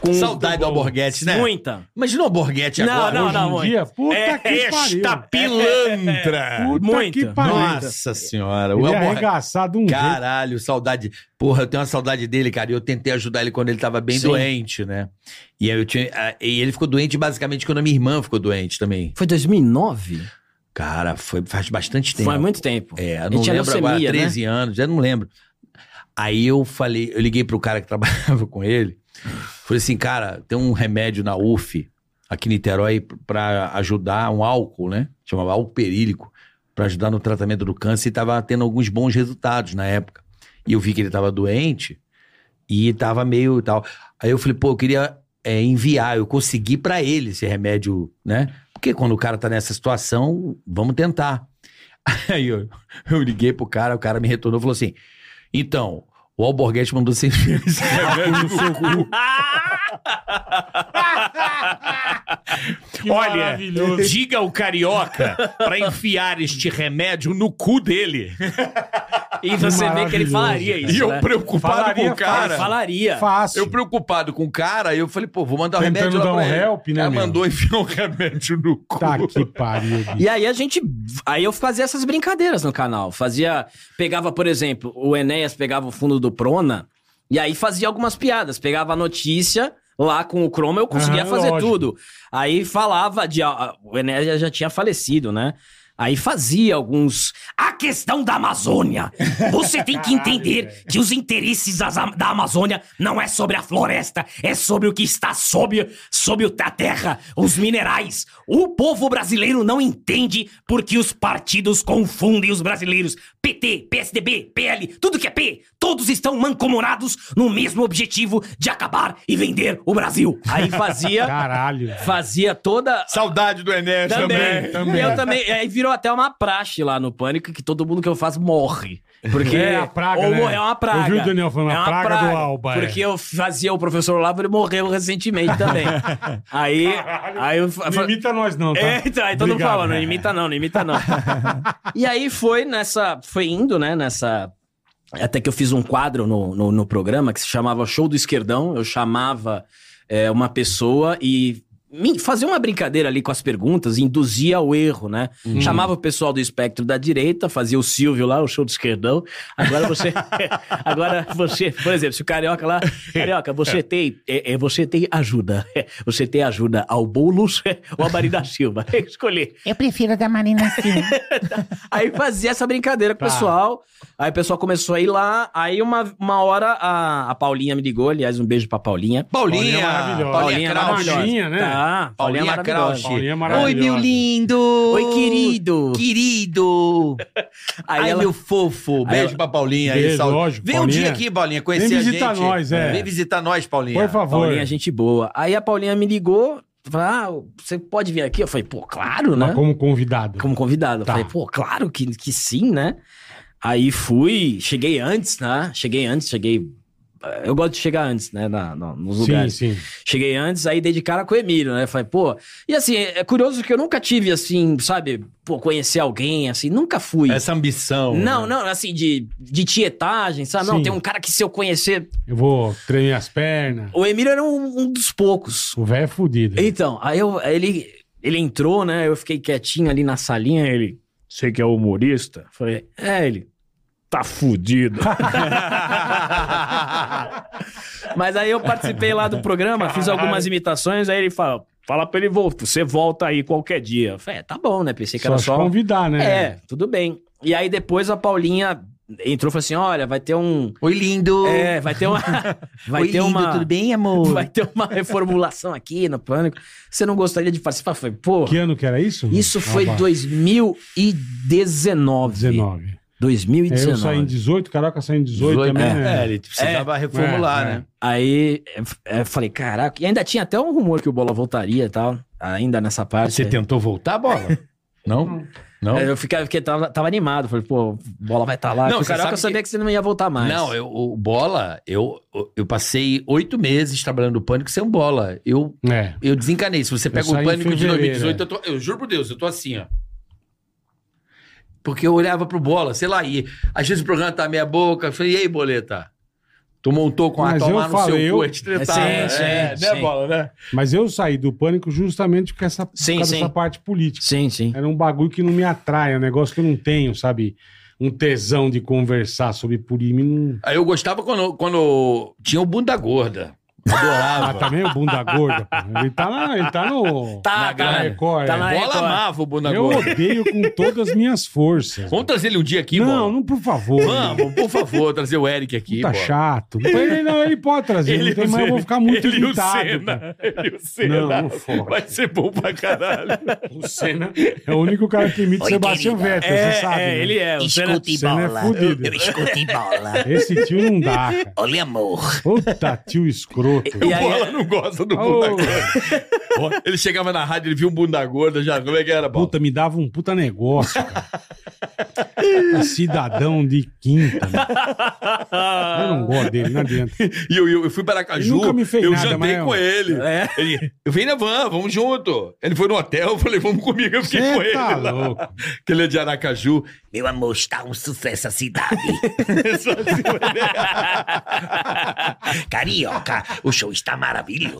com um
Saudade do Alborguete, né?
muita.
Imagina o Alborguete
Não,
agora.
não,
Hoje em
mãe.
dia, puta
É
que pariu.
Esta pilantra!
Puta
Muita.
que pariu.
Nossa senhora. O
Ele é
Alborguete.
arregaçado um jeito.
Caralho, saudade. Porra, eu tenho uma saudade dele, cara. E eu tentei ajudar ele quando ele tava bem
Sim.
doente, né? E aí eu tinha. ah, E ele ficou doente basicamente quando a minha irmã ficou doente também.
Foi 2009?
Cara, foi faz bastante tempo.
Foi há muito tempo.
É, eu
Ele
não
tinha
lembro agora,
leucemia, né?
13 anos, já não lembro. Aí eu falei, eu liguei pro cara que trabalhava com ele. Falei assim, cara, tem um remédio na UF, aqui em Niterói, pra ajudar, um álcool, né? Chamava álcool perílico, pra ajudar no tratamento do câncer. E tava tendo alguns bons resultados na época. E eu vi que ele tava doente e tava meio e tal. Aí eu falei, pô, eu queria é, enviar, eu consegui pra ele esse remédio, né? Porque quando o cara tá nessa situação, vamos tentar. Aí eu, eu liguei pro cara, o cara me retornou e falou assim: Então, o Alborguete mandou você enfiar esse remédio no seu cu.
Que
Olha,
maravilhoso.
diga ao carioca pra enfiar este remédio no cu dele.
E você vê que ele
Maravilhoso,
falaria
cara.
isso,
E eu
né?
preocupado
Falaria
com o cara.
Ele falaria.
Fácil.
Eu preocupado com o cara, eu falei, pô, vou mandar o
Tentando
remédio lá
dar um
pra ele.
help, né,
Ela
meu?
mandou enfiar um remédio no cu.
Tá que pariu, bicho.
E aí a gente. Aí eu fazia essas brincadeiras no canal. Fazia. Pegava, por exemplo, o Enéas pegava o fundo do Prona e aí fazia algumas piadas. Pegava a notícia lá com o Chroma, eu conseguia
Aham,
fazer
lógico.
tudo. Aí falava de. a- O Enéas já tinha falecido, né? Aí fazia alguns. A questão da Amazônia. Você tem que entender que os interesses das Am- da Amazônia não é sobre a floresta, é sobre o que está sob, sob o- a terra, os minerais. O povo brasileiro não entende porque os partidos confundem os brasileiros. PT, PSDB, PL, tudo que é P, todo
Todos estão mancomunados no mesmo objetivo de acabar e vender o Brasil.
Aí fazia,
Caralho.
fazia toda.
Tá.
Saudade do Enéas também.
Também, Eu também. Aí virou até uma praxe lá no Pânico que todo mundo que eu faço morre. Porque
É a praga,
ou
né?
morre- é uma praga.
Eu vi o Daniel falando,
é
a
uma
praga do Alba, é.
Porque eu fazia o professor Olavo, ele morreu recentemente também. aí, aí eu fa-
Não imita nós, não, tá?
É, então, aí todo mundo
Obrigado. né?
fala, não imita não, não imita não. e aí foi nessa, foi indo, né, nessa... Até que eu fiz um quadro no, no, no programa que se chamava Show do Esquerdão. Eu chamava é, uma pessoa e me- fazia uma brincadeira ali com as perguntas, induzia ao erro, né? Chamava o pessoal do espectro da direita, fazia o Silvio lá, o show do esquerdão. Agora você. agora você, por exemplo, se o carioca lá. Carioca, você tem, é, é, você tem ajuda. Você tem ajuda ao Boulos ou a Marina Silva? Escolher.
Eu prefiro a da Marina
assim,
Silva.
né?
Aí fazia essa brincadeira com o pessoal. Aí o pessoal começou a ir lá. Aí uma, uma hora a, a Paulinha me ligou. Aliás, um beijo pra Paulinha.
Paulinha é
Paulinha!
maravilhosa.
Paulinha
Paulinha
Krausch.
maravilhosa.
Paulinha, né?
Tá, Paulinha,
Paulinha
maravilhosa.
Krausch.
Paulinha é
Oi,
maravilhosa.
meu lindo!
Oi, querido.
Querido!
Aí
Ai,
ela-
meu fofo. Beijo
ela-
pra Paulinha aí.
Beijo,
saúde.
lógico,
Vem
Paulinha.
um dia aqui, Paulinha, conhecer
Vem
a gente.
visitar nós, é.
Vem visitar nós, Paulinha.
Por favor.
Paulinha, gente boa. Aí a Paulinha me ligou, falou, ah, você pode vir aqui? Eu falei, pô, claro, né?
Mas como convidado.
Como convidado. Eu
Tá.
falei, pô, claro que, que sim, né? Aí fui, cheguei antes, né? Cheguei antes, cheguei... eh, Eu gosto de chegar antes, né? na- na- nos
Sim,
lugares.
sim.
Cheguei antes, aí dei de cara com o Emílio, né? Falei, pô... E assim, é curioso que eu nunca tive, assim, sabe? Pô, conhecer alguém, assim, nunca fui.
Essa ambição. né?
Não, não, assim, de, de tietagem, sabe?
Sim.
Não, tem um cara que se eu conhecer...
Eu vou tremer as pernas.
O Emílio era um- um dos poucos.
O velho é fudido.
Então, aí eu, aí ele, ele entrou, né? Eu fiquei quietinho ali na salinha, ele.
Sei que é humorista.
Falei, é, ele.
Tá fudido.
Mas aí eu participei lá do programa, fiz algumas imitações, aí ele fala. Fala pra ele, vol- você volta aí qualquer dia. Eu falei, é, tá bom, né? Pensei que
Só
era
te
só.
convidar, né?
É, tudo bem. E aí depois a Paulinha entrou e falou assim: olha, vai ter um.
Oi, lindo!
É, vai ter uma. Vai
Oi,
ter
lindo,
uma.
tudo bem, amor?
Vai ter uma reformulação aqui no Pânico. Você não gostaria de participar? Eu falei, pô.
Que ano que era isso?
Isso foi
Rapaz,
2019.
19. É,
2019.
Eu saí em 18, Caroca saiu em 18, também. né?
É, ele precisava
É,
reformular,
é.
né?
Aí é, é, falei, caraca, e ainda tinha até um rumor que o Bola voltaria e tal, ainda nessa parte.
Você tentou voltar a bola? Não? Não?
Aí É, Eu fiquei, fiquei- tava, tava animado, falei, pô, o Bola vai estar lá.
Não,
Não,
você
caraca,
sabe
eu sabia
que-
que... você não ia voltar mais.
Não, eu, o bola, eu, eu passei oito meses trabalhando no pânico sem um bola. Eu,
É.
eu desencanei. Se você pega o
saí em
pânico de
fevereiro,
2018,
é.
eu, tô- eu juro por Deus, eu tô assim, ó. Porque eu olhava pro bola, sei lá, e às vezes o programa tá meia boca, eu falei, e aí, boleta? Tu montou com a
Mas
tomar
eu
no
falei,
seu
eu-
cu, é te tretar.
É, sim,
né?
sim,
né,
sim.
bola, né?
Mas eu saí do pânico justamente com essa, por
Sim,
causa
sim.
dessa parte política.
Sim, sim.
Era um bagulho que não me atrai, é um negócio que eu não tenho, sabe? Um tesão de conversar sobre política. Não...
Aí eu gostava quando, quando tinha o bunda gorda.
Ah,
Adorava.
também o bunda gorda, pô. Ele tá, na, ele tá no.
Tá,
na
tá.
Record,
Tá
é.
na
bola
Record.
amava o bunda
Eu
gorda.
odeio com todas as minhas forças.
Vamos trazer ele um dia aqui,
não,
bola?
não, por favor.
Vamos, por favor, trazer o Eric aqui.
Tá
bola.
chato. Ele, não, ele pode trazer, não tem, mas eu vou ficar muito
ele e o
irritado. cara.
Senna. Ele e o
Não,
Senna.
não fode.
Vai ser bom pra caralho.
O Senna é o único cara que imita o Sebastião Vettel, você sabe. né?
ele é. O Senna-
Escute
Senna é
bola.
fudido.
Eu escutei bola.
Esse tio não dá, cara.
Olha, amor.
Puta tio escroto.
E
é
O
aí-
Bola não gosta
um
do
Ô,
bunda gorda. Ó, Ele chegava na rádio, ele viu um bunda gorda, já como é que era, Bola?
puta, me dava um puta negócio, cara. Cidadão de quinta. né? Eu não gosto dele, não adianta.
E eu, eu, eu fui para Caju,
Ele nunca me fez
eu
nada,
jantei
mas um- eu-
com ele.
É.
Ele, eu vim na van, vamos junto. Ele foi no hotel, eu falei, vamos comigo, eu fiquei
Cê
com ele.
tá
lá.
louco.
Que ele é de Aracaju.
Meu amor, está um sucesso a cidade. Carioca, o show está maravilhoso.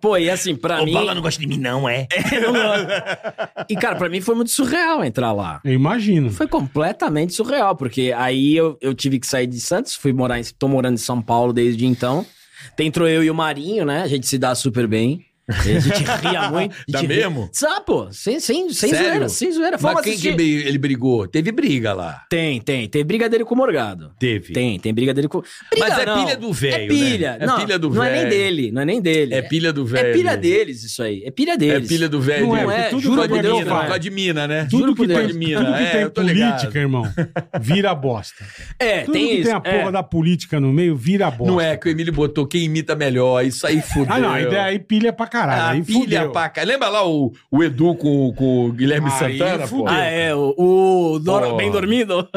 Pô, e assim, pra
o
mim.
Bola não gosta de mim, não, é?
Não gosta. e, cara, pra mim foi muito surreal entrar lá.
Eu imagino.
Foi completamente surreal, porque aí eu, eu tive que sair de Santos, fui morar em. tô morando em São Paulo desde então. Entrou eu e o Marinho, né? A gente se dá super bem. A gente ria muito. a
Dá
gente ria.
mesmo?
Sabe, pô? Sem, sem, sem
Sério?
zoeira, sem zoeira. Fomos
assim,
Mas quem
assistir.
que bri- ele brigou? Teve briga lá.
Tem, tem. Tem briga dele com o Morgado.
Teve.
Tem, tem briga dele com... Briga
Mas é
não.
pilha do velho,
É pilha.
né? É
Não,
pilha do
Não é nem
velho.
dele, não é nem dele.
É pilha do velho.
É pilha deles isso aí. É pilha deles.
É pilha do velho.
Não
dele.
é,
tudo
juro
vai
por
de
Deus,
mina,
não é.
Por causa de mina, né?
Tudo que
por
tem,
Deus.
Mina,
tudo que
é,
tem
eu tô
política, um
ligado.
irmão, vira bosta.
É,
Tudo
tem
que
isso.
tem a porra
é.
da política no meio, vira bosta.
Não é que o Emílio botou quem imita melhor. Isso aí
é
fudeu.
Ah, não, aí, aí pilha pra caralho.
Ah,
aí
pilha
fudeu.
pra cá. Lembra lá o, o Edu com, com o Guilherme
Aí
Santana, pô?
fudeu.
Ah, é. O, o Dor-
Porra.
Bem Dormindo.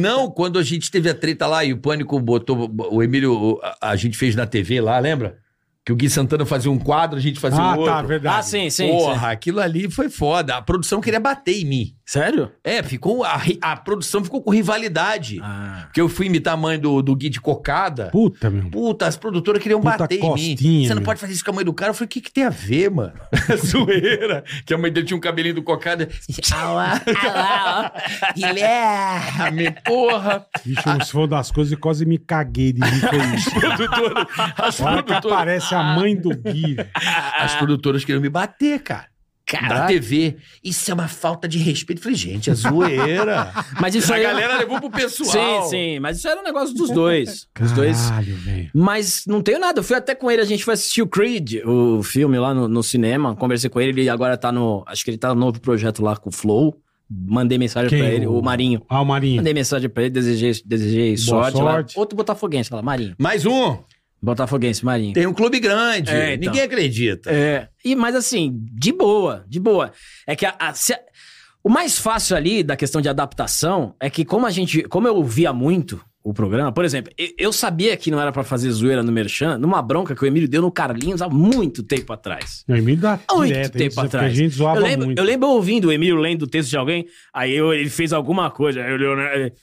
Não, quando a gente teve a treta lá e o Pânico botou. O Emílio, o- a, a gente fez na TV lá, lembra? Que o Gui Santana fazia um quadro, a gente fazia
Ah,
um outro.
tá, verdade.
Ah, sim, sim.
Porra,
sim.
aquilo ali foi foda. A produção queria bater em mim.
Sério?
É, ficou. A, ri- a produção ficou com rivalidade.
Ah.
Porque eu fui imitar a mãe do, do Gui de cocada.
Puta, meu.
Puta, as produtoras queriam
Puta
bater em mim.
costinha,
Você não
meu.
pode fazer isso com a mãe do cara. Eu falei, o que, que tem a ver, mano? Zoeira. Que a mãe dele tinha um cabelinho do cocada. Alá, alá, ó. Guilherme, porra.
Bicho, você falou das coisas e quase me caguei de rir com isso.
Produtora- As
Na hora que
produtoras,
aparece a mãe do Gui. velho.
as produtoras queriam me bater, cara. Da TV. Isso é uma falta de respeito. Eu Falei, gente, é zoeira.
Mas isso
a
aí... é um
galera é levou pro pessoal.
Sim, sim. Mas isso era um negócio dos dois. Os dois...
Caralho, velho.
Mas não tenho nada. Eu fui até com ele, a gente foi assistir o Creed, o filme lá no, no cinema. Conversei com ele, ele agora tá no. Acho que ele tá no novo projeto lá com o Flow. Mandei mensagem
Quem?
pra ele, o Marinho.
Ah, o Marinho.
Mandei mensagem pra ele, desejei, desejei
Boa
sorte. lá.
sorte.
Outro botafoguense lá, Marinho.
Mais um.
Botafoguense, Marinho.
Tem um clube grande.
É, então.
Ninguém acredita.
É. E, mas assim, de boa, de boa. É que a- a- se a- o mais fácil ali da questão de adaptação é que como a gente, como eu via muito o programa, por exemplo, eu, eu sabia que não era pra fazer zoeira no Merchan, numa bronca que o Emílio deu no Carlinhos há muito tempo atrás.
Não, e me dá
Há muito
direto,
tempo
isso, porque
atrás.
A gente zoava
eu, lembro,
muito.
eu lembro ouvindo o Emílio lendo o texto de alguém, aí eu- ele fez alguma coisa, aí eu, Leonardo-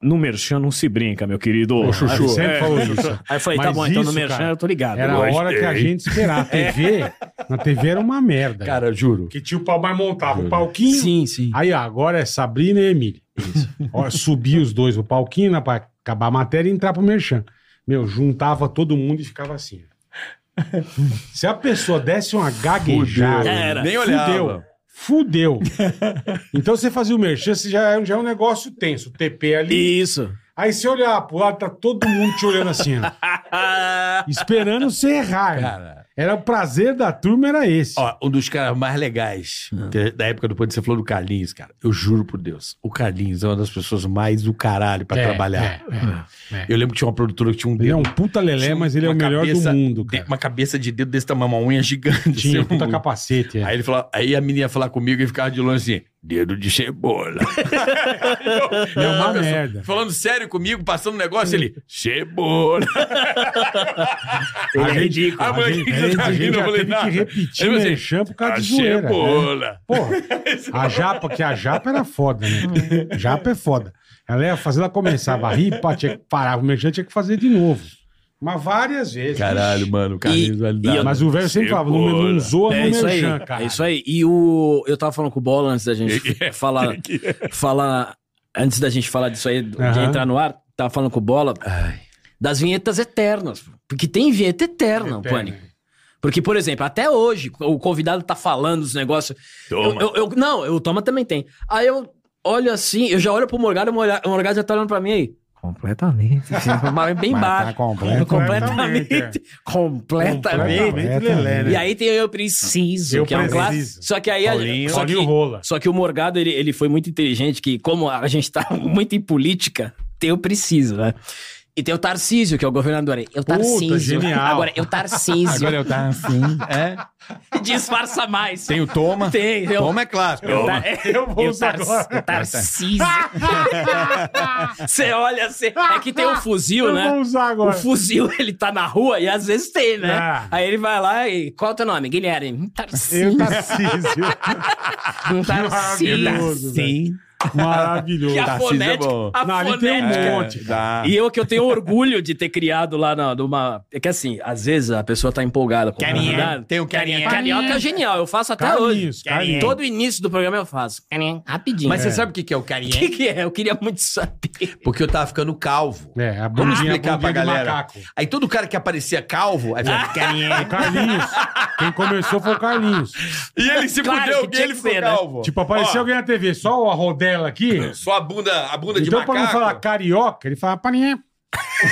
No Merchan não se brinca, meu querido.
O Chuchu
Ah,
sempre
é.
falou isso.
aí eu falei,
Mas
tá bom, então no
isso,
Merchan
cara,
eu tô ligado.
Era a
Gostei.
hora que
é,
a gente esperava. A TV, na TV era uma merda.
Cara, eu juro.
que tinha o pau mais montava o palquinho.
Sim, sim.
Aí, ó, agora é Sabrina e Emília. Ó, subia os dois o palquinho né, pra acabar a matéria e entrar pro Merchan. Meu, juntava todo mundo e ficava assim. ó. Se a pessoa desse uma gaguejada,
Já era.
Nem
fudeu.
olhava.
Fudeu. então você fazia o merchan, você já, é- já é um negócio tenso. TP ali.
Isso.
Aí você olhar pro lado, tá todo mundo te olhando assim, ó, esperando você errar. né?
Cara.
Era o prazer da turma, era esse.
Ó, um dos caras mais legais que- é da época do Pode Você falou do Carlinhos, cara. Eu juro por Deus. O Carlinhos é uma das pessoas mais do caralho pra
É,
trabalhar. Ah.
é, é.
Eu lembro que tinha uma produtora que tinha um
Ele é
dedo.
um puta lelé,
tinha
mas ele é o
uma
melhor
cabeça
do mundo,
de-
cara.
uma cabeça de dedo desse tamanho, uma unha gigante.
Tinha
assim,
puta
um-
capacete. é.
Aí ele falava, aí a menina ia falar comigo e ficava de longe assim, dedo de cebola.
É uma
A pessoa
merda.
Falando sério comigo, passando um negócio, ele,
Tá
cebola.
A gente-
Ah,
A
mas
gente,
que que você tá
a gente
rindo? Eu
já
falei,
teve que
nada.
repetir
Ele
o
falou assim,
merchan por causa
"A
de zoeira. né?
cebola.
Porra, a japa, que a japa era foda, né? Japa é foda. Ela ia fazer, ela começava a rir, pá, tinha que parar, o merchan tinha que fazer de novo. Mas várias vezes.
Caralho,
Ixi.
mano, o Carlinhos vai dar.
Mas o velho sempre falava, não, não zoa
É
no
isso aí.
merchan, cara.
É isso aí. E o. Eu tava falando com o Bola antes da gente falar. falar. Antes da gente falar disso aí, de
Aham.
entrar no ar, tava falando com o Bola
Ai.
das vinhetas eternas. Porque tem vinheta eterna, o Pânico. Porque, por exemplo, até hoje, o convidado tá falando os negócios.
Toma.
Eu, eu- eu- não, eu- o Toma também tem. Aí eu olho assim, eu já olho pro Morgado, o Morga- o Morgado já tá olhando pra mim aí. Completamente. assim, mas bem
Mas tá
baixo.
completamente,
completamente. Completamente.
Completamente lelé, né?
E aí tem Eu Preciso,
Eu
que é um
Preciso.
clássico. Só que aí... a-
Paulinho,
só, que,
Paulinho Rola.
só que o Morgado, ele, ele foi muito inteligente, que como a gente tá muito em política, tem Eu Preciso, né? E tem o Tarcísio, que é o governador. aí. Eu Tarcísio.
genial.
Agora, eu Tarcísio.
eu tava assim. É.
Disfarça mais.
Tem o Toma.
Tem,
Então,
eu-
Toma é clássico.
Eu,
Toma.
tá, eu vou usar agora. Tarcísio. Você olha, você... É que tem o fuzil,
Eu vou
né?
usar
O
agora.
fuzil, ele tá na rua e às vezes tem, né?
Ah.
Aí ele vai lá e... Qual é o teu nome?
tá
Guilherme. Tarcísio.
Eu Tarcísio.
Tarcísio.
tá
Maravilhoso, velho. Maravilhoso.
Que a
Tarcísio é
fonética.
bom.
a
Não, ali tem um
fonética-
monte, cara.
Ah.
É,
E eu que eu tenho orgulho de ter criado lá na, numa. É que assim, às vezes a pessoa tá empolgada com
Carinha.
convidado.
Tem o carinha.
Carioca é genial, eu faço até
Carinhos,
hoje.
carinhos.
Todo início do programa eu faço. Carinha, Rapidinho.
Mas
É.
você sabe o que que é o carinha?
O que, que é? Eu queria muito saber.
Porque eu tava ficando calvo.
É, a
Vamos
bundinha,
explicar
a
pra
bundinha de
galera.
macaco.
Aí todo cara que aparecia calvo, aí ficava,
O Carlinhos. Quem começou foi o Carlinhos.
E ele se
Claro
fudeu,
que
alguém
tinha
ele
que
ficou
ser, né?
calvo.
Tipo, apareceu
Ó,
alguém na TV, só a rodela aqui.
Só a bunda, a bunda de
Então,
macaco.
pra não falar carioca, ele fala paninha.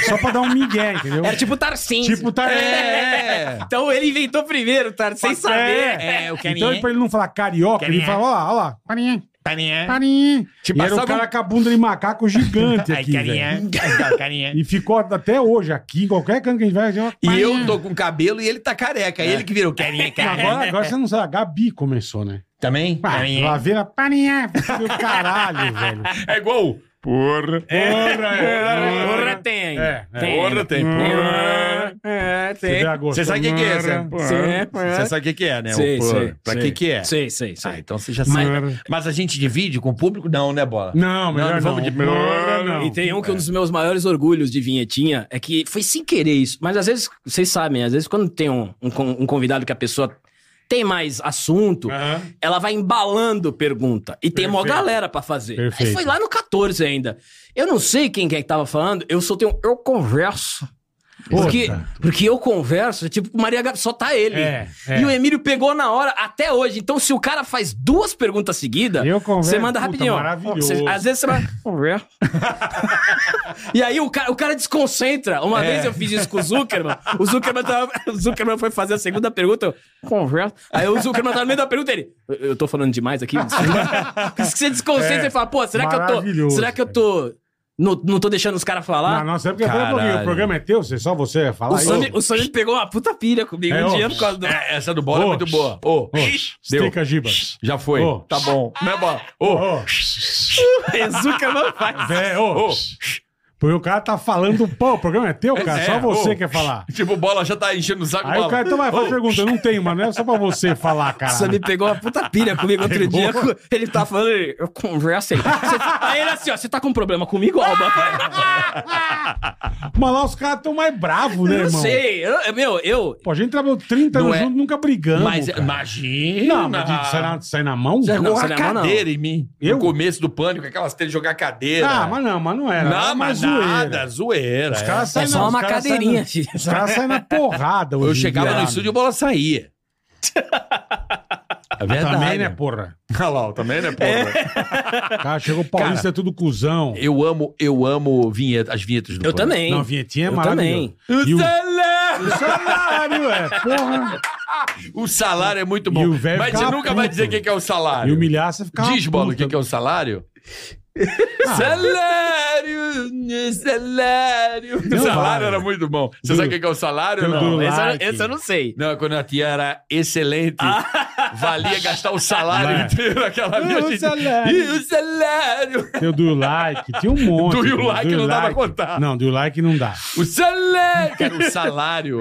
Só pra dar um migué, entendeu?
Era tipo Tarcísio.
Tipo, tá.
É.
Então ele inventou primeiro, Tarcísio, sem saber.
É, o carinha.
Então, pra ele não falar carioca, ele fala, ó lá, ó lá, paninha.
Carinha.
Carinha.
Te
Tipo,
E era o
um-
passava
cara com a bunda de macaco gigante
Aí,
aqui,
carinha.
velho.
Tá, carinha.
E ficou até hoje aqui, em qualquer canto que a gente vai... gente
E
fala,
eu
"Paninha".
tô com cabelo e ele tá careca. Ele que virou carinha, carinha.
Agora, agora você não sabe, a Gabi começou, né?
Também?
Ah,
Carinha.
Lá vira paninha, meu caralho, velho.
É igual. o Porra.
Porra, é.
Porra, tem.
É, é.
Porra, tem. Porra.
É,
Você
tem.
já gostou?
Você sabe o que, que é, Zé?
Sim,
Você sabe o que, que é, né? O
Sim,
por-
sim,
pra
sim.
que que é?
Sei, sei, sei.
Ah, então você já sabe. Mas, a gente divide com o público? Não, né, Bola?
Não, melhor não.
vamos de-
Porra, não.
E tem um
É.
que um dos meus maiores orgulhos de vinhetinha é que foi sem querer isso. Mas às vezes, vocês sabem, às vezes quando tem um, um con- um convidado que a pessoa tem mais assunto,
Aham.
ela vai embalando pergunta. E tem uma
É. Perfeito.
galera pra fazer.
Perfeito.
Aí foi lá no 14 ainda. Eu não sei quem que é que tava falando, eu só tenho. Eu converso.
Puta.
Porque, porque eu converso, tipo, com Maria Gabi, só tá ele.
É, é.
E o Emílio pegou na hora até hoje. Então, se o cara faz duas perguntas seguidas,
Eu converso,
você manda
puta,
rapidinho. ó.
maravilhoso.
Você- às vezes você vai. Converso. e aí o cara, o cara desconcentra. Uma
É.
vez eu fiz isso com o Zuckerman. O Zuckerman, tava- o Zuckerman foi fazer a segunda pergunta. Eu, converso. Aí o Zuckerman tava no meio da pergunta ele. "Eu- Eu tô falando demais aqui? Desculpa." Por isso que você desconcentra
É.
e fala, pô, será que eu tô.
Maravilhoso,
Será que eu tô. Não, não tô deixando os caras falar?
Na nossa época, eu falei, pra alguém, o
Caralho.
programa é teu, você, só você vai falar.
O
Aí,
Sammy,
ô,
o Sammy pegou uma puta pilha comigo
É,
um
ô.
dia por causa do.
É, essa do Bola é
Ô,
muito boa. Ô,
ô, Estica, Giba.
já foi.
Ô.
Tá bom. Né, Bola? Ô,
Ô,
Zuckerman faz.
velho, ô. Porque o cara tá falando, pô, o programa é teu, cara,
É,
só você
ô.
quer falar.
tipo, o Bola já tá enchendo o saco.
Aí o
Bola.
cara então vai fazer
Ô.
pergunta, não tem, mano, é só pra você falar, cara.
Nossa, ele pegou uma puta pilha comigo outro
Pegou.
dia. Ele tá falando, eu conversei. Aí ele assim, ó, você tá com problema comigo, Alba?
Mas lá os caras tão mais bravos, né,
Eu não
irmão?
sei. eu- meu, eu.
Pô, a gente trabalhou 30
Não
anos
é.
juntos, nunca brigamos,
Mas
cara.
imagina.
Não, mas de sair na, sair na mão?
Jogou
Não,
a
você não é bom, não.
tá- cadeira em mim.
Eu?
No começo do pânico, aquelas teias de jogar cadeira.
Ah, mas não, mas não era. era
Não,
mais
mas
zoeira.
nada, zoeira.
Os
é.
caras saem
É só
na-
uma
os caras saem
cadeirinha,
na-
filho.
Os caras saem na porrada hoje.
Eu
em
chegava
dia.
no estúdio e o Bola saía. É
Ah,
verdade.
Também, né, porra?
Halal, também, né, pô?
O cara chegou paulista, é tudo cuzão.
Eu amo, eu amo vinheta, as vinhetas do
Eu
Pânico.
também.
Não, a vinhetinha é
Eu
maravilhosa.
também.
E
O
o
salário!
salário, é, porra.
O salário é muito bom.
E o velho
Mas você
ficava
nunca vai
puto.
dizer o que que é o
E
salário.
o milhaça ficava
Diz, Bola, o
puto.
que é que é o salário?
Ah.
Salário! né, Salário!
Não
o salário
vai.
era muito bom. Você
Do-
sabe o que que é o salário? ou
do-
Não.
do-
Esse,
Like.
eu, esse eu não sei.
Não, quando a tia era excelente,
Ah.
valia gastar o salário
Vai.
inteiro aquela
E
minha
é. o
gente.
salário?
E o salário!
Tem o do like, tinha um monte.
Do you
cara,
like não dá pra contar.
Não, do like não dá.
O salário! Cara, o salário.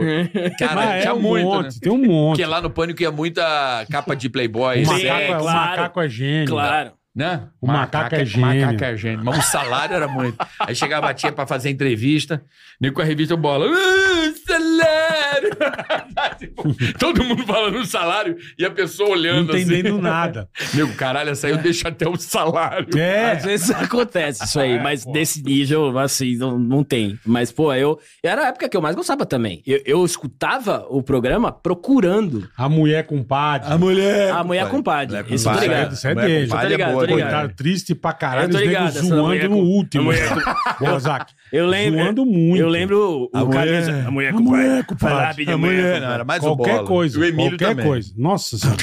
Cara,
Mas é
tinha
um
muito,
monte,
né?
tem um monte.
Porque lá no Pânico ia muita capa de Playboy,
O,
sexy,
macaco, é, o
claro.
macaco é gênio.
Claro.
né?
O macaco é
O
gênio.
macaco é gênio. Mas o salário era muito. Aí chegava a tia pra fazer entrevista, nem com a revista bola. "Ah, Salário! Tipo, Todo mundo falando o salário e a pessoa
Não
olhando
entendendo
assim.
nada.
Nego, caralho, essa aí eu deixo até o salário.
É.
Às vezes acontece isso aí, mas desse nível, assim, não, não tem. Mas, pô, eu. Era a época que eu mais gostava também. Eu, eu escutava o programa procurando
A mulher com padre.
Ah,
É,
mulher.
a mulher compadre.
Mulher
Isso, eu tô
compadre.
ligado.
Isso é
Não é
dele.
Eu tô ligado,
boa,
tô ligado.
Coitado, triste pra
Eu
caralho,
tô
os
ligado,
negros
essa mulher
zoando no
com-
último. Ô, Zac,
Eu lembro.
Zoando muito.
Eu lembro o Carlinhos.
mulher.
A mulher
A mulher com
Vai lá,
padre.
pedir
A
mulher.
mulher, não, era mais o
qualquer
bola.
coisa,
E o Emílio
qualquer
também.
coisa. Nossa senhora.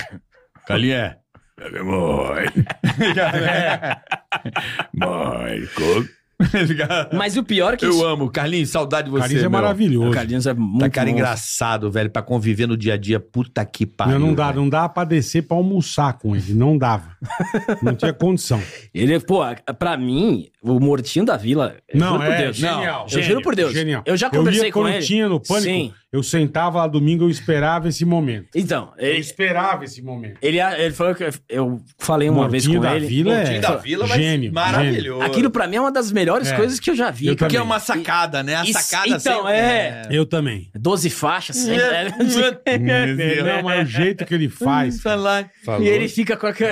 Calinha.
É.
Mãe. Mãe.
Tá
Mas o pior é que
Eu
isso-
amo. Carlinhos, saudade de você.
Carlinhos é
meu.
maravilhoso.
Carlinhos é muito
Tá cara
bom.
engraçado, velho, pra conviver no dia a dia. Puta que pariu.
Não, não dá,
velho.
não dá pra descer pra almoçar com ele. Não dava. Não tinha condição.
Ele, pô, pra mim, o Mortinho da Vila. eu
Não,
juro por
é
Deus.
genial.
eu juro por Deus.
Genial.
Eu já conversei
ia,
com
quando
ele.
tinha no Pânico,
Sim.
eu sentava lá domingo, eu esperava esse momento.
Então,
Eu
ele,
esperava esse momento.
ele, ele falou que eu- eu falei uma vez
Mortinho
com
da
ele.
Vila é
Tim da tá Vila, mas
gênio,
maravilhoso.
Aquilo pra mim é uma das melhores
É.
coisas que eu já vi.
Eu
cara.
Porque
também.
é uma sacada, né? A
Isso-
sacada
então,
sempre-
é.
Eu também.
12 faixas. assim, né? sempre-
Não, mas o jeito que ele faz.
Tá lá.
E ele fica com, a, com,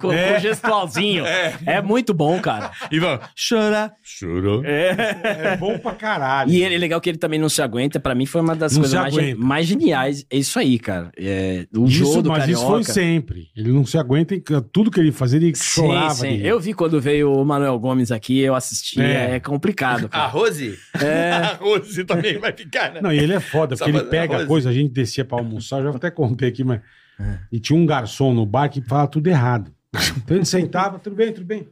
com o gestualzinho. É. muito bom, cara.
Ivan, chora. Chorou.
É bom pra caralho.
E ele, é legal que ele também não se aguenta. Pra mim foi uma das
Não
coisas
se
mais, gen-
aguenta.
mais geniais. É isso aí, cara. É, o
Isso,
jogo do
mas
Carioca.
isso foi sempre. Ele não se aguenta em tudo que ele fazia, ele chorava.
Sim, sim.
dele.
Eu vi quando veio o Manuel Gomes aqui, eu assisti.
É.
É, complicado,
A
cara.
Rose? É. A Rose também vai ficar, né?
Não, e ele é foda, porque
Só
ele
fazer
pega a
arroz.
coisa, a gente descia pra almoçar, eu já até contei aqui, mas. E tinha um garçom no bar que falava tudo errado. Então ele sentava, tudo bem, tudo bem.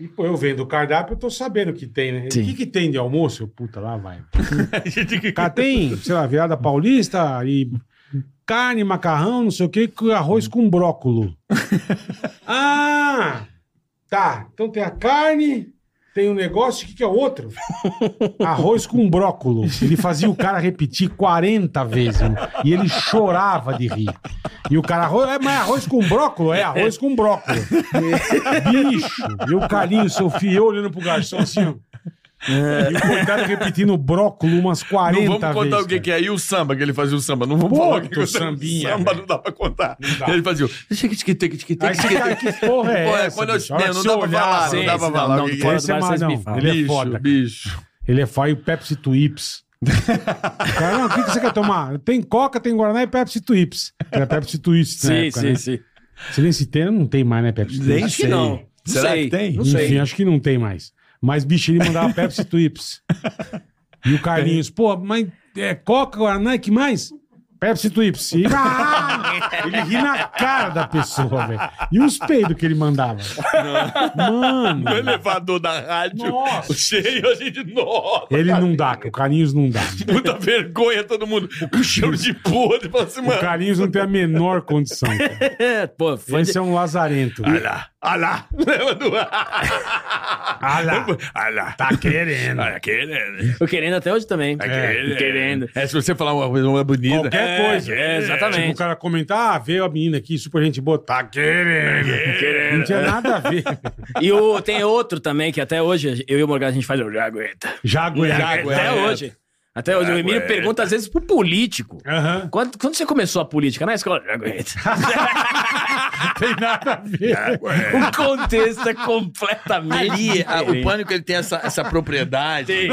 E pô, eu vendo o cardápio, eu tô sabendo o que tem, né?
Sim.
O que, que tem de almoço? Eu, puta, lá vai. Cara, tem, sei lá, virada paulista e carne, macarrão, não sei o quê, com arroz com brócolo. ah! Tá, então tem a carne, tem um negócio, o que, que é o outro? Arroz com brócolo. Ele fazia o cara repetir 40 vezes. mano. E ele chorava de rir. E o cara, arroz, é, mas arroz com brócolo? É arroz com brócolo. Bicho! E o Carlinhos, seu filho, eu olhando pro garçom assim, ó. E o coitado repetindo brócolo umas 40
Não
vezes.
vamos contar o que,
cara.
que é. E o samba, que ele fazia o samba. Não vamos
Pô,
falar que
que o
eu-
sambinha,
samba
velho.
não dá pra contar.
dá.
Ele fazia o...
Aí você cara, que porra é
Pô, é,
essa?
quando eu-
bicho? A hora
né,
que
não
você
dá pra falar,
assim,
não dá pra
não,
falar.
não,
o que que
fora
é.
do
Esse é
bar,
mais não.
vocês me falam.
Ele é
bicho,
foda. cara.
bicho.
Ele é foda e o Pepsi Twips. O cara, não, o que, que você quer tomar? Tem Coca, tem Guaraná e Pepsi Twips. Era Pepsi Twips na
Sim,
época,
sim,
né?
sim.
Se nem se tem, não tem mais, né, Pepsi Twips?
Acho que não. Não
Será
sei.
que tem?
Não
Enfim,
sei.
acho que não tem mais. Mas, bicho, ele mandava Pepsi Twips. E o Carlinhos, pô, mas é Coca, Guaraná e que mais? Pepsi Twips. E, Ah! ele ri na cara da pessoa, velho. E os peidos que ele mandava. Mano.
No elevador da rádio.
Nossa.
Cheio, a gente... Nossa,
Ele
cara.
não dá, cara. o Carlinhos não dá.
Puta vergonha, todo mundo. Com cheiro de podre. Fala assim,
O
mano...
Carlinhos não tem a menor condição. cara.
É, pô, foi
Esse é um lazarento.
Olha lá, olha lá. Lembra do... Olha lá. Tá querendo. Tá querendo.
Tô querendo até hoje também.
Tá
Tô querendo.
É, se você falar uma coisa uma bonita...
Qualquer
É,
coisa.
é,
exatamente.
Tipo, o cara comentar, ah, veio a menina aqui, super gente boa. Tá querendo. Não tinha nada a ver.
E o, tem outro também que até hoje eu e o Morgado a gente faz. Eu já aguenta.
Já aguenta.
Até hoje. Até hoje. O Emílio
aguenta.
pergunta às vezes pro político.
É.
Aham.
Quando, quando você começou a política na escola? Já aguenta.
Tem nada a ver.
o contexto é completamente.
Ali, a- o
diferente.
pânico ele tem essa, essa propriedade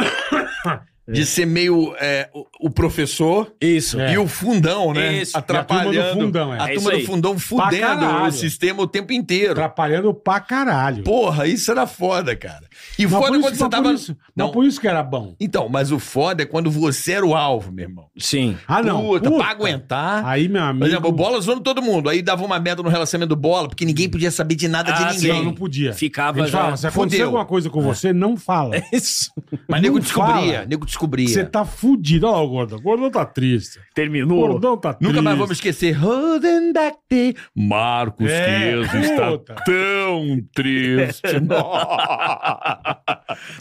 de ser meio é, o, o professor
Isso.
e o fundão, né?
Isso.
Atrapalhando.
E a turma do fundão, é.
A
É
turma
isso
do
aí.
fundão fudendo o
caralho.
sistema o tempo inteiro.
Atrapalhando pra caralho.
Porra, isso era foda, cara. E
Mas por
foda
isso-
quando você
mas
tava.
Por isso, mas
Não,
por isso que era bom.
Então, mas o foda é quando você era o alvo, meu irmão.
Sim.
Ah, não.
Puta,
Puta.
pra aguentar.
Aí, meu
Por
amigo...
exemplo, o bola zoando todo mundo. Aí dava uma merda no relacionamento do bola, porque ninguém podia saber de nada
Ah,
de
sim.
Não,
ninguém.
não podia.
Ficava
Ele
já-
falava, se acontecer
Fudeu.
alguma coisa com você, não fala.
Isso.
Mas nego
Não
descobria,
fala.
nego descobria.
Você tá fudido. Olha lá o gordo. O gordão tá triste. O
Terminou.
gordão tá triste.
Nunca mais vamos esquecer. Holding back day. Marcos
É,
Quezo
puta.
está tão triste.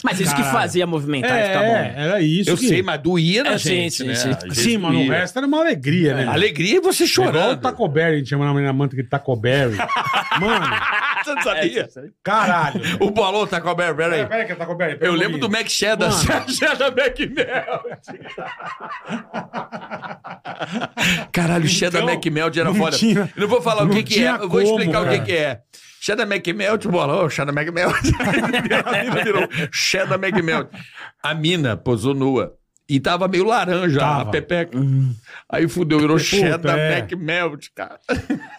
Mas isso que
Caralho.
fazia movimentar e
É,
ficar bom.
era isso
Tá Eu
que-
sei, mas doía na
É, sim,
gente,
sim,
né?
sim.
A gente
Sim, mano, o
doía.
resto era uma alegria, né? meu?
Alegria é você
É Igual o
chorando.
Taco Berry, a gente chama na minha manta que Taco Berry. Mano,
Você não sabia?
caralho.
É, O bolão tá com a Bear, peraí.
Peraí, que é Taco Berry.
Eu lembro do Mac Cheddar.
Mano.
Cheddar McMelt. Caralho, o Cheddar
Então,
McMelt era
não
foda.
tinha-
eu não vou falar o
não
que, que é,
tinha
eu vou explicar
como,
o que,
cara.
que é. Cheddar McMelt, bola, ô, Cheddar McMelt. a mina virou Cheddar McMelt. A mina posou nua. E tava meio laranja a
Tava.
pepeca. Aí fudeu, virou
Puta,
cheddar
é.
Mac Melt, cara.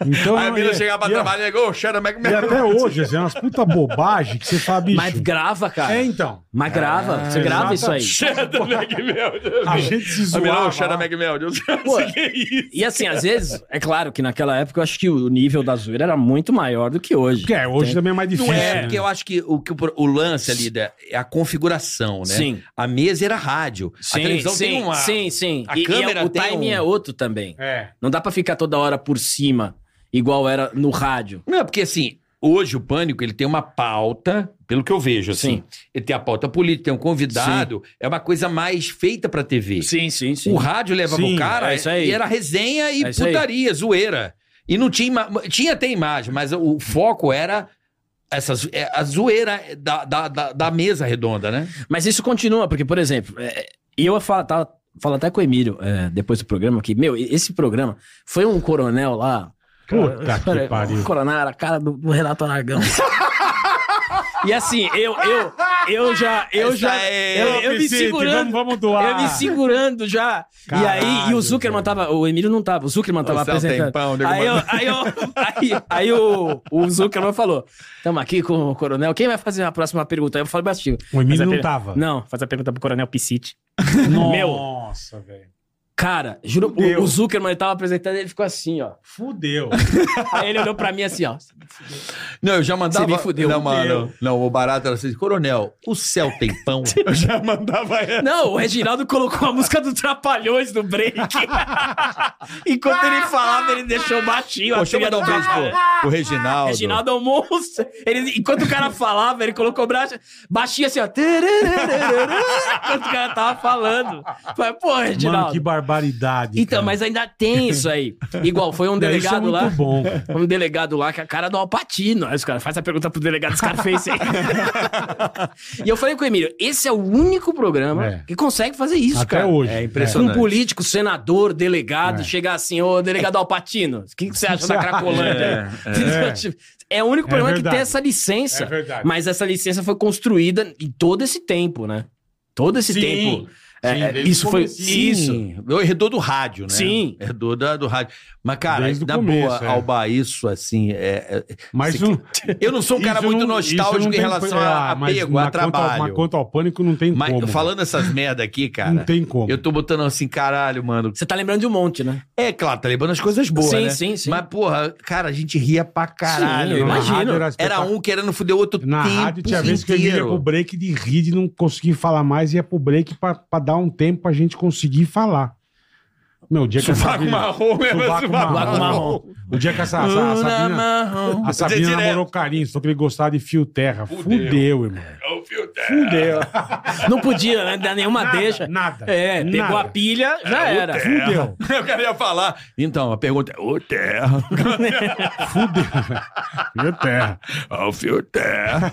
Então,
Aí a mina
e-
chegava pra
e a-
trabalhar e ligou, cheddar Mac
E
Melt.
até hoje, assim, é umas puta bobagem que você fala, bicho.
Mas grava, cara.
É, então.
Mas grava, você grava isso aí.
Cheddar Mac Melt.
A gente se
A mina,
zoava.
"Ô, cheddar Mac Melt. Eu
Pô,
sei o que é isso.
E assim, às vezes, é claro que naquela época eu acho que o nível da zoeira era muito maior do que hoje.
Porque é, hoje também é mais
Não
difícil,
é,
né?
porque eu acho que o, que o, pro- o lance ali da- é a configuração, né?
Sim.
A mesa era rádio. a televisão
sim,
tem uma.
Sim, sim.
a
E- e
câmera
é- o
tem
timing
um-
é outro também.
É.
Não dá pra ficar toda hora por cima, igual era no rádio.
Não, porque assim, hoje o Pânico ele tem uma pauta, pelo que eu vejo, assim.
Sim.
Ele tem a pauta política, tem um convidado, é uma coisa mais feita pra TV.
Sim, sim,
O rádio leva
Sim,
pro cara
é isso aí.
e era resenha e
É isso aí.
putaria, zoeira. E não tinha. ima- Tinha até imagem, mas o foco era. Essa, zo- é, a zoeira da, da, da, da mesa redonda, né?
Mas isso continua, porque, por exemplo, é, e eu falo, tava, falo até com o Emílio é, depois do programa que, meu, esse programa foi um coronel lá.
Puta
Pera,
que pariu.
O coronel era a cara do, do Renato Aragão. e assim, eu, eu, eu já, eu
Essa
já,
é-
eu, eu me
Vicente,
segurando.
vamos, vamos doar.
Eu me segurando já. e aí, e
Caralho,
o Zuckerman
velho.
tava. O Emílio não tava, o Zuckerman tava
Você é um
apresentando.
tempão, nego
aí, eu,
mandou.
aí, eu- aí- aí o, o Zuckerman falou: Tamo aqui com o coronel, quem vai fazer a próxima pergunta? Aí eu falei, Bastinho.
O Emílio
Mas é
não
pe-
tava.
Não.
Faz a pergunta pro Coronel Piscite.
Nossa, velho.
Cara, juro, o,
Fudeu.
o Zuckerman ele tava apresentando ele ficou assim, ó.
Fudeu.
Aí ele olhou pra mim assim, ó.
Não, eu já mandava.
Você me fudeu.
Não, mano. Não, o barato era assim, coronel, o céu tem pão. eu já mandava ela.
Não, o Reginaldo colocou a música do Trapalhões no break. Enquanto ele falava, ele deixou baixinho. a
Pô, deixa eu mandar
trilha
um
do
beijo
Trapalhões.
pro, pro Reginaldo.
Reginaldo é um monstro. Ele, enquanto o cara falava, ele colocou o braço baixinho assim, ó. Tararararara, Enquanto o cara tava falando. Falei, pô,
Mano,
Reginaldo.
que barbaridade.
então,
cara.
mas ainda tem isso aí. Igual, foi um
É, Isso é
delegado
muito
lá.
bom. cara.
Um delegado lá que a cara do Alpatino. Aí os caras fazem a pergunta pro delegado Scarface aí. e eu falei com o Emílio: esse é o único programa
É.
que consegue fazer isso,
Até
cara.
hoje.
É
Um
impressionante.
político, senador, delegado,
É.
chegar assim, ô delegado Alpatino, o que, que você acha
Você
da
acha?
É,
Cracolândia?
né?
Entendeu? Tipo, É, o único
É
problema que
verdade.
tem essa licença.
É verdade.
mas essa licença foi construída em todo esse tempo, né? Todo esse
Sim.
tempo. É,
Sim,
é,
desde
isso
o
foi.
assim?
comecinho.
Isso.
O redor do rádio, né?
Sim.
Redor da- do rádio. Mas, cara,
Desde o
na
começo,
boa,
é.
Alba, isso assim. é- é-
Mas
Você
um-
Eu não sou um cara
isso
muito
não- isso não
nostálgico em
tem-
relação
é,
a
mas
apego,
na
a
conta ao- Mas
trabalho.
quanto ao pânico, não tem
Mas
como.
falando essas merda aqui, cara,
Não tem como.
eu tô botando assim, caralho, mano.
Você tá lembrando de um monte, né?
É claro, tá lembrando as coisas boas,
Sim,
né?
sim, sim.
Mas, porra, cara, a gente ria pra caralho.
Sim, eu
Na
imagino.
rádio
Era
espetacular.
um querendo fuder o outro
Na
tempo
rádio tinha
inteiro.
vezes que ele ia pro break de rir, de não conseguir falar mais, ia pro break pra, pra dar um tempo pra gente conseguir falar. Meu, o dia que essa
Subaco
mina-
marrom, né, meu
Subaco marrom.
marrom.
O dia que essa, essa, essa Sabina, a Sabina namorou carinho, só que ele gostava de fio terra. Fudeu, irmão.
É.
É
Fudeu.
Não podia, né? Dar nenhuma
Nada,
deixa.
nada,
É, pegou
nada.
a pilha, já era.
É.
Fudeu.
Eu queria falar. Então, a pergunta é: Ô terra,
Fio terra.
ô fio terra.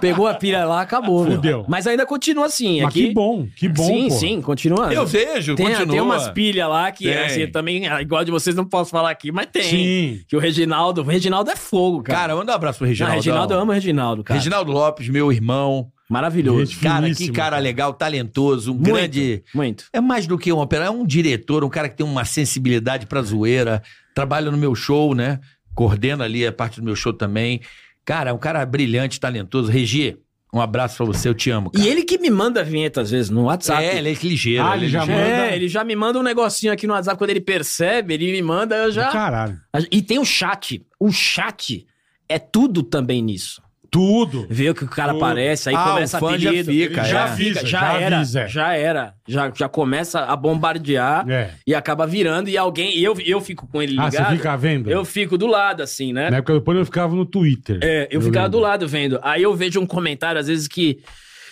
Pegou a pilha lá, acabou. meu.
Fudeu.
Mas ainda continua assim.
Mas
aqui...
que bom, que bom,
Sim,
pô.
sim, continua.
Eu vejo,
Tem,
continua.
tem umas pilhas lá que
Tem.
assim, também, igual a de vocês, não posso falar aqui, mas tem.
Sim.
Que o Reginaldo, o Reginaldo é fogo, cara.
Cara, manda um abraço pro
Não,
Reginaldo.
Reginaldo, eu amo o Reginaldo, cara.
Reginaldo Lopes, meu irmão.
Maravilhoso.
Gente,
Cara, que
Finíssimo,
cara
cara.
legal, talentoso, um
Muito,
grande.
muito.
É mais do que um operário, é um diretor, um cara que tem uma sensibilidade pra zoeira, trabalha no meu show, né? Coordena ali a parte do meu show também. Cara, é um cara brilhante, talentoso. Regi, um abraço pra você, eu te amo, cara.
E ele que me manda a vinheta às vezes no WhatsApp.
É, ele é ligeiro.
Ah, ele
ele é
já
ligeiro.
manda-
É, ele já me manda um negocinho aqui no WhatsApp quando ele percebe, ele me manda, eu já.
Caralho.
E tem o chat. O chat é tudo também nisso.
Tudo.
Vê o que o cara
Tudo.
aparece, aí
Ah,
começa
o fã já
apelido.
fica,
é.
já, fica,
Avisa,
já,
já
era,
avisa.
já era, já já começa a bombardear
É.
e acaba virando e alguém, e eu eu fico com ele
Ah,
ligado.
você fica vendo?
Eu fico do lado assim, né?
Na época do pânico eu ficava no Twitter.
É, eu, ficava
lembro.
do lado vendo. Aí eu vejo um comentário, às vezes, que.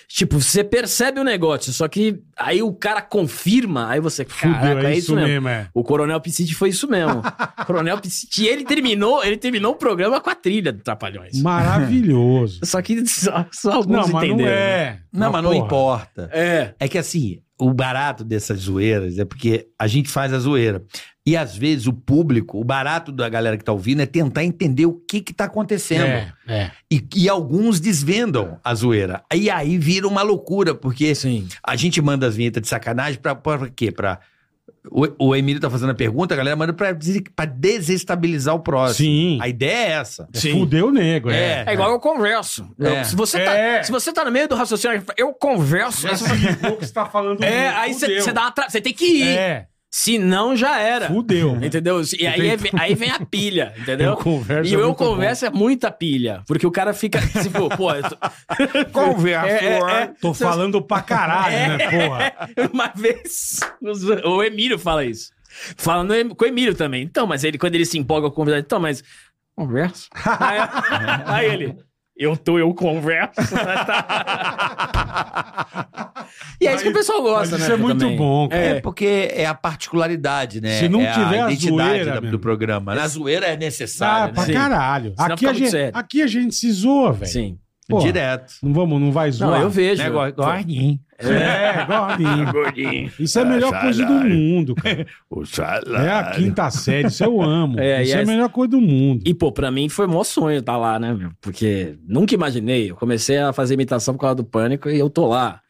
Tipo, você percebe o negócio, só que aí o cara confirma, aí você, caraca,
Fudeu,
é, isso mesmo.
é.
O Coronel Piscite foi isso mesmo. Coronel Piscite, e ele terminou, ele terminou o programa com a trilha do Trapalhões.
Maravilhoso.
Só que só, só alguns
não, mas não
entenderam. né?
é.
Não, mas não
porra.
importa.
é.
É que assim, o barato dessas zoeiras é porque a gente faz a zoeira. E às vezes o público, o barato da galera que tá ouvindo é tentar entender o que que tá acontecendo.
é.
E, e alguns desvendam a zoeira. E aí vira uma loucura, porque a gente manda as vinhetas de sacanagem pra, pra quê? Pra, o, o Emílio tá fazendo a pergunta, a galera manda pra, des- pra desestabilizar o próximo.
Sim.
A ideia é essa.
É Fudeu o nego, é.
É igual eu converso. Eu-
É.
se, você
É.
tá, se você tá no meio do raciocínio, eu converso. aí você fala,
O que você tá falando
É, aí
fudeu.
você dá uma tra... Você tem que ir.
É,
Se não, já era.
fudeu.
Entendeu? E aí, é- aí vem a pilha, entendeu?
Eu converso
e
é
o eu
muito
converso é muita pilha. Porque o cara fica, tipo, pô, eu tô-
Converso,
é, é.
Tô falando pra caralho, né, porra?
Uma vez, os- o Emílio fala isso. Fala no Em- com o Emílio também. Então, mas ele, quando ele se empolga com o convidado, então, mas. Conversa. Aí, aí ele. Eu tô, eu converso. e é isso que o pessoal
Mas
gosta,
isso
né?
é muito
também.
bom, cara.
É porque é a particularidade, né?
Se não
é
tiver a
a identidade
zoeira,
da-
meu.
do programa. A zoeira é
Ah,
necessária,
pra
né?
caralho.
Senão
Aqui
fica
a,
muito
gente,
sério.
aqui a gente se zoa, velho.
Sim.
Pô,
Direto.
Não vamos, não vai
Não,
zoar.
eu vejo.
Né, Gor- Gordinho.
É, gordinho.
Gordinho.
Isso é a melhor coisa do
Caralho.
mundo, cara.
O
É a
salário.
quinta série, isso eu amo.
É,
isso
e
é a
as-
melhor coisa do mundo.
E, pô, pra mim foi mó sonho estar lá, né, meu? Porque nunca imaginei. Eu comecei a fazer imitação por causa do pânico e eu tô lá.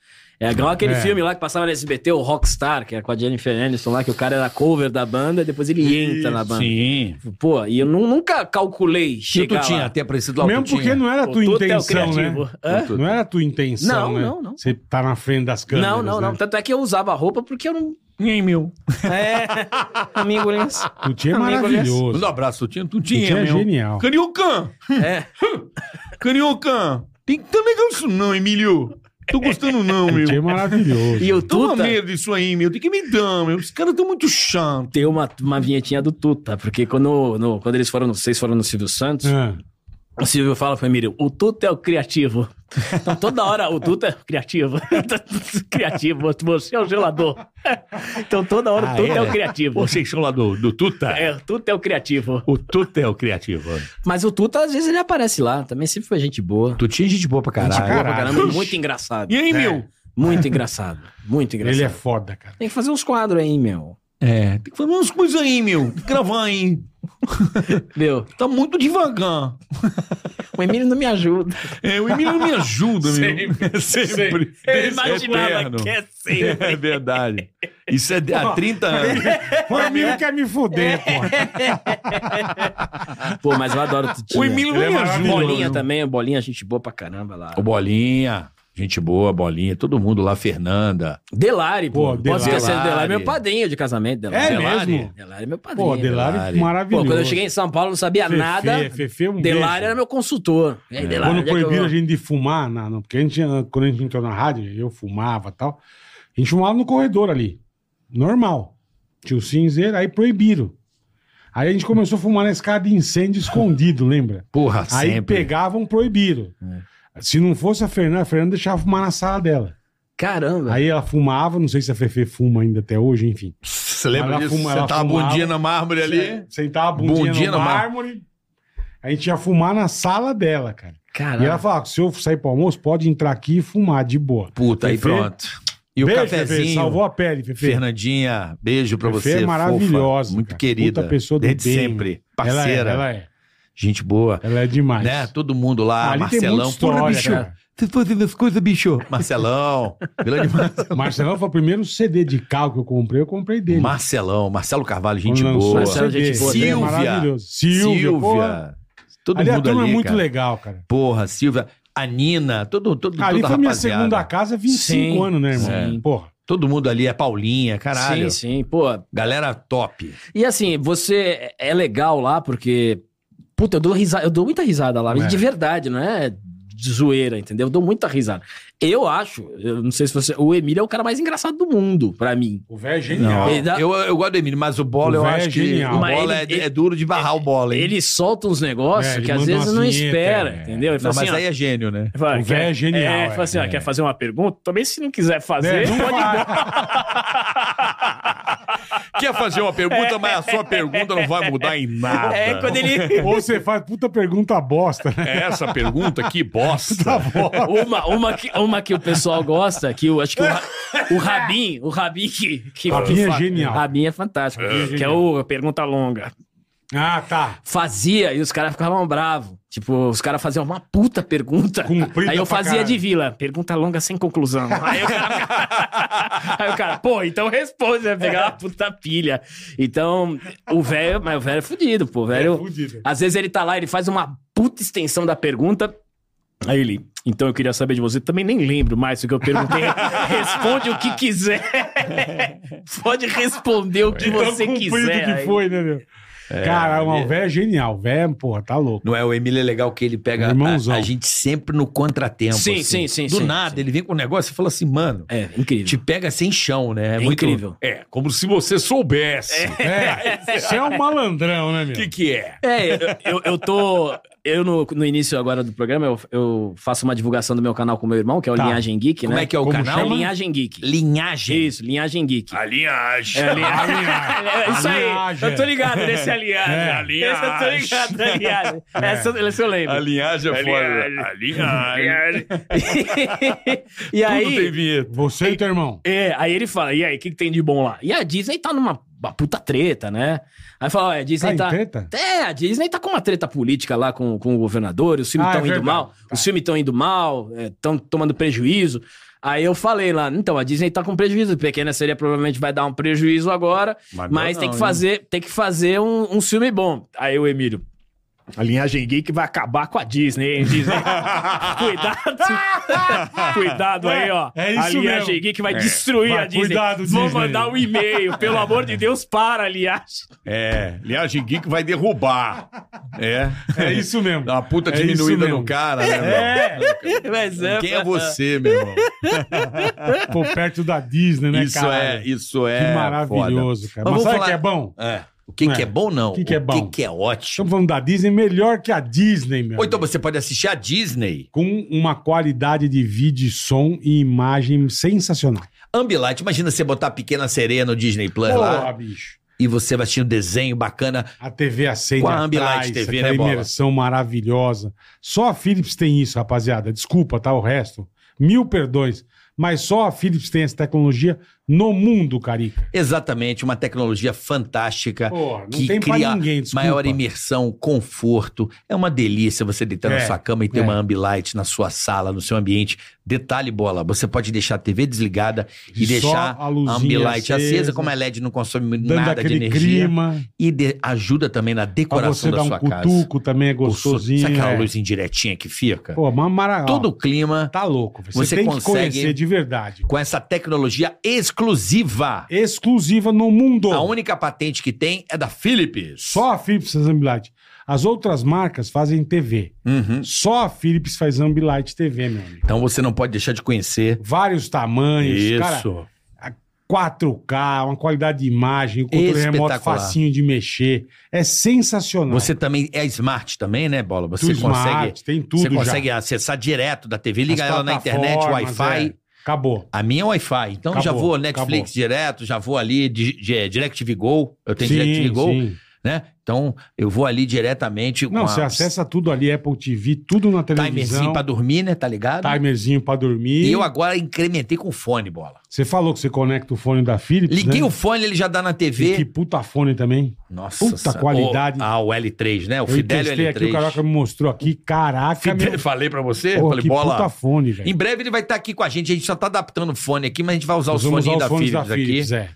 É igual aquele
É.
filme lá que passava no SBT, o Rockstar, que era com a Jennifer Aniston lá, que o cara era cover da banda e depois ele entra tá na banda.
Sim. Tipo,
Pô, e eu nu- nunca calculei
E
chegar
tu tinha
lá.
até aparecido lá o
Mesmo
Tutinha.
porque não era a
Pô,
tua
tu até o
intenção, né?
criativo. Hã?
Não era a tua intenção,
Não,
né?
não, não.
Você tá na frente das câmeras,
Não, não,
né?
não. Tanto é que eu usava a roupa porque eu não...
Nem meu.
É, amigo Lins.
O Tia é
Amigo,
maravilhoso.
Manda um abraço, Tutinha.
O
Tutinha,
Tia é
meu.
genial.
Cariocan!
É.
Cariocan! Tem que tá legal isso não, Emílio. Tô gostando não,
O Tia é
meu.
maravilhoso.
E o
Tô com
Tuta...
medo disso aí, meu. Tem que me dar, meu. Os caras tão muito chato.
Tem uma, uma vinhetinha do Tuta, porque quando, no- quando eles foram, no- vocês foram no Silvio Santos,
Ah,
O Silvio fala pra Emílio, o Tuta é o criativo. Então toda hora o Tuta é o criativo. criativo, você é o gelador. Então toda hora o Tuta é? o criativo.
Vocês são lá do, do Tuta?
É, o Tuta é o criativo.
O Tuta é o criativo.
Mas o Tuta, às vezes, ele aparece lá. Também sempre foi gente boa.
Tutinha é gente boa pra
Boa
caralho.
pra caramba, muito engraçado.
E aí, meu?
Muito engraçado. Muito engraçado.
ele é foda, cara.
Tem que fazer uns quadros aí, meu.
É, tem que fazer umas coisas aí, meu. Tem que gravar aí.
Meu,
Tá muito devagar.
o Emílio não me ajuda.
É, o Emílio não me ajuda, meu. É
Sempre, sempre.
Eu imaginava
eterno.
que é sempre.
É verdade. Isso é de- há 30 anos.
O um amigo quer me fuder,
É,
porra.
Pô, mas eu adoro o Tutinha.
O Emílio não
Ele é
me ajuda.
maravilhoso.
Bolinha também, Bolinha, gente boa pra caramba lá.
O Bolinha. Gente boa, Bolinha. Todo mundo lá, Fernanda.
Delari,
Pô,
pô. Delari. Posso
Delari.
esquecer do Delari, meu padrinho de casamento. Delari.
É
Delari?
mesmo?
Delari é meu padrinho.
Pô, Delari
Delari.
Pô,
maravilhoso.
quando eu cheguei em São Paulo, não sabia
Fefe,
nada.
Fefe, um
Delari
beijo.
era meu consultor. E aí, Delari,
Quando
onde é que eu
proibiram
vou?
a gente de fumar, na, na- porque a gente, tinha- quando a gente entrou na rádio, eu fumava e tal. A gente fumava no corredor ali. Normal. Tinha o cinzeiro, aí proibiram. Aí a gente começou a fumar na escada de incêndio escondido, lembra?
Porra,
Aí
sempre.
pegavam, proibiram.
É.
Se não fosse a Fernanda, a Fernanda deixava fumar na sala dela.
Caramba.
Aí ela fumava, não sei se a Fefe fuma ainda até hoje, enfim.
Você
Ela
lembra disso?
fuma-
Você
ela
tá a
fumava.
bundinha na mármore ali.
Se- Sentava a bundinha,
Bundinha
no
no mar-
mármore. A gente ia fumar na sala dela, cara. E ela
Caramba.
falava, se eu sair pro almoço, pode entrar aqui e fumar de boa.
Puta, aí
Fefe,
pronto. E o
beijo, Fefe,
cafezinho.
salvou a pele, Fefe.
Fernandinha, beijo pra
Fefe
você.
é maravilhosa,
fofa, Muito
cara.
querida.
Puta pessoa do
Desde
bem.
sempre.
Ela é,
Parceira.
Ela é,
Gente boa.
ela é demais.
Né? Todo mundo
Ali
lá.
tem
Marcelão.
muita história,
Porra, bicho.
cara.
Você faz essas coisas, bicho. Marcelão. Grande Marcelão.
Marcelão foi o primeiro CD de carro que eu comprei, eu comprei dele.
Marcelão. Marcelo Carvalho, gente
Quando lançou
boa.
o
Marcelo,
CD.
gente boa,
Ele é
Silvia.
maravilhoso. Silvia.
Silvia.
porra.
Todo
ali a
mundo
turma
ali,
é muito
cara.
legal, cara.
Porra, Silvia. A Nina. Todo, todo,
ali
toda
foi
a
minha
rapaziada.
segunda casa, 25
Sim,
anos, né, irmão?
sim.
Porra.
Todo mundo ali. A Paulinha, caralho.
Sim, sim, pô.
Galera top.
E assim, você é legal lá porque. Puta, eu dou, risa... eu dou muita risada lá, mas
É.
de verdade, não é de zoeira, entendeu? Eu dou muita risada. Eu acho, eu não sei se você. O Emílio é o cara mais engraçado do mundo, pra mim.
O velho é
Não. Ele dá-
Eu, eu gosto do Emílio, mas o Bola
O
eu
véio
acho
é
que.
genial.
O
Mas
Bola
ele-
é,
ele-
é duro de barrar o Bola, hein?
Ele solta uns negócios
É, ele
que às
manda
vezes
umas
não
vinhetas,
espera,
é.
entendeu? Ele
Não,
fala
mas
assim,
aí é gênio, né?
ó, fala,
O velho é
quer-
genial,
É,
é,
fala assim, ó,
é.
quer fazer uma pergunta? Também se não quiser fazer,
É, não
pode
vai.
Quer fazer uma pergunta, mas a sua pergunta não vai mudar em nada.
É, quando ele.
Ou você faz puta pergunta bosta, né?
É Essa pergunta, que bosta.
Uma, uma, que, uma que o pessoal gosta, que eu acho que o, Ra- O Rabin, o Rabin que... que
Rabin
que
é
fa-
genial.
Rabin é fantástico.
É.
Que é o Pergunta Longa.
Ah, tá.
Fazia e os caras ficavam bravos. Tipo, os caras faziam uma puta pergunta.
Comprida
Aí eu
pra
fazia
caralho.
de vila. Pergunta longa sem conclusão. Aí o cara, Aí o cara, pô, então responde, né? Pegar uma puta pilha. Então, o velho, mas o velho é fudido, pô. O velho.
fudido.
Às vezes ele tá lá, ele faz uma puta extensão da pergunta. Aí ele, então eu queria saber de você. Também nem lembro mais o que eu perguntei. Responde o que quiser. Pode responder o que
Então
Tão
você
comprido
quiser.
que
Aí-
foi, né, meu? Cara, o velho é genial. O velho, porra, tá louco.
Não é? O Emílio é legal que ele pega a,
Irmãozão.
a gente sempre no contratempo.
Sim,
assim.
sim, sim,
Do
sim,
nada, ele vem com um negócio e fala assim, mano.
É, incrível.
Te pega sem chão, né? É,
É
muito-
incrível.
É, como se você soubesse o
É, você é um malandrão, né, meu?
que, que é.
É, eu- eu, eu tô. Eu no, no início agora do programa, eu, eu faço uma divulgação do meu canal com meu irmão, que é o
Tá.
Linhagem Geek,
Como
né?
é que é o
Como
canal?
chama?
Linhagem Geek.
Linhagem.
Isso, Linhagem Geek.
A linhagem.
É,
Tá
linhagem.
Ah,
É isso aí.
Linhagem.
Eu tô ligado nesse aliagem.
É.
É. Esse eu tô ligado, na aliagem.
É.
Essa, essa eu lembro.
linhagem é
É
É
A linhagem. A linhagem.
e
Tudo tem
aí.
vinheta.
Você e teu irmão.
É, aí ele fala, e aí, o que, que tem de bom lá? E a Disney tá numa uma puta treta, né? Aí fala, ó, a
Tá
Ah,
Disney
em
tá.
treta?
É, a Disney tá com uma treta política lá com, com o governador, os filmes
Ah, é
estão indo
verdade.
mal, os filmes estão indo mal, estão tomando prejuízo. Aí eu falei lá, então, a Disney tá com prejuízo, pequena seria provavelmente vai dar um prejuízo agora, mas, tem, que fazer, tem que fazer um, um filme bom. Aí o Emílio. A linhagem geek vai acabar com a Disney, hein, Disney? cuidado! cuidado aí, ó.
É, é isso
a linhagem
mesmo. É,
geek vai destruir
Vai,
a Disney.
cuidado,
Vou
Disney.
mandar um e-mail, pelo amor de Deus, para a linhagem.
É, linhagem geek vai derrubar. É.
É isso mesmo.
Dá uma puta
É isso
diminuída
mesmo.
no cara,
é,
né, meu?
Mas é,
Quem é você, meu irmão?
Pô, perto da Disney, né,
isso
cara?
é, isso é.
Que
foda.
maravilhoso, cara. Mas,
Mas vamos
sabe o
falar-
que é bom?
É. O que, que é bom, não.
O que que é bom?
O que, que é ótimo.
Estamos falando da Disney melhor que a Disney, meu.
Ou então
amigo.
você pode assistir a Disney.
Com uma qualidade de vídeo, som e imagem sensacional.
Ambilight, imagina você botar a pequena sereia no Disney Plus
Porra,
lá
bicho.
e você vai assistindo desenho bacana.
A TV acende
Com a Ambilight
atrás,
TV,
aquela
né, Bola?
imersão maravilhosa. Só a Philips tem isso, rapaziada. Desculpa, tá? O resto. Mil perdões. Mas só a Philips tem essa tecnologia no mundo, Carica.
Exatamente, uma tecnologia fantástica
Porra, não
que
tem pra
cria
ninguém, desculpa.
maior imersão, conforto. É uma delícia você deitar
É,
na sua cama e ter
é.
uma Ambilight na sua sala, no seu ambiente. Detalhe, bola, você pode deixar a TV desligada e,
E só
deixar
a
a
luzinha
Ambilight acesa,
acesa,
como é LED, não consome
Dando
nada de
aquele
energia.
clima.
E de- ajuda também na
Pra você
decoração da
dar um
sua casa.
cutuco também é gostosinho.
Sabe aquela
é.
luz indiretinha que fica?
Pô, uma maravilha.
Todo o clima
Tá louco. velho. Você,
Você
tem que
consegue-
conhecer de verdade.
com essa tecnologia exclusiva.
Exclusiva no mundo.
A única patente que tem é da Philips.
Só a Philips faz Ambilight. As outras marcas fazem TV.
Uhum.
Só a Philips faz Ambilight TV, meu amigo.
Então você não pode deixar de conhecer.
Vários tamanhos, cara.
Isso.
4K, uma qualidade de imagem, o controle remoto
Espetacular.
facinho de mexer. É sensacional.
Você também é smart também, né, Bola? Você
Tudo
consegue,
smart, tem tudo
você
já.
consegue acessar direto da TV, liga
As
ela na internet,
plataformas,
Wi-Fi.
é. Acabou.
A minha é Wi-Fi. Então já
Acabou,
vou Netflix
acabou.
direto, já vou ali di, di- é, DirecTV Go. Eu tenho DirecTV Go,
sim.
né? Então eu vou ali diretamente
Não,
com
você
a-
acessa tudo ali, Apple TV, tudo na televisão.
timerzinho pra dormir, né? Tá ligado?
Timerzinho pra dormir.
E eu agora incrementei com fone, bola.
Você falou que você conecta o fone da Philips,
Liguei
né?
o fone, ele já dá na TV.
E que puta fone também.
Nossa,
Puta
senhora.
qualidade.
O- ah, o L3, né? O
eu
Fidelio
testei
L3.
aqui, o Caroca me mostrou aqui. Caraca,
Fidel-
meu.
Falei pra você,
Porra,
falei,
que
bola.
puta fone, velho.
Em breve ele vai estar aqui com a gente. A gente só tá adaptando o fone aqui, mas a gente vai usar
Nós
os
vamos
foninhos
usar
da
os fones
Philips,
da
aqui.
Philips, é.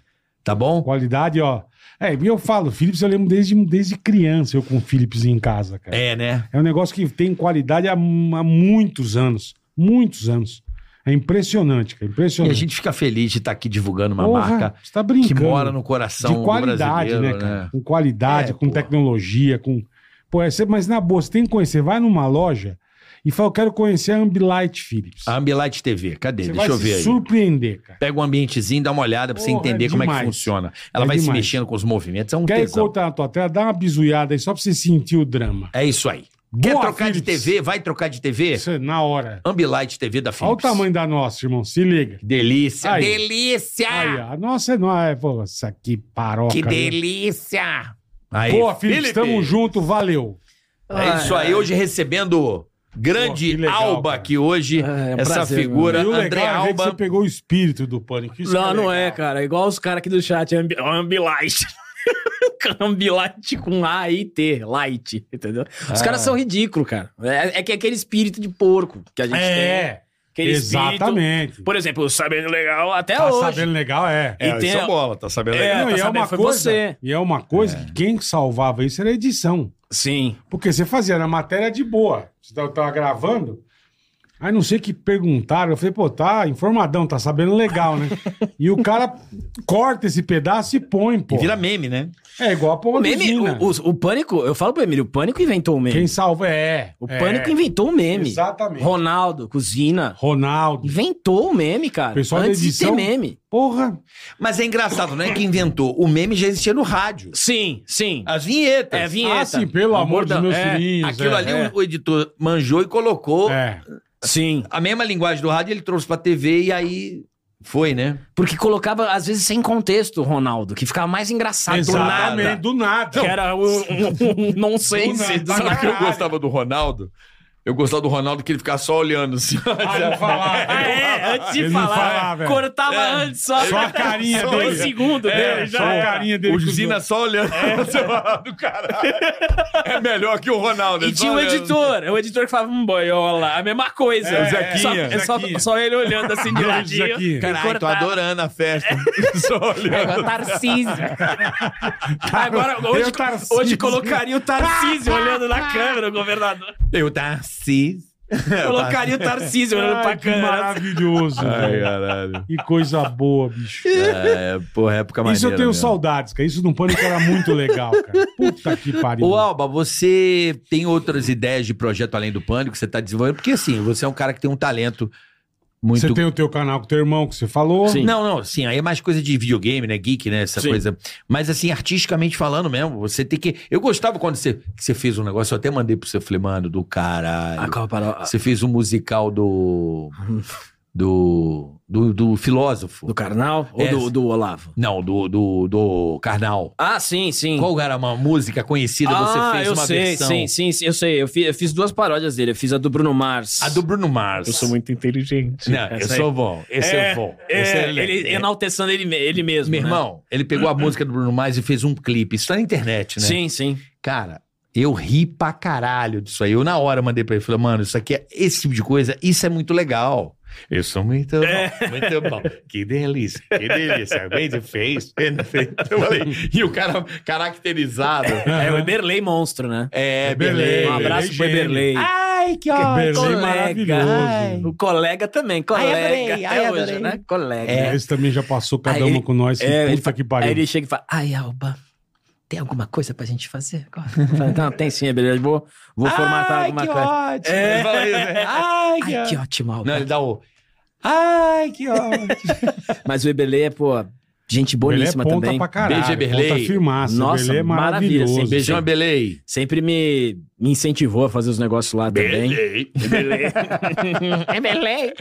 Tá bom?
Qualidade, ó. É, e eu falo, Philips eu lembro desde, desde criança eu com o Philips em casa, cara. É.
É, né?
um negócio que tem qualidade há, há muitos anos. Muitos anos. É impressionante, cara.
E a
Impressionante.
gente fica feliz de estar aqui divulgando uma
Porra,
marca
você tá brincando.
que mora no coração
de qualidade, né,
do brasileiro,
cara?
né?
Com qualidade,
É,
com
pô.
tecnologia, com. Pô, é, você- mas na boa, você tem que conhecer. Vai numa loja e fala, eu quero conhecer a Ambilight Philips.
A Ambilight TV, cadê?
Você vai
Ah, Deixa eu
se
ver aí.
surpreender, cara.
Pega um ambientezinho, dá uma olhada pra você
Porra, é
entender como é
demais.
que funciona. Ela
É
vai se
demais.
mexendo com os movimentos, é um
Quer
tesão.
encontrar na tua tela? Dá uma bisuiada aí só pra você sentir o drama.
É isso aí. Quer
Boa,
trocar de
Philips.
TV? Vai trocar de TV?
Isso é na hora.
Ambilight TV da
Olha o
Philips.
tamanho da nossa, irmão. Se liga.
Que delícia.
Aí.
Delícia!
Aí, ó. A nossa é nóis. Pô, isso aqui paroca.
Ah. Que
né?
delícia! Aí,
Boa, Philips, tamo junto. Valeu.
É isso aí. Hoje recebendo Grande
Pô, que legal,
Alba
cara.
aqui hoje.
um
essa
prazer,
figura,
E o
André
legal é ver que você
Alba.
pegou o espírito do pânico. Isso
não,
que
não
legal.
é, cara. Igual os caras aqui do chat, ambi Ambilight. Ambilight com A e T, light, entendeu?
É.
Os caras são ridículos, cara. É, é que é aquele espírito de porco que a gente tem.
É,
Aquele espírito.
exatamente.
Por exemplo, o Sabendo Legal até
Tá
hoje.
sabendo legal, é.
E
eles
tem-
são bola, tá sabendo?
É,
Não,
tá
e, é
sabendo,
uma
foi
coisa,
você.
e é uma coisa que quem salvava isso era a edição.
Sim.
Porque você fazia na matéria de boa. Você tava, tava gravando. Aí não sei o que perguntaram. Eu falei, pô, tá informadão, tá sabendo legal, né? e o cara corta esse pedaço e põe, pô.
E vira meme, né?
É igual a
O
pomba
meme,
Luzina.
o, o- o pânico, eu falo pro Emílio, o pânico inventou o meme.
né? Quem salva é.
O
é.
pânico inventou o meme.
Exatamente.
Ronaldo, cozinha.
Ronaldo.
Inventou o meme, cara.
Pessoal da
Antes de ter
edição.
meme.
Porra.
Mas é engraçado, não é que inventou. O meme já existia no rádio.
Sim, sim.
As vinhetas.
É a vinheta.
Ah, sim, pelo
O
amor dos
bordão-
meus
é,
filhinhos.
Aquilo
é,
ali
é.
o, o editor manjou e colocou
É.
Sim.
a mesma linguagem do rádio, ele trouxe pra TV e aí foi, né?
Porque colocava, às vezes, sem contexto o Ronaldo, que ficava mais engraçado do nada.
Exatamente, do nada.
Que era um, um, um nonsense.
Do nada. Sabe que eu gostava
do Ronaldo? Eu gostava do Ronaldo que ele ficava só olhando assim.
Ah, não falava.
Ah, é, antes de
Ele não
falar,
falava, é.
cortava antes só,
Só a carinha
só
dele.
um segundo
É,
dele,
só
já
a
era.
carinha dele. com os
só olhando. do caralho. É melhor que o Ronaldo.
E tinha o editor, o editor que falava um boiola, a mesma coisa.
É,
só,
Zequinha.
é só,
Zequinha.
só ele olhando assim de
Beijo,
ladinho.
Zequinha.
e
Caralho, tô
cortava.
adorando a festa. só olhando.
É, Agora Tarcísio. Agora,
Eu,
hoje,
Tarcísio.
hoje colocaria o Tarcísio olhando na câmera,
É,
o governador.
Eu tá, Tarcísio.
Colocaria o Tarcísio tá olhando pra
Ai, que
câmera.
maravilhoso.
Ai,
velho.
caralho.
Que coisa boa, bicho.
É, porra, época maneira
Isso eu tenho
mesmo.
saudades, cara. Isso num pânico era muito legal, cara. Puta que pariu.
Ô, Alba, você tem outras ideias de projeto além do Pânico que você tá desenvolvendo? Porque, assim, você é um cara que tem um talento muito...
Você tem o teu canal com o teu irmão que você falou.
Sim.
Não, não, sim, aí é mais coisa de videogame, né? Geek, né? Essa
Sim.
coisa. Mas, assim, artisticamente falando mesmo, você tem que. Eu gostava quando você, que você fez um negócio, eu até mandei pro seu falei, mano, do caralho.
Ah,
Você fez um musical do. do. do, do filósofo.
Do Carnal ou
É.
do, do Olavo?
Não, do, do, do Karnal.
Ah, sim, sim.
Qual era uma música conhecida?
ah,
você fez
eu
uma
sei,
versão.
sim, sim, sim, eu sei. Eu fi- eu fiz, duas paródias dele. Eu fiz a do Bruno Mars.
A do Bruno Mars.
Eu sou muito inteligente.
Não, eu
Essa aí.
sou bom. Esse é,
É,
bom.
É,
Esse é,
ele
é,
enaltecendo ele, me- ele mesmo.
Meu
né?
irmão, ele pegou a música do Bruno Mars e fez um clipe. Isso tá na internet, né?
Sim, sim.
Cara, eu ri pra caralho disso aí. Eu na hora mandei pra ele, falei, mano, isso aqui é esse tipo de coisa, isso é muito legal. Eu sou muito bom,
É.
muito bom. Que delícia, que delícia. Bem de fez, perfeito. Eu falei, e o cara caracterizado.
É o Eberlei Monstro, né?
É,
Beleza.
Um
beleza.
abraço pro Eberlei.
Ai, que
Berlim
colega.
maravilhoso.
O colega também, colega.
Ai, adorei,
até
ai,
hoje,
adorei.
né? Colega.
É. Esse também já passou cada
Aí
uma
ele-
com nós. que
É, ele
puta
fa-
que pariu.
Aí ele chega e fala: Ai, Alba, tem alguma coisa pra gente fazer agora? Eu falo, Não, tem sim, Eberlei. Vou, vou formatar alguma coisa. É.
ótimo. Ele fala isso, né? Ai,
Ai, que ótimo, Alba.
Não, ele dá o. Ai, que ótimo.
Mas o Eberlei é, pô, gente boníssima
Ele é ponta
também.
pra caralho.
Beijo, Eberlei.
Ponta firmaça.
Nossa,
Eberlei é
maravilha,
maravilhoso.
assim,
Beijão,
Sim.
Belei.
Sempre me, me incentivou a fazer os negócios lá também.
É Eberlei.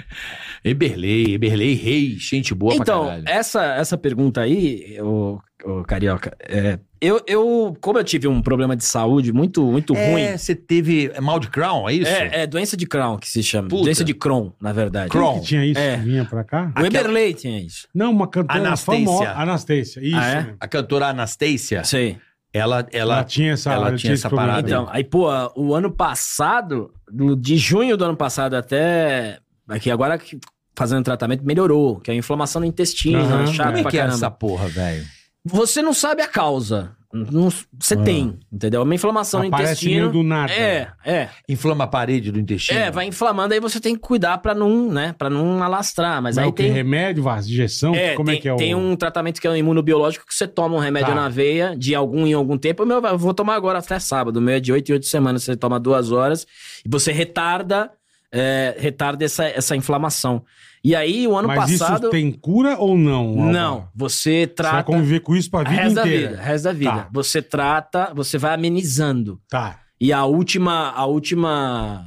É Eberlei, Eberlei, rei, gente boa pra
Então,
caralho.
essa, essa pergunta aí, ô, ô, Carioca, é, eu, eu, como eu tive um problema de saúde muito, muito ruim,
você teve é mal de crown, é isso?
É, é doença de Crohn que se chama.
Puta.
Doença de Crohn, na verdade.
Crohn.
Que tinha isso?
É.
que Vinha pra cá?
O Eberlei tinha isso.
Não, uma cantora
Anastácia.
famosa. Anastácia. Isso.
Ah, é?
mesmo.
A cantora Anastácia,
Sei.
ela,
Ela
ela,
tinha essa,
ela tinha
esse
essa
problema
parada.
também.
Então, aí, pô, o ano passado, do- de junho do ano passado até. Aqui agora que- fazendo tratamento melhorou, que é a inflamação no intestino,
Aham.
chato
como é
pra
que era
caramba.
essa porra, velho?
Você não sabe a causa. Não- Você tem, entendeu? É Uma inflamação no
Aparece Ah. meio do
intestino.
nada.
É, é.
Inflama a parede do intestino.
É, vai inflamando, aí você tem que cuidar pra não, né, para não alastrar, mas
Mas
aí
o que?
tem
Remédio, vaso, injeção? Como
tem,
é que é o...
tem um tratamento que é um imunobiológico que você toma um remédio
Tá.
na veia de algum em algum tempo. O meu, eu vou tomar agora até sábado. O meu é de 8 em 8 semanas. Você toma duas horas e você retarda, é, retarda essa, essa inflamação. E aí, o ano
Mas
passado.
isso tem cura ou não? Alba?
Não, você
Você vai
trata.
conviver com isso pra vida
resto da
inteira.
vida, resto da vida.
Tá.
Você trata, você vai amenizando.
Tá.
E a última, a última,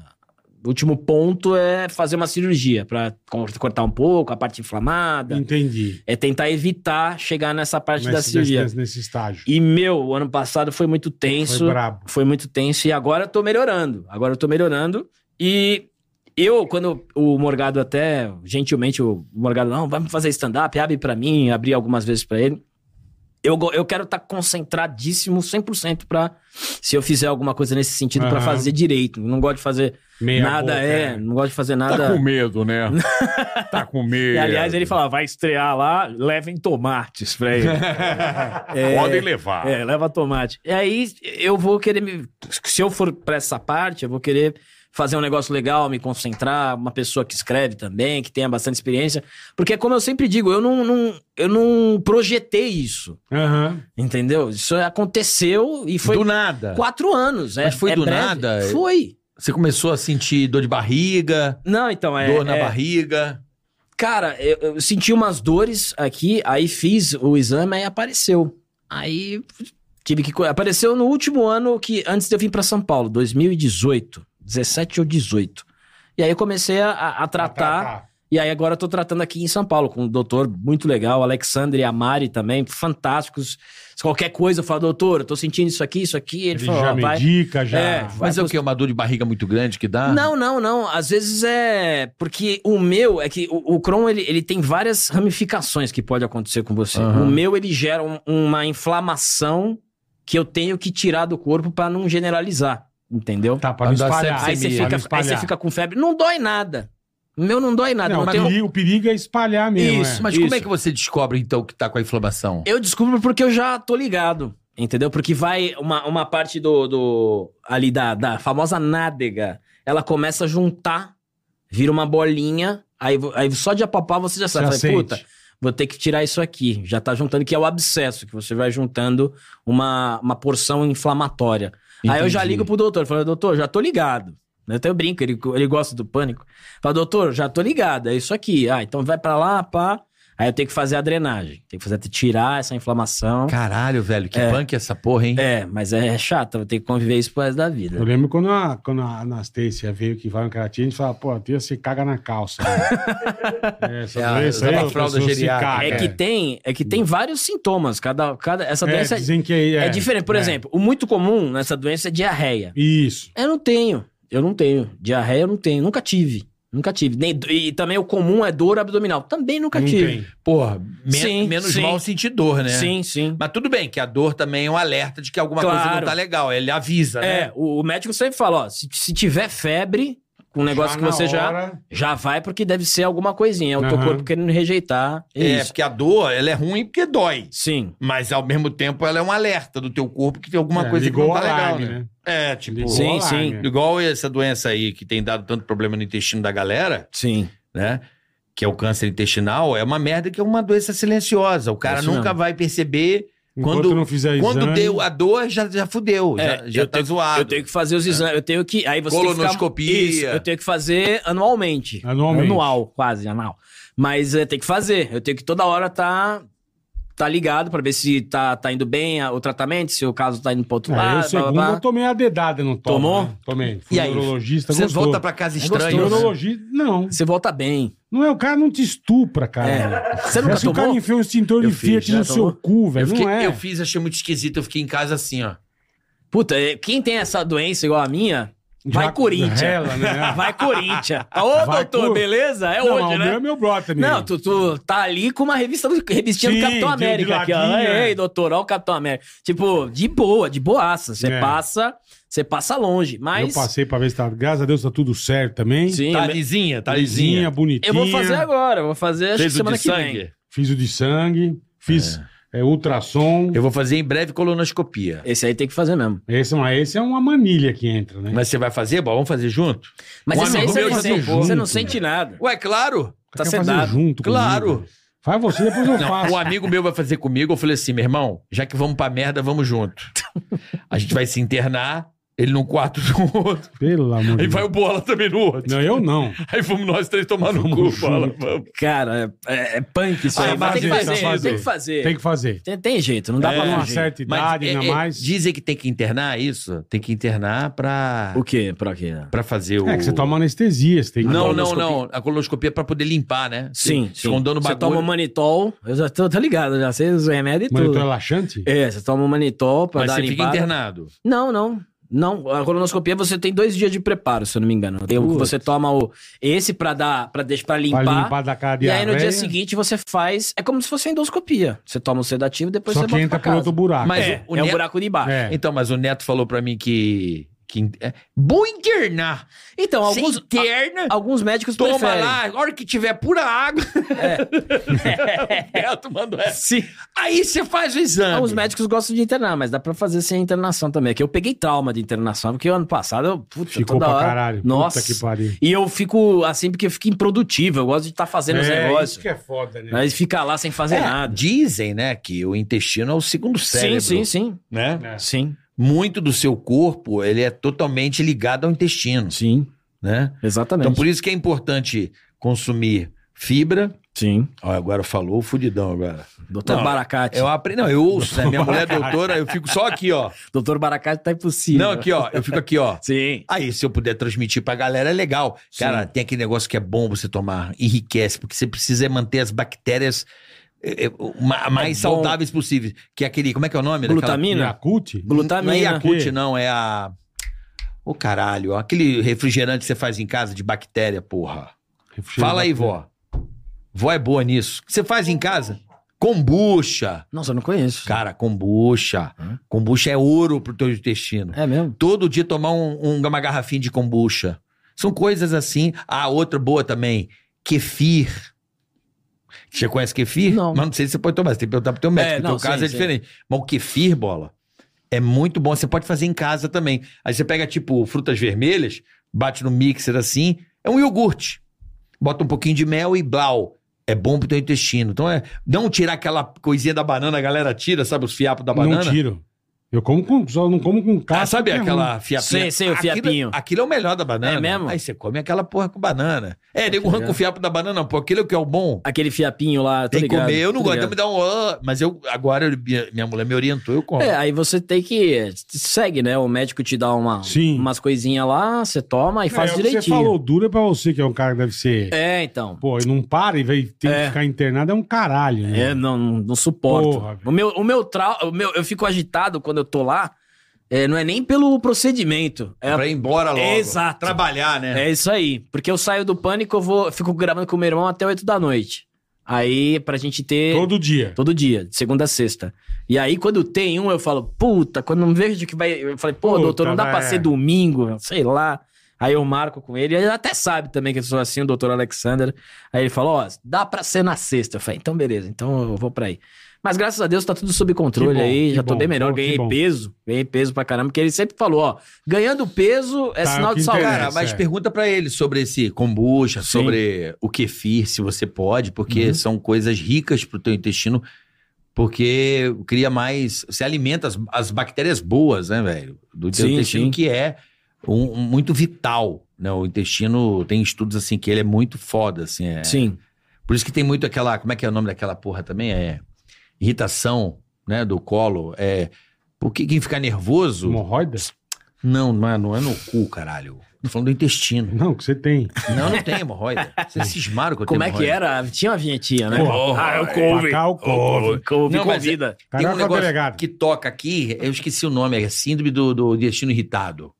o último ponto é fazer uma cirurgia pra cortar um pouco a parte inflamada.
Entendi.
É tentar evitar chegar nessa parte da
Nesse,
cirurgia.
nesse, nesse estágio.
E meu, o ano passado foi muito
Foi
tenso. Foi,
brabo.
muito tenso e agora eu tô melhorando. Agora eu tô melhorando. E eu, quando o Morgado até, gentilmente, o Morgado, não, vamos fazer stand-up, abre pra mim, abri algumas vezes pra ele. Eu, go- eu quero estar concentradíssimo 100% pra, se eu fizer alguma coisa nesse sentido, pra
Aham.
fazer direito. Não gosto de fazer
Meia
nada,
boca,
é,
é.
né?
não gosto de fazer nada.
Tá com medo, né? tá com medo.
E, aliás, ele fala, vai estrear lá, levem tomates pra ele.
É,
Podem levar.
É, leva tomate. E aí eu vou querer me. Se eu for pra essa parte, eu vou querer fazer um negócio legal, me concentrar, uma pessoa que escreve também, que tenha bastante experiência. Porque, como eu sempre digo, eu não, não- eu não projetei isso. Entendeu? Isso aconteceu e foi.
Do nada.
Quatro anos. É,
Mas foi
é
do
breve.
nada?
Foi.
Você começou a sentir dor de barriga?
Não, então é.
Dor na
é-
barriga.
Cara, eu, eu senti umas dores aqui, aí fiz o exame, aí apareceu. Aí tive que. co- Apareceu no último ano que antes de eu vir pra São Paulo, 2018. 17 ou 18. E aí eu comecei a, a tratar.
Tá,
E aí agora eu tô tratando aqui em São Paulo com um doutor muito legal, Alexandre e a Mari também, fantásticos. Se qualquer coisa eu falo, doutor, eu tô sentindo isso aqui, isso aqui. Ele,
Ele
falou,
já
"Ó, vai."
medica, já-
É,
Mas é o quê? Uma dor de barriga muito grande que
Ah.
dá?
não, não, não. Às vezes é. Porque o meu é que o, o Crohn ele, ele tem várias ramificações que pode acontecer com você.
Aham.
O meu ele gera um- uma inflamação que eu tenho que tirar do corpo pra não generalizar. Entendeu?
Tá, pra não
Dá
espalhar.
Aí você,
Pra não
fica, aí
espalhar.
você fica com febre. Não dói nada. O meu não dói nada.
Não,
Não,
o,
tem- um
perigo, o perigo é espalhar mesmo.
Isso,
é.
mas como é que você descobre, então, que tá com a inflamação?
Eu descubro porque eu já tô ligado. Entendeu? Porque vai uma, uma parte do, do. ali da, da famosa nádega. Ela começa a juntar, vira uma bolinha. Aí, vo- aí só de apapar você já sabe.
Já
Fala,
sente.
Puta, vou ter que tirar isso aqui. Já tá juntando, que é o abscesso, que você vai juntando uma, uma porção inflamatória. Aí eu já
Entendi.
ligo pro doutor, falo, doutor, já tô ligado. Eu até brinco, ele, ele gosta do pânico. Fala, doutor, já tô ligado, é isso aqui. Ah, então vai pra lá, pá. Aí eu tenho que fazer a drenagem. Tenho que fazer tirar essa inflamação.
Caralho, velho, que punk essa porra, hein?
É, mas é chato, eu tenho que conviver isso pro resto da vida.
Eu lembro quando a, quando a Anastácia veio que vai no Caratinga, a gente fala, pô, a tia se caga na calça. Né? Essa
É,
doença aí,
usava
a
fralda
pessoa se
geriátrica.
caga.
É que tem, é que tem vários sintomas. Cada, cada essa
É,
doença
dizem que é-
é diferente. Por
é.
exemplo, o muito comum nessa doença é diarreia.
Isso.
Eu não tenho, eu não tenho diarreia, eu não tenho, nunca tive, nunca tive. Nem- e também o comum é dor abdominal, também nunca
Não
tive.
tem.
Porra, me-
Sim,
menos
sim.
mal sentir dor, né?
Sim, sim.
Mas tudo bem, que a dor também é um alerta de que alguma coisa não
Claro.
tá legal. Ele avisa,
é,
né?
o, o médico sempre fala, ó, se, se tiver febre, um negócio que
na
você
hora.
já já vai porque deve ser alguma coisinha, é o teu
Aham.
corpo querendo rejeitar. É,
É,
isso.
porque a dor, ela é ruim porque dói.
Sim.
Mas ao mesmo tempo, ela é um alerta do teu corpo que tem alguma
É,
coisa que não
ligou
tá
o
legal,
alarme,
né?
né?
É, tipo...
Ligou o
Sim,
alarme.
sim.
Igual essa doença aí que tem dado tanto problema no intestino da galera,
Sim.
né? Que é o câncer intestinal, é uma merda que é uma doença silenciosa. O cara
Isso
nunca
mesmo.
vai perceber.
Enquanto
quando
não fizer
quando
É exame-
deu a dor, já, já fudeu.
É,
já já
eu
tá
tenho-
zoado.
Eu tenho que fazer os
É.
exames, eu tenho que. Aí você tem que ficar-
Colonoscopia.
Isso, eu tenho que fazer anualmente.
Anualmente.
Anual, quase, anual. Mas é, tem que fazer. Eu tenho que toda hora tá, tá ligado pra ver se tá, tá indo bem a- o tratamento, se o caso tá indo pro outro
Ah, eu,
lado. blá, blá,
segunda,
blá.
eu tomei a dedada no tomo.
Tomou?
né? Tomei. Fui
E aí?
neurologista,
Você
gostou.
volta pra casa estranho.
É gostoso.
né?
Neurologista, não.
Você volta bem.
Não é, o cara não te estupra, cara.
É. Você nunca
Parece que o cara
tomou?
enfiou um extintor
Eu
de
fiz,
Fiat
já
no
tomou?
seu cu,
Eu,
velho.
fiquei,
Não é.
eu fiz, achei muito esquisito. Eu fiquei em casa assim, ó.
Puta, é, quem tem essa doença igual a minha,
Já
vai Corinthians.
rela, né?
Vai Corinthians. Ô,
Vai
doutor,
Cor-
beleza? É
não,
hoje,
o
né?
meu é meu brother, né?
Não, tu, tu tá ali com uma revista do, revistinha
Sim,
do Capitão
de- de
América aqui, ó.
ladinho, é.
Ei, doutor, ó o Capitão América. Tipo, de boa, de boaça. Você
É.
passa, você passa longe,
Eu
mas
passei pra ver se tá. Graças a Deus tá tudo certo também.
sim.
Tá
eu-
lisinha, tá
Lisinha,
lisinha.
bonitinha.
eu vou fazer agora, eu vou fazer acho que
Fez o
semana
de
que vem.
sangue?
Fiz o de sangue, fiz é, ultrassom.
Eu vou fazer em breve colonoscopia.
Esse aí tem que fazer mesmo.
Esse, mas esse é uma manilha que entra, né?
Mas você vai fazer, bom? Vamos fazer junto?
Mas
Um
esse aí
amigo
você
meu
não,
já
sente,
topou.
você não
Junto,
sente nada.
Ué, claro.
Tá
Quer fazer
sedado.
junto comigo?
Claro.
Faz você, depois eu
Não,
faço.
um amigo meu vai fazer comigo. Eu falei assim, meu irmão, já que vamos pra merda, vamos junto. A gente vai se internar, ele num quarto do outro.
Pelo amor de
Aí
Deus.
vai o Bola também no outro.
Não, eu não.
Aí fomos nós três tomar no cu,
Vamos junto.
Bola. Vamos.
Cara, é, é- é punk isso É.
Ah,
aí. Mas tem que
fazer,
fazer,
tá
tem que fazer.
Tem que Tá fazer.
Tem, tem jeito, É. não dá
Dá
pra
pra uma
não jeito.
certa idade,
é,
ainda
é,
mais.
Dizem que tem que internar isso. Tem que internar pra,
O quê? Pra quê?
pra fazer o...
É que você toma anestesia, você tem que...
Não, não,
colonoscopia.
não. A colonoscopia é pra poder limpar, né?
Sim, sim.
Se Escondendo o
Você
bagulho.
toma manitol, eu já tô, tô ligado, já sei os remédios e
Mas eu tô
tudo.
relaxante?
É, você toma manitol pra
Mas
dar
você
limpada.
fica internado.
Não, não. Não, a colonoscopia você tem dois dias de preparo, se eu não me engano. Tem o que
Putz.
você toma o, esse pra dar, para deixar pra limpar.
limpar da cara de
e aí no dia
diarreia.
seguinte você faz, é como se fosse a endoscopia. Você toma o sedativo e depois
Só
você
que
volta
entra
pra
por
casa.
outro buraco. Mas
é,
o- o
é
ne-
o buraco de baixo.
Então, mas o Neto falou pra mim que. que é, bom internar.
Então,
Você
alguns,
interna,
a- alguns médicos
Toma
preferem.
lá, a hora que tiver pura água. É. o Neto mandou essa. Aí você faz o exame.
Os médicos gostam de internar, mas dá pra fazer sem internação também. É que eu peguei trauma de internação, porque ano passado eu, puta,
Ficou
toda
pra
hora-
caralho. Puta
Nossa.
que pariu.
E eu fico assim, porque eu fico improdutivo. Eu gosto de estar fazendo os negócios.
isso que é foda, né?
Mas ficar lá sem fazer
É,
nada.
Dizem, né, que o intestino é o segundo cérebro.
sim, sim.
Né?
Sim.
Muito do seu corpo, ele é totalmente ligado ao intestino.
Sim.
Né?
Exatamente.
Então, por isso que é importante consumir fibra.
Sim.
agora falou o fudidão agora.
Doutor
Não,
Baracate.
Eu aprendi, não, eu ouço, né? Minha mulher é
Baracate.
doutora, eu fico só aqui, ó.
Doutor Baracate tá impossível.
Não, aqui, ó. Eu fico aqui, ó.
Sim.
Aí, se eu puder transmitir pra galera, é legal. Cara,
Sim.
tem aquele negócio que é bom você tomar, enriquece, porque você precisa é manter as bactérias é, é, o ma- mais
bom.
saudáveis possíveis. Que é aquele. Como é que é o nome? daquela-
Glutamina?
Yakut?
Não
Glutamina.
é Yakut, não, é a. Ô caralho, ó, aquele refrigerante que você faz em casa de bactéria, porra. Fala aí, vó. Vó é boa nisso. O que Você faz em casa? Kombucha.
Nossa, eu não conheço.
Cara, kombucha. Kombucha é ouro pro teu intestino.
É mesmo?
Todo dia tomar um- um- uma garrafinha de kombucha. São coisas assim. Ah, outra boa também. Kefir. Você conhece kefir? Não. Mas não sei se você pode tomar. Você tem que perguntar pro teu médico.
É,
porque
não,
o caso
sim,
é
sim.
diferente. Mas o kefir, bola, é muito bom. Você pode fazer em casa também. Aí você pega, tipo, frutas vermelhas, bate no mixer assim. É um iogurte. Bota um pouquinho de mel e blau. É bom pro teu intestino. Então é. Não tirar aquela coisinha da banana, a galera tira, sabe, os fiapos da banana.
Não tiro. Eu como com, só não como com casca.
Ah, sabe
que é
aquela
ruim.
fiapinha?
Sei, sei, o
Aquilo-
fiapinho.
Aquilo, é o melhor da banana.
É mesmo? Tá
Aí você come aquela porra com banana. É, nego arranca o fiapo da banana, pô. Aquilo que é o bom.
Aquele fiapinho lá, tô
Tem que
ligado,
comer, eu não
tô
gosto. Então
ligado.
me dá um... ah, Mas eu, agora, eu- minha, minha mulher me orientou, eu como.
É, aí você tem que. Segue, né? O médico te dá uma, umas coisinhas lá, você toma e
É, é
faz
o que
direitinho.
Você falou dura pra você, que é um cara que deve ser.
É, então.
Pô, e não para e vai ter que ficar internado, é um caralho. Né?
É, não, não, não suporto.
Porra,
o meu, o meu trauma. Meu, eu fico agitado quando eu tô lá. é, não é nem pelo procedimento. É
Pra ir embora logo.
Exato.
Trabalhar, né?
É isso aí. Porque eu saio do pânico, eu vou, eu fico gravando com o meu irmão até 8 da noite. Aí, pra gente ter.
Todo dia.
Todo dia, de segunda a sexta. E aí, quando tem um, eu falo, puta, quando não vejo que vai. Eu falei, pô,
Puta,
doutor, não dá pra
vai, é.
ser domingo, sei lá. Aí eu marco com ele, ele até sabe também que eu sou assim, o doutor Alexander. Aí ele falou, ó, dá pra ser na sexta. Eu falei, então beleza, então eu vou pra aí. Mas graças a Deus tá tudo sob controle
Que bom,
aí,
que
já tô
bom,
bem melhor,
pô, que
ganhei
bom.
peso, ganhei peso pra caramba, porque ele sempre falou, ó, ganhando peso é
Tá,
sinal
o que
de saúde.
interessa.
Cara, mas
é.
pergunta pra ele sobre esse kombucha,
Sim.
sobre o kefir, se você pode, porque
Uhum.
são coisas ricas pro teu intestino, porque cria mais, você alimenta as, as bactérias boas, né, velho, do teu
Sim,
intestino,
sim.
que é um- um muito vital, né? O intestino tem estudos assim que ele é muito foda, assim, é.
Sim.
Por isso que tem muito aquela, como é que é o nome daquela porra também? É irritação, né, do colo, é porque quem fica nervoso
Hemorroida?
não, não é, não é no cu, caralho. Tô falando do intestino.
Não, que você tem.
Não, não tem hemorroida. Vocês cismaram que eu
Como
tenho
é que
hemorroida.
era? Tinha uma vinhetinha, né?
Porra,
ah, eu couve.
Pagar o couve.
Couve
Não,
com
mas é-
vida.
Tem
Caraca,
um negócio
delegado.
que toca aqui, eu esqueci o nome, é síndrome do, do intestino irritado,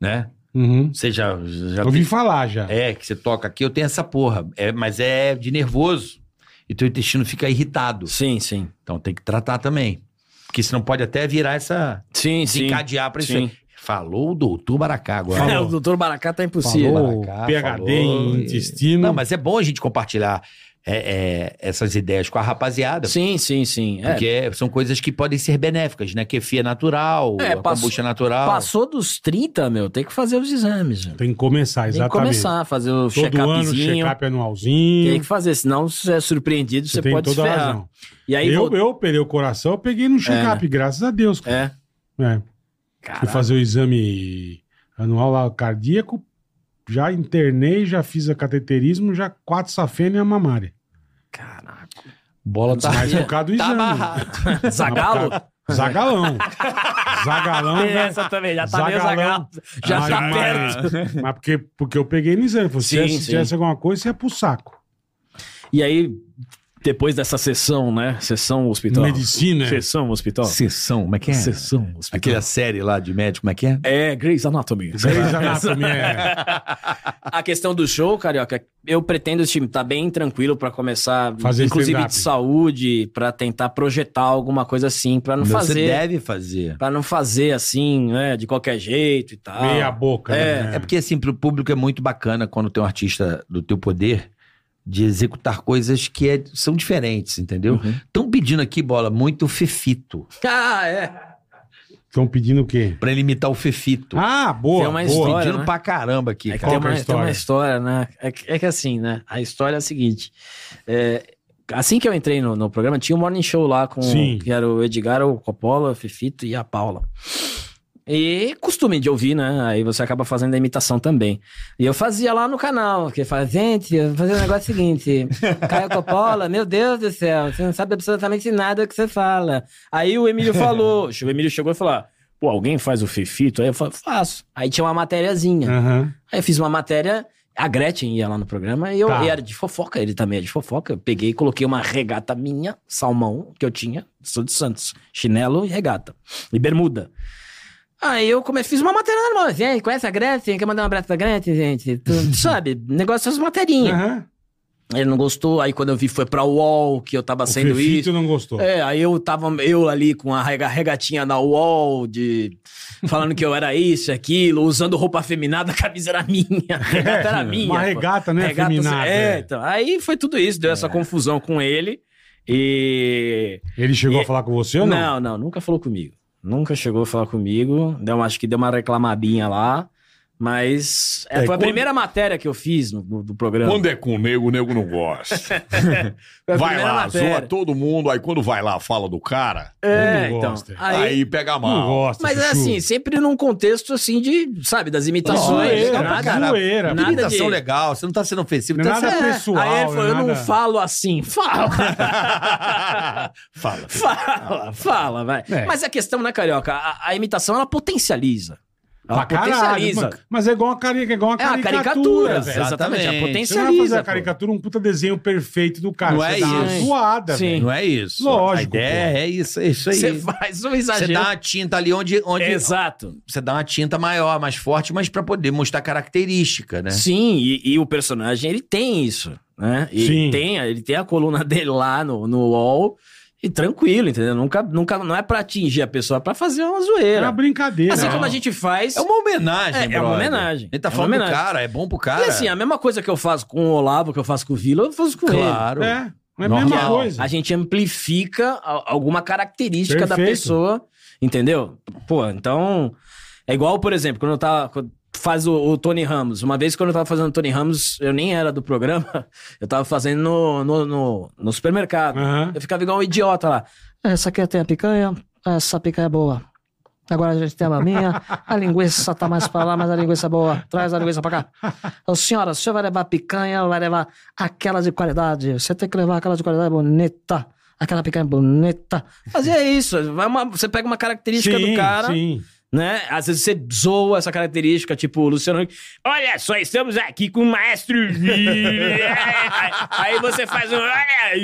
né?
Uhum.
Você já... já
Ouvi falar já.
É, que você toca aqui, eu tenho essa porra. É, mas é de nervoso. E teu intestino fica irritado.
Sim, sim.
Então tem que tratar também. Porque senão pode até virar essa...
Sim, sim.
Desencadear pra isso
Sim.
aí. Falou o doutor Baracá agora.
É, o doutor Baracá tá impossível.
Falou
Baracá,
PHD
falou,
em
e-
intestino.
Não, mas é bom a gente compartilhar é, é, essas ideias com a rapaziada.
Sim, sim, sim. É,
Porque é- são coisas que podem ser benéficas, né? Kefir é natural,
É,
a
passou-
kombucha é natural.
Passou dos 30, meu, tem que fazer os exames. meu.
Tem que começar,
Tem que
exatamente.
começar a fazer o
Todo ano,
check-upzinho.
check-up
Tem
anualzinho.
que fazer, senão se você é surpreendido, você,
Você tem
pode se
toda a
ferrar.
razão.
E aí,
Eu,
vou-
eu operei o coração, eu peguei no check-up, graças a Deus. cara.
É.
É. Fui fazer o exame anual lá, cardíaco, já internei, já fiz a cateterismo, já quatro safena e a mamária.
Bola tá.
Mas por causa do
Tá
exame.
amarrado.
Zagalo?
Zagalão. Zagalão,
Tem
velho.
essa também, já tá meio
Zagalão.
zagalo. Já
Mas-
tá
mas-
perto.
Mas porque, porque eu peguei no exame. Falei, se
Sim,
tivesse- se
sim.
tivesse alguma coisa, você ia pro saco.
E aí,
Depois dessa sessão, né? Sessão hospital.
Medicina.
Sessão hospital.
Sessão, como é que é?
Sessão hospital.
Aquela série lá de médico, como é que é?
É, Grey's Anatomy.
Grey's Anatomy,
A questão do show, Carioca, eu pretendo esse time tá bem tranquilo pra começar,
Fazer
inclusive
stand-up.
de saúde, pra tentar projetar alguma coisa assim, pra não
Você
fazer...
deve fazer.
Pra não fazer assim, né, de qualquer jeito e tal.
É,
né?
é porque assim, pro público é muito bacana quando tem um artista do teu poder de executar coisas que é- são diferentes,
Uhum.
entendeu? Estão pedindo aqui, bola, muito Fefito.
Ah, é.
Estão pedindo o quê?
Pra ele imitar o Fefito.
Ah, boa,
Tem uma boa. história,
Pedindo
né?
pra caramba aqui.
É que
cara.
tem, uma, tem uma história, né? É que, é que assim, né? A história é a seguinte. é, assim que eu entrei no, no programa, tinha um morning show lá com
Sim.
que era o Edgar, o Coppola, o Fifito e a Paula. E costume de ouvir, né? Aí você acaba fazendo a imitação também. E eu fazia lá no canal, que fala, gente, eu vou fazer um negócio seguinte. Caio Coppola, meu Deus do céu, você não sabe absolutamente nada que você fala. Aí o Emílio falou, o Emílio chegou e falou, pô, alguém faz o Fifito? Aí eu falei, faço. Aí tinha uma matériazinha. Aí eu fiz uma matéria, a Gretchen ia lá no programa e eu,
Tá.
e era de fofoca, ele também era de fofoca. Eu peguei e coloquei uma regata minha, salmão, que eu tinha, sou de Santos, chinelo e regata, e bermuda. Aí eu comecei, fiz uma matéria normal, gente, conhece a Gretchen? Quer mandar um abraço da Gretchen, gente? Tu- sabe, negócio das materinhas. Ele não gostou, aí quando eu vi foi pra UOL, que eu tava sendo
Fefito
isso.
não gostou.
É, aí eu tava, eu ali com a rega- regatinha na UOL, de, falando que eu era isso, aquilo, usando roupa afeminada, a camisa era minha, a
É,
regata era minha.
uma
pô.
regata, né, afeminada,
É,
é.
então, aí foi tudo isso, deu
É.
essa confusão com ele e...
Ele chegou a falar com você ou não?
Não, não, nunca falou comigo. Nunca chegou a falar comigo. Deu uma- acho que deu uma reclamadinha lá. Mas
É,
é, foi a
quando-
primeira matéria que eu fiz no, no- do programa.
Quando é com o nego, o nego não gosta.
Foi a
vai
primeira
lá,
matéria.
zoa todo mundo, aí quando vai lá, fala do cara.
É, então,
Aí,
aí-
pega mal.
Não Mas é assim, sempre num contexto assim de, sabe, das imitações.
é,
né?
Zoeira,
tá
pra
nada,
caralho.
nada
Imitação
de...
legal, você não tá sendo ofensivo. tá
É,
sendo-
Aí ele falou, eu não falo assim. Fala.
Fala.
fala, fala, vai.
É.
Mas a questão, né, Carioca? A, a imitação, ela potencializa. Ela
Pra caralho,
potencializa.
mas- Mas é igual a caricatura. É, igual a
É uma
caricatura,
caricatura,
velho.
exatamente, ela
Você não vai fazer
potencializa,
a
pô.
caricatura um puta desenho perfeito do cara.
Não
Você
é
dá uma
isso.
zoada,
Sim.
velho.
Não é isso.
Lógico,
A ideia
pô.
é isso, é isso aí.
Você né?
faz um
Você
exagero.
dá uma tinta ali onde, onde.
Exato.
Você dá uma tinta maior, mais forte, mas pra poder mostrar característica, né?
Sim, e, e o personagem, ele tem isso, né? E
Sim.
Tem, a- ele tem a coluna dele lá no, no UOL e tranquilo, entendeu? Nunca, nunca, não é pra atingir a pessoa, é pra fazer uma
É
zoeira.
uma brincadeira.
Assim
né?
como a gente faz...
É uma homenagem,
É, é uma
brother.
homenagem.
Ele tá
É uma
falando do
homenagem.
cara, é bom pro cara.
E assim, a mesma coisa que eu faço com o Olavo, que eu faço com o Vila, eu faço com
Claro.
ele.
É, é a mesma
Normal.
coisa.
A gente amplifica a- alguma característica da
Perfeito.
pessoa, entendeu? Pô, então. É igual, por exemplo, quando eu tava. quando Faz o, o Tony Ramos. Uma vez quando eu tava fazendo o Tony Ramos, eu nem era do programa, eu tava fazendo no, no, no- no supermercado. Eu ficava igual um idiota lá.
"É, Essa aqui tem a picanha, essa picanha é boa. Agora a gente tem a maminha, a linguiça tá mais pra lá, mas a linguiça é boa. Traz a linguiça pra cá. Ô, senhora, o senhor vai levar picanha ou vai levar aquela de qualidade? Você tem que levar aquela de qualidade bonita. Aquela picanha é bonita.
Mas é isso, vai uma- você pega uma característica
Sim,
do cara.
sim.
Né? Às vezes você zoa essa característica, tipo, o Luciano. Huck, Olha só, estamos aqui com o Maestro Vila. Aí você faz um.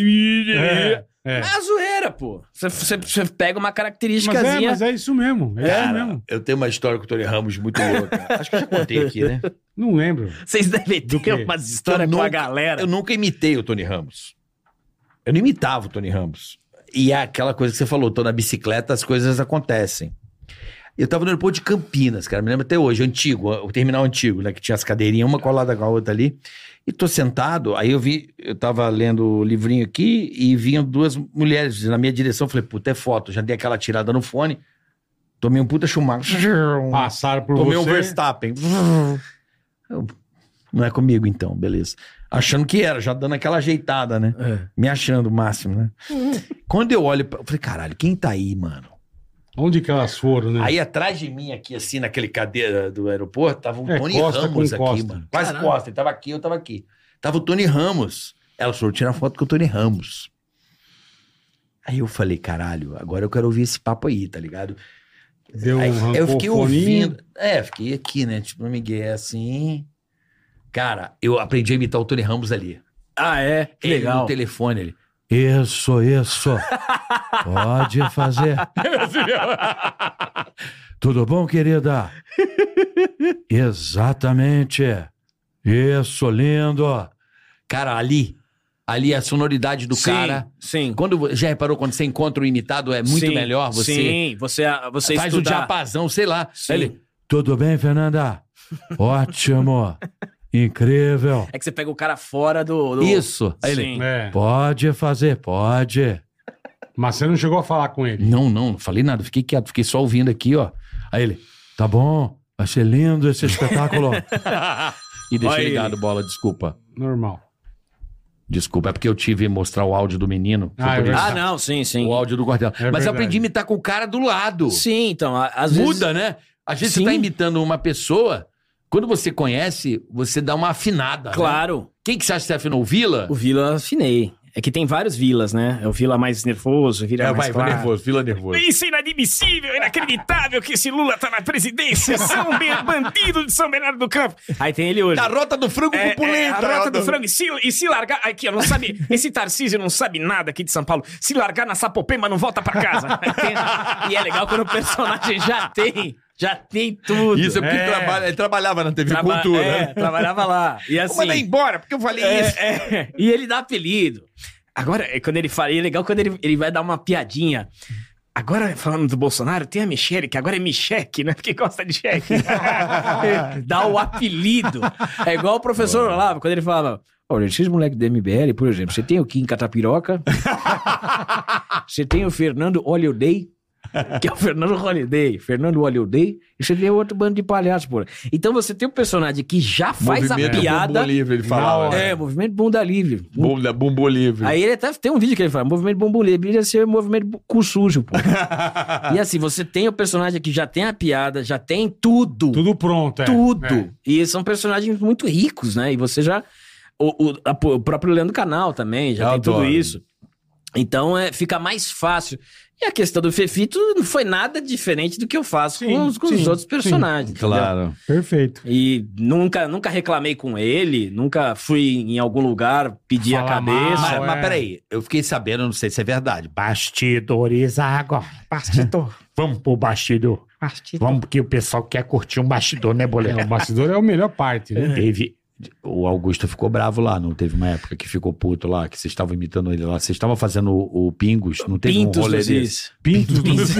Olha. É,
Ah,
a zoeira, pô. Você, você- você pega uma
Mas é,
característicazinha.
mas é isso mesmo. É isso
Cara,
mesmo.
eu tenho uma história com o Tony Ramos muito louca. Acho que eu já contei aqui, né?
Não lembro.
Vocês devem ter umas histórias com a galera.
Eu nunca imitei o Tony Ramos. Eu não imitava o Tony Ramos. E é aquela coisa que você falou, tô na bicicleta, as coisas acontecem. Eu tava no aeroporto de Campinas, cara, me lembro até hoje, antigo, o terminal antigo, né, que tinha as cadeirinhas, uma colada com a outra ali. E tô sentado, aí eu vi, eu tava lendo o livrinho aqui e vinham duas mulheres na minha direção. eu Falei, puta, é foto. Já dei aquela tirada no fone, tomei um puta chumaco.
Passaram por
Tomei um
você.
Verstappen. Eu, não é comigo então, beleza. Achando que era, já dando aquela ajeitada, né?
É.
Me achando o máximo, né? Quando eu olho, pra- eu falei, caralho, quem tá aí, mano?
Onde que elas foram, né?
Aí atrás de mim, aqui, assim, naquele cadeira do aeroporto, tava o
É,
Tony
costa com
Ramos aqui,
costa.
mano. Quase
Caralho.
costa, ele tava aqui, eu tava aqui. Tava o Tony Ramos. Ela falou, tirar foto com o Tony Ramos. Aí eu falei, caralho, agora eu quero ouvir esse papo aí, tá ligado?
Deu
Aí,
um
eu fiquei
rancofoninho.
ouvindo. É, fiquei aqui, né? Tipo, Miguel, assim. Cara, eu aprendi a imitar o Tony Ramos ali.
Ah, é? Que
ele
legal.
no telefone, ele. Isso, isso. Pode fazer. Tudo bom, querida? Exatamente. Isso, lindo. Cara, ali. Ali a sonoridade do
Sim,
cara.
Sim.
Quando, vo- já reparou quando você encontra o imitado? É muito
Sim,
melhor você.
Sim, você, você
faz
estudar.
o diapasão, sei lá.
Sim.
Ele, Tudo bem, Fernanda? Ótimo. Incrível.
É que você pega o cara fora do. do-
Isso. Aí
Sim.
ele,
É,
É.
pode fazer, pode. Mas você não chegou a falar com ele? Não, não, não falei nada. Fiquei quieto, fiquei só ouvindo aqui, ó. Aí ele, tá bom, achei lindo esse espetáculo. e deixei
Olha
ligado, bola, desculpa.
Normal.
Desculpa, é porque eu tive que mostrar o áudio do menino. foi
é
Ah,
por isso.
não, sim, sim.
O áudio do quartel. Mas eu
verdade.
aprendi a imitar com o cara do lado.
Sim, então, a- às vezes.
Muda, né? Às vezes você tá imitando uma pessoa, quando você conhece, você dá uma afinada. né?
Claro.
Quem que você acha que você afinou? O Vila?
O Vila afinei. É que tem vários Vilas, né? É o Vila mais nervoso, Vila
É,
mais
vai, vai
claro.
nervoso, Vila nervoso.
Isso é inadmissível, inacreditável que esse Lula tá na presidência. São Be- bandido de São Bernardo do Campo.
Aí tem ele hoje.
Da
rota do frango
É, é, a
pulenta.
rota do frango. E se, e se largar. Aqui, ó, não sabe. Esse Tarcísio não sabe nada aqui de São Paulo. Se largar na Sapopema, não volta pra casa.
E é legal quando o personagem já tem. Já tem tudo.
Isso é porque ele, trabalha- ele trabalhava na TV
Traba-
Cultura.
é,
né?
trabalhava lá. E
Vou
assim,
mandar embora, porque eu falei
É,
isso.
é. E ele dá apelido. Agora, é quando ele fala, e é legal quando ele, ele vai dar uma piadinha. Agora, falando do Bolsonaro, tem a Michele, que agora é Micheque, né? Porque gosta de cheque. dá o apelido. É igual o professor Olavo, quando ele falava.
Olha, esses moleques do MBL, por exemplo, você tem o Kim Catapiroca, você tem o Fernando Holiday, que é o Fernando Holiday, Fernando Holiday, e você tem outro bando de palhaços, porra. Então você tem um personagem que já faz
Movimento
a piada.
Bumbum Livre, ele falava,
É,
né?
movimento bunda livre.
Bumbo, bumbo livre.
Aí ele até tem um vídeo que ele fala, movimento bumbum livre, ia ser movimento bu- cu sujo, pô.
E assim, você tem o personagem que já tem a piada, já tem tudo.
Tudo pronto, é.
Tudo.
É.
E são personagens muito ricos, né? E você já. O, o, a- o próprio Leandro Canal também já
Eu
tem tudo
adoro.
isso. Então é, fica mais fácil. E a questão do Fefito não foi nada diferente do que eu faço com, os- com os
sim,
outros
sim.
personagens. entendeu?
Claro. Perfeito.
E nunca, nunca reclamei com ele, nunca fui em algum lugar pedir a cabeça.
Mas, mas peraí, eu fiquei sabendo, não sei se é verdade. Bastidores agora.
Bastidor. Vamos pro bastidor. Vamos, porque o pessoal quer curtir um bastidor, né, Boleto?
É, o bastidor é a melhor parte, né?
Teve. O Augusto ficou bravo lá, não teve uma época que ficou puto lá, que vocês estavam imitando ele lá. Vocês estavam fazendo o, o Pingos, não teve
Pintos
um rolê
dos
desse.
Is. Pintos dos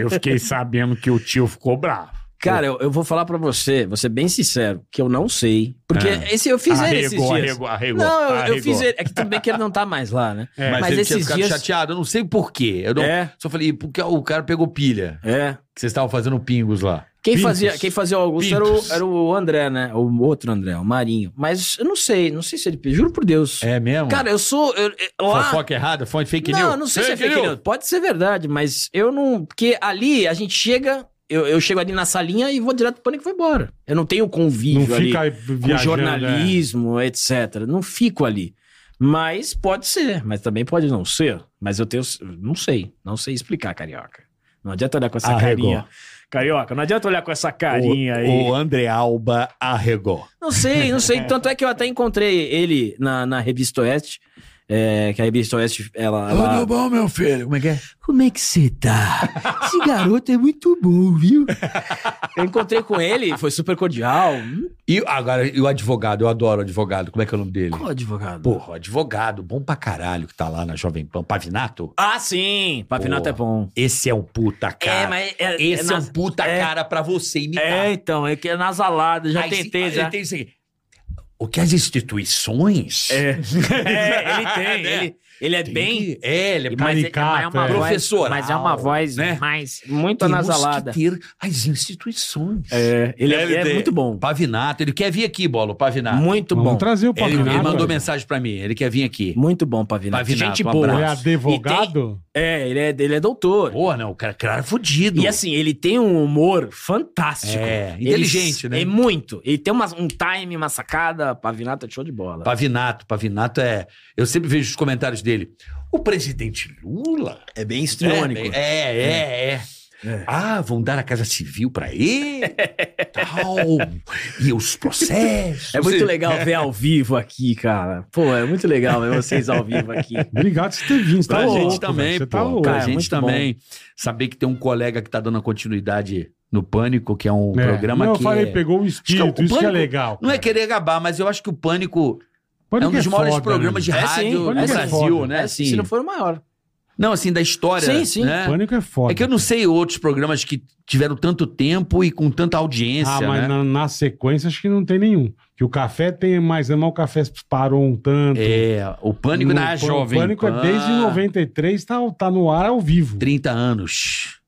Eu fiquei sabendo que o tio ficou bravo.
Cara, eu, eu vou falar pra você, vou ser bem sincero, que eu não sei. Porque
É.
Ah.
esse, eu fiz ele esses
Arregou,
dias.
arregou, arregou,
não, eu- eu,
arregou.
fiz ele. É que tudo bem que ele não tá mais lá, né?
Mas, ele tinha ficado chateado, eu não sei porquê. Eu não- só falei, porque o cara pegou pilha.
É.
Que vocês estavam fazendo Pingos lá.
Quem
Pintos.
fazia, quem fazia o Augusto era
Pintos.
o, era o André, né? O outro André, o Marinho. Mas eu não sei, não sei se ele pediu. Juro por Deus.
É mesmo?
Cara, eu sou. Eu, eu- lá-
Fofoca errada? Fonte fake news?
não, não sei se é fake news. Pode ser verdade, mas eu não. Porque ali a gente chega. Eu, eu chego ali na salinha e vou direto pro pânico e vou embora. Eu não tenho convívio
Não
ali
fica aí
com
viajando, é.
jornalismo, etc. Não fico ali. Mas pode ser, mas também pode não ser. Mas eu tenho. Não sei. Não sei explicar, carioca. Não adianta olhar com essa
Arregou.
carinha. Carioca, não adianta olhar com essa carinha aí.
O, o André Alba arregou.
Não sei, não sei. Tanto é que eu até encontrei ele na, na Revista Oeste. é, que a Revista Oeste, ela... ela-
bom, meu filho? Como é que é?
Como é que você tá? Esse garoto é muito bom, viu?
Eu encontrei com ele, foi super cordial. Hum,
E agora, e o advogado, Ah, eu adoro o advogado. Como é que é o nome dele?
Qual advogado?
Porra, advogado, bom pra caralho que tá lá na Jovem Pan. Pavinato?
Ah, sim! Pavinato é bom.
Esse é um puta cara. Esse é, um puta cara pra você imitar.
É, então, é que é nasalado, já
Aí se-
tentei,
Ah, aí
já.
tem isso aqui. O que as instituições... É, né?
É, ele tem, ele, ele é bem...
É, ele é
mas é- mas é
caricato,
uma
é.
voz-
professoral.
mas é uma voz mais, muito anasalada.
Temos que ter as instituições.
É, ele é- é muito
bom. Pavinato, ele quer vir aqui, Bolo, Pavinato.
Muito
Vamos bom. trazer o
Ele- Ele,
Pavinato,
mandou
velho.
mensagem pra mim, ele quer vir aqui.
Muito bom, Pavinato. Gente
um
boa.
abraço.
Ele é advogado? É, ele é, ele é doutor.
Boa, não, o cara, cara é fodido.
E assim, ele tem um humor fantástico.
É,
Ele-
inteligente, né?
É muito. Ele tem uma- um time, uma sacada. Pavinato é show de bola.
Pavinato, Pavinato é... Eu sempre vejo os comentários dele. O presidente Lula...
É bem histriônico.
É, é, é. é. Ah, vão dar a Casa Civil pra ele. tal. E os processos.
É muito legal ver ao vivo aqui, cara. Pô, é muito legal ver vocês ao vivo aqui.
Obrigado por você ter vindo. Você
Pra
tá
gente
louco,
também,
velho. Você
pô.
tá louco.
pra
Cara, é
gente
muito
também. Saber que tem um colega que tá dando a continuidade no Pânico, que é um
É.
programa
Não,
que.
eu falei,
é-
pegou o espírito,
Acho o
isso que é
Pânico
legal,
Não é querer gabar, mas eu acho que o Pânico.
Pânico
é um dos
é
maiores
foda,
programas de
né? É, sim,
rádio do
Pânico é
Brasil,
foda.
né?
É,
Assim,
Se não for o maior.
Não, assim, da história.
Sim, sim.
Né?
Pânico é foda.
É que eu não sei outros programas que tiveram tanto tempo e com tanta audiência.
Ah, mas
né?
na, na sequência acho que não tem nenhum. Que o café tem mais ano, mas o café parou um tanto.
É, o Pânico
No-
na Jovem.
O Pânico é desde
Pan.
93, tá, tá no ar ao vivo.
30 anos.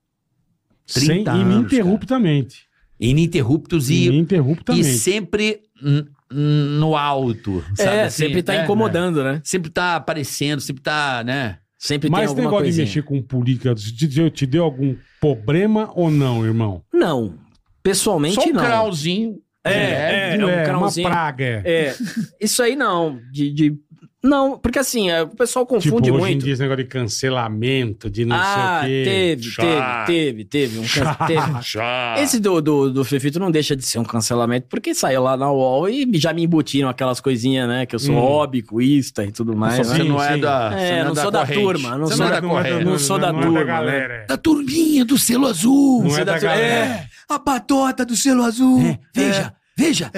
30
Sem,
anos.
ininterruptamente.
Ininterruptos e.
Ininterruptamente.
E sempre n- n- no alto. sabe assim,
sempre tá incomodando, né?
Sempre tá aparecendo, sempre tá, né?
Sempre
Mas esse negócio de mexer com política, te deu, te deu algum problema ou não, irmão?
Não. Pessoalmente,
Só um
não.
crauzinho.
É, é, é um
é, uma
crauzinho.
praga. é.
É. Isso aí não. De, de- Não, porque assim, é, o pessoal confunde
tipo, hoje em
muito.
dia esse negócio de cancelamento, de não
ah,
sei o quê.
teve,
Chá.
teve, teve, teve, um can- teve.
Chá.
Esse do, do, do Fefito não deixa de ser um cancelamento, porque saiu lá na UOL e já me embutiram aquelas coisinhas, né? Que eu sou
Hum.
óbicoísta e tudo mais.
Só você
né?
não é da- você não
É,
é
não
da
sou da
corrente.
turma. Não
Você
sou
não é
da
da corrente.
Não sou da
Não é da
turma. né?
galera.
Da turminha do selo azul.
Não é da galera.
É, a patota do selo azul. É, Veja, veja.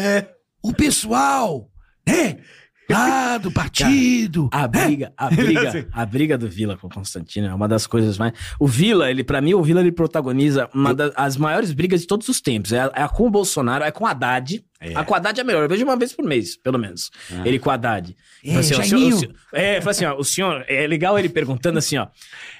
O pessoal, né? Lá do partido.
A briga, a
é assim.
briga, a briga do Vila com o Constantino é uma das coisas mais. O Vila, ele para mim, o Vila ele protagoniza uma das as maiores brigas de todos os tempos. É, a- é a com o Bolsonaro, é com o Haddad. A com o Haddad é melhor, eu vejo uma vez por mês, pelo menos.
Ah.
Ele com o Haddad.
É,
Fala assim, ó, o
Jairinho.
senhor- o senhor- é, fala assim, ó, o senhor, é legal ele perguntando assim, ó,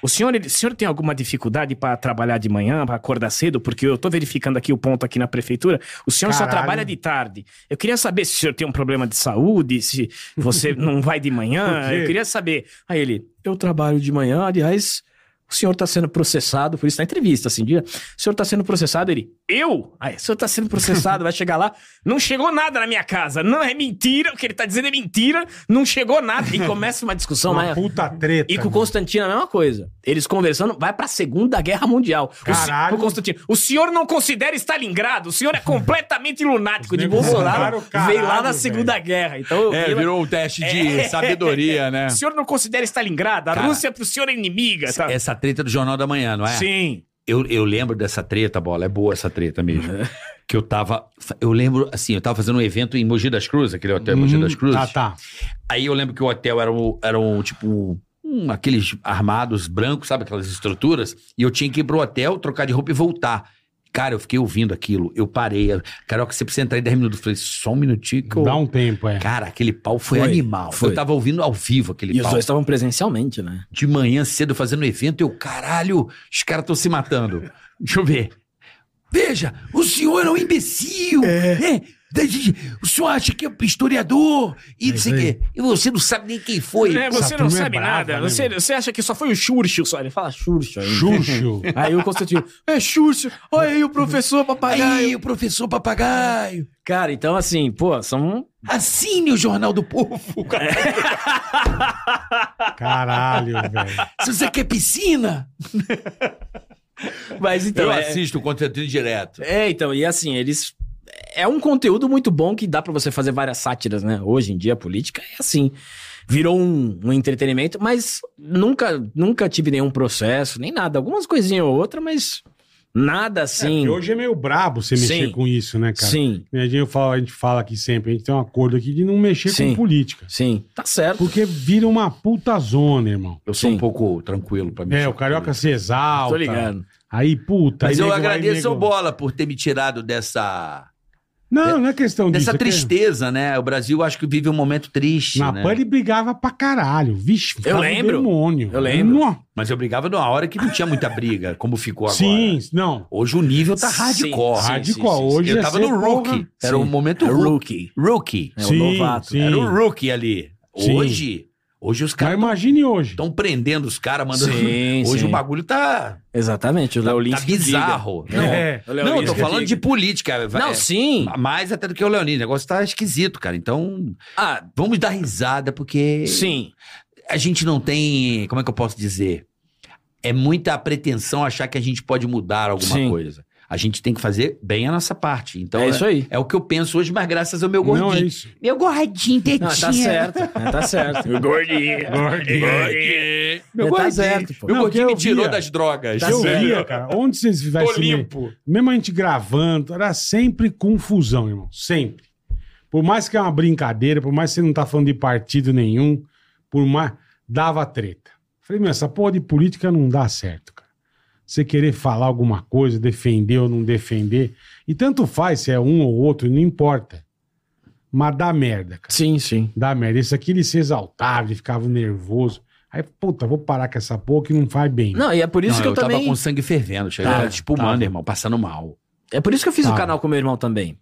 o senhor, ele- o senhor tem alguma dificuldade pra trabalhar de manhã, pra acordar cedo? Porque eu tô verificando aqui o ponto aqui na prefeitura, o senhor só
Caralho.
trabalha de tarde. Eu queria saber se o senhor tem um problema de saúde, se você não vai de manhã,
Por quê?
eu queria saber. Aí ele, eu trabalho de manhã, aliás, o senhor tá sendo processado, por isso na entrevista, assim, dia, o senhor tá sendo processado, ele, eu? Aí, o senhor tá sendo processado, vai chegar lá, não chegou nada na minha casa, não é mentira, o que ele tá dizendo é mentira, não chegou nada, e começa uma discussão. né?
Uma
mas-
puta treta.
E com o Constantino é a mesma coisa, eles conversando, vai pra Segunda Guerra Mundial. O se-
Caralho.
O, Constantino, o senhor não considera Stalingrado, o senhor é completamente lunático de
negros mandaram
Bolsonaro,
o
veio lá na
caralho,
Segunda Guerra, então...
É,
eu-
virou um teste de
É.
sabedoria, né?
O senhor não considera Stalingrado, a
Cara,
Rússia pro senhor é inimiga,
Essa,
sabe?
essa treta do Jornal da Manhã, não é?
Sim.
Eu, eu lembro dessa treta, bola. É boa essa treta mesmo. que eu tava. Eu lembro, assim, eu tava fazendo um evento em Mogi das Cruzes, aquele hotel em Mogi das Cruzes.
Ah, tá.
Aí eu lembro que o hotel era um, era um tipo. um- aqueles armados brancos, sabe? Aquelas estruturas. E eu tinha que ir pro hotel, trocar de roupa e voltar. Cara, eu fiquei ouvindo aquilo. Eu parei. eu- Carioca, você precisa entrar em 10 minutos. Eu falei, só um minutinho que eu.
Dá um tempo, é.
Cara, aquele pau foi,
Foi,
animal.
foi.
Eu tava ouvindo ao vivo aquele
E
pau.
os dois estavam presencialmente, né?
De manhã cedo fazendo evento, eu, caralho, os caras estão se matando. Deixa eu ver. Veja, o senhor é um imbecil.
É.
né? Da- de- O senhor acha que é historiador e
É
não sei o quê. E você não sabe nem quem foi.
É, você
Essa
não
turma é
sabe
brava,
nada.
né,
você, você acha que só foi o Xurxo só. Ele fala Xurxo ainda.
Xurxo.
aí o Constantino, é Xurxo. Olha aí o professor papagaio.
Aí o professor papagaio.
Cara, então assim, pô, são...
Assine o Jornal do Povo.
Caralho, velho.
Se você quer piscina.
Mas então...
eu
é-
assisto o conteúdo direto.
É, então, e assim, eles. É um conteúdo muito bom que dá pra você fazer várias sátiras, né? Hoje em dia, a política é assim. Virou um, um entretenimento, mas nunca, nunca tive nenhum processo, nem nada. Algumas coisinhas ou outra, mas nada assim.
Porque hoje é meio brabo você mexer
Sim.
com isso, né, cara?
Sim.
A gente, fala, a gente fala aqui sempre, a gente tem um acordo aqui de não mexer
Sim.
com política.
Sim. Tá certo.
Porque vira uma puta zona, irmão.
Eu sou um pouco tranquilo pra mim.
É, o carioca se exalta.
Tô ligado.
Aí, puta.
Mas
aí
eu
nego- aí
agradeço
nego-
ao Bola por ter me tirado dessa.
Não, não é questão disso.
dessa
é que-
tristeza, né? O Brasil acho que vive um momento triste.
Na
né?
PAN ele brigava pra caralho. Vixe, ficava um
lembro.
demônio.
Eu lembro.
Nó.
Mas eu brigava numa hora que não tinha muita briga, como ficou agora.
Sim, não.
Hoje o nível tá
Sim,
hardcore.
sim, Hardcore, sim, sim. hoje
Eu
é
tava
ser
no rookie. né,
porra.
Era o
Sim.
momento
É
rookie. Rookie.
É o Sim, novato. sim.
Era o rookie ali.
Sim.
Hoje. Hoje os caras.
imagine hoje.
Estão prendendo os caras, mandando.
Sim,
hoje
sim.
o bagulho tá.
Exatamente, o Léo Lins
Tá
que diga.
bizarro. Não,
É, o Léo
não eu
Lins
tô
que
falando
diga.
de política. É,
Não, sim.
Mais até do que o Leonino. O negócio tá esquisito, cara. Então.
Ah,
vamos dar risada, porque.
Sim.
A gente não tem. Como é que eu posso dizer? é muita pretensão achar que a gente pode mudar alguma
Sim.
coisa. A gente tem que fazer bem a nossa parte. Então,
É isso aí. é
É, o que eu penso hoje, mas graças ao meu gordinho.
é
Meu gordinho, tetinha.
Não, tá certo, né, tá certo.
Meu gordinho.
Gordinho.
Gordinho.
Meu
tá
gordinho.
certo, pô. Meu
Não,
gordinho
que
me
eu
tirou
via.
das drogas.
Tá
Eu via, cara. Onde vocês vai
Tô
se meter?
limpo.
Mesmo a gente gravando, era sempre confusão, irmão. Sempre. Por mais que é uma brincadeira, por mais que você não tá falando de partido nenhum, por mais. dava treta. Falei, meu, essa porra de política não dá certo, cara. Você querer falar alguma coisa, defender ou não defender. E tanto faz se é um ou outro, não importa. Mas dá merda, cara.
Sim, sim.
Dá merda. Esse aqui ele se exaltava, ele ficava nervoso. Aí, puta, vou parar com essa porra que não faz bem.
Não, e é por isso
Não,
que eu,
tava
também.
com sangue fervendo. Chegava
Tá,
espumando,
tá.
irmão, passando mal.
É por isso que eu fiz
Tá.
o canal com meu irmão também.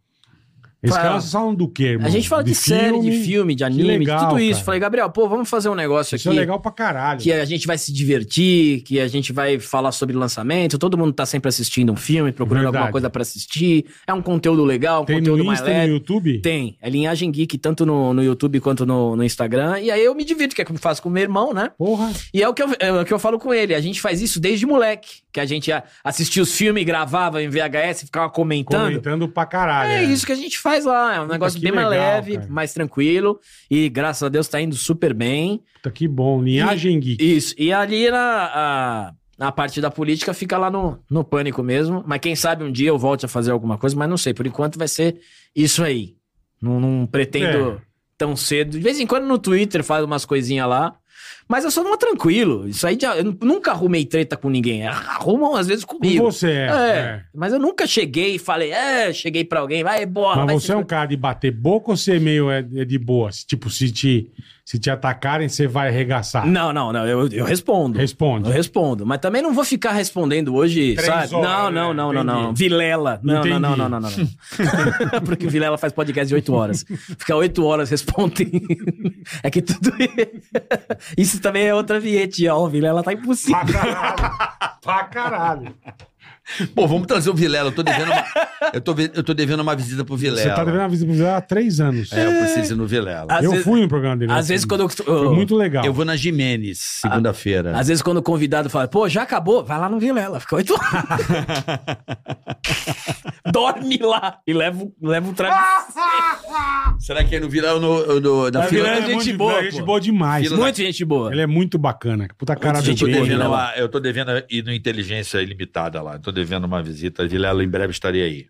Esse
Pra-
cara só falam do quê, irmão?
A gente fala de, série, de filme, de
Que
anime, de
legal,
tudo isso.
cara.
Falei, Gabriel, pô, vamos fazer um negócio
Isso é
aqui.
legal pra caralho.
Que é a gente vai se divertir, que a gente vai falar sobre lançamento. Todo mundo tá sempre assistindo um filme, procurando
Verdade.
alguma coisa pra assistir. É um conteúdo legal, um
Tem no
conteúdo mais
Insta, e
leve.
no YouTube?
Tem. É linhagem geek, tanto no, no YouTube quanto no, no Instagram. E aí eu me divido, que é o que eu faço com o meu irmão, né?
Porra.
E é o, que eu, é o que eu falo com ele. A gente faz isso desde moleque. Que a gente a- assistia os filmes, gravava em VHS, ficava comentando.
Comentando pra caralho.
É isso que a gente faz lá. É um negócio
que
bem mais
legal,
leve,
cara.
mais tranquilo. E graças a Deus tá indo super bem.
Puta, que bom. Linhagem Geek.
Isso. E ali na, a, na parte da política fica lá no, no pânico mesmo. Mas quem sabe um dia eu volte a fazer alguma coisa, mas não sei. Por enquanto vai ser isso aí. Não, não pretendo
É.
tão cedo. De vez em quando no Twitter faz umas coisinhas lá. Mas eu sou uma tranquilo. Isso aí já, eu nu- nunca arrumei treta com ninguém. Arrumam às vezes comigo.
você, é, é.
Mas eu nunca cheguei e falei, é, cheguei pra alguém, vai, bora. vai
Mas
se
você é um cara de bater boca ou você é meio é, é de boa? Se, Tipo, se te, se te atacarem, você vai arregaçar.
Não, não, não. Eu, eu respondo.
Ah. Responde.
Eu respondo. Mas também não vou ficar respondendo hoje,
Três
sabe?
horas,
não,
né?
não, não, não, não.
Entendi.
Vilela. Não,
Entendi.
não, não, não, não, não, não. Porque o Vilela faz podcast de oito horas. Ficar oito horas respondendo. É que tudo. Isso também é outra vietinha. Ó, o Vilela tá impossível.
Pra caralho.
Pô, vamos trazer o Vilela. Eu tô devendo uma, eu tô, ve- eu tô devendo uma visita pro Vilela.
Você tá devendo a visibilidade há três anos.
É, eu preciso ir no Vilela.
Às
Ah, eu
vezes-
fui no programa dele. assim.
Às vezes quando eu.
Foi muito
tá.
legal.
Eu vou na Jimenez,
Ah,
segunda-feira.
Às vezes quando o convidado fala, pô, já acabou, vai lá no Vilela, fica oito horas. Dorme lá e leva, o- leva o trago.
Será que é no Vilela ou no, ou no- na
Na
fila?
Vilela é gente
muito-
boa,
é gente
pô.
boa demais.
Fila
Muito gente boa.
Ele é muito bacana. Puta cara
eu,
do
tô
bem,
devendo
né?
uma, eu tô devendo ir no Inteligência Ilimitada lá. Eu tô devendo uma visita. Vilela, em breve estarei aí.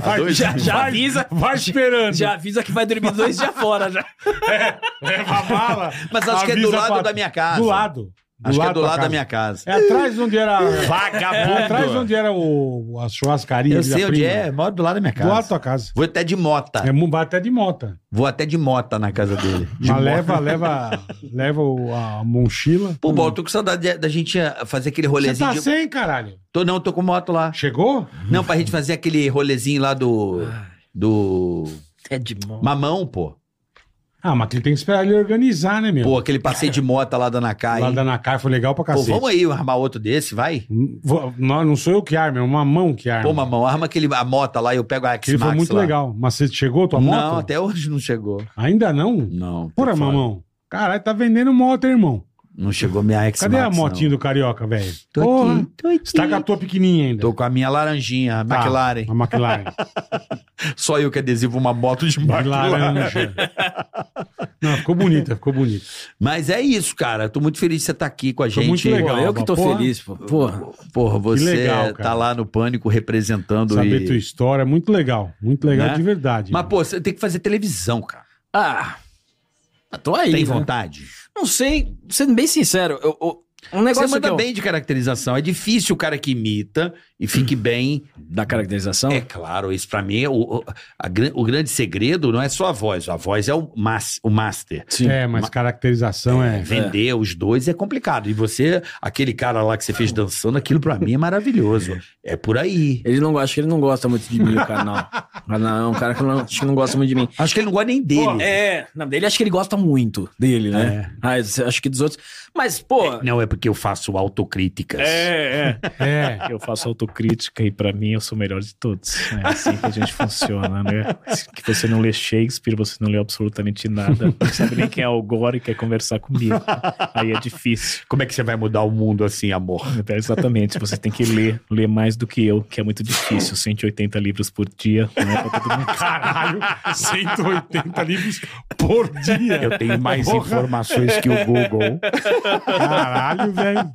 Vai-
dois
Já,
anos.
já avisa.
Vai esperando.
Já avisa que vai dormir dois dias fora já.
Leva a bala.
Mas acho que é do
avisa
lado
pra-
da minha casa.
Do lado.
Acho que é do
pra
lado
casa.
da minha casa.
É atrás onde era.
Vagabundo.
É atrás onde era o, a churrascaria.
Eu
Vila
sei onde
Prima.
é, moro do lado da minha
Do lado da
casa.
tua casa.
Vou até de mota.
É, mu- vai até de mota.
Vou até de mota na casa dele.
Mas
De mota.
leva, leva, leva o- a mochila.
Pô, Bola, tô com saudade de- da gente ah, fazer aquele
Você
rolezinho.
tá
de-
sem, caralho.
Tô não, tô com moto lá.
Chegou?
Não, pra gente fazer aquele rolezinho lá do. Do.
É de mão.
Mamão, pô.
Ah, mas que tem que esperar ele organizar, né, meu?
Pô, aquele passeio de mota lá da Nakai.
Lá da Nakai foi legal pra
Pô,
cacete.
vamos aí armar outro desse, vai?
Vou- Não, não sou eu que armo, é uma mão que arma.
Pô, mamão, arma aquele, a mota lá e eu pego a X-Max
Ele foi muito
lá.
legal. Mas você chegou a tua moto?
Não, até hoje não chegou.
Ainda não?
Não.
Porra,
tô fora.
mamão. Caralho, tá vendendo moto, hein, irmão.
Não chegou minha X-Max.
Cadê a motinha
não.
do Carioca, velho?
Tô
Porra.
aqui, tô aqui.
Você tá com a tua pequenininha ainda.
Tô com a minha laranjinha, a
Tá,
McLaren.
A McLaren.
Só eu que adesivo uma moto de
De
McLaren.
laranja. né, Não, ficou bonita, ficou bonita.
Mas é isso, cara. Eu Tô muito feliz de você estar aqui com a
Foi
gente.
muito legal,
eu que tô
porra.
feliz, pô. Porra.
Porra, você
legal, cara.
tá lá no Pânico representando
Saber
e...
tua história, muito legal. Muito legal
Né?
de verdade.
Mas, pô, você tem que fazer televisão, cara.
Ah, tô aí.
Tem
né?
vontade?
Não sei, sendo bem sincero, eu, eu- um negócio
você manda
que eu-
bem de caracterização. É difícil o cara que imita e fique bem.
Da caracterização?
É claro, isso pra mim é o, o- a gran- o grande segredo não é só a voz. A voz é o, mas, o master.
Sim.
É, mas caracterização é.
Vender os dois é complicado. E você, aquele cara lá que você fez dançando, aquilo pra mim é maravilhoso. É por aí.
Ele não gosta, acho que ele não gosta muito de mim, o canal. O canal é um cara que não, acho que não gosta muito de mim.
Acho que ele não gosta nem dele. É.
É, não, dele acho que ele gosta muito dele, né? Ah, esse- acho que dos outros. Mas, pô.
Não, é
porque eu faço autocríticas.
É, é. Eu faço autocrítica e pra mim eu sou o melhor de todos. É assim que a gente funciona, né? Que você não lê Shakespeare, você não lê absolutamente nada, não sabe nem quem é o Gore e quer conversar comigo. Aí é difícil. Então,
Como é que você vai mudar o mundo assim, amor?
exatamente, você tem que ler, ler mais do que eu, que é muito difícil. 180 livros por dia, não é pra todo mundo.
Caralho, 180 livros por dia.
Eu tenho mais informações que o Google.
Caralho, velho.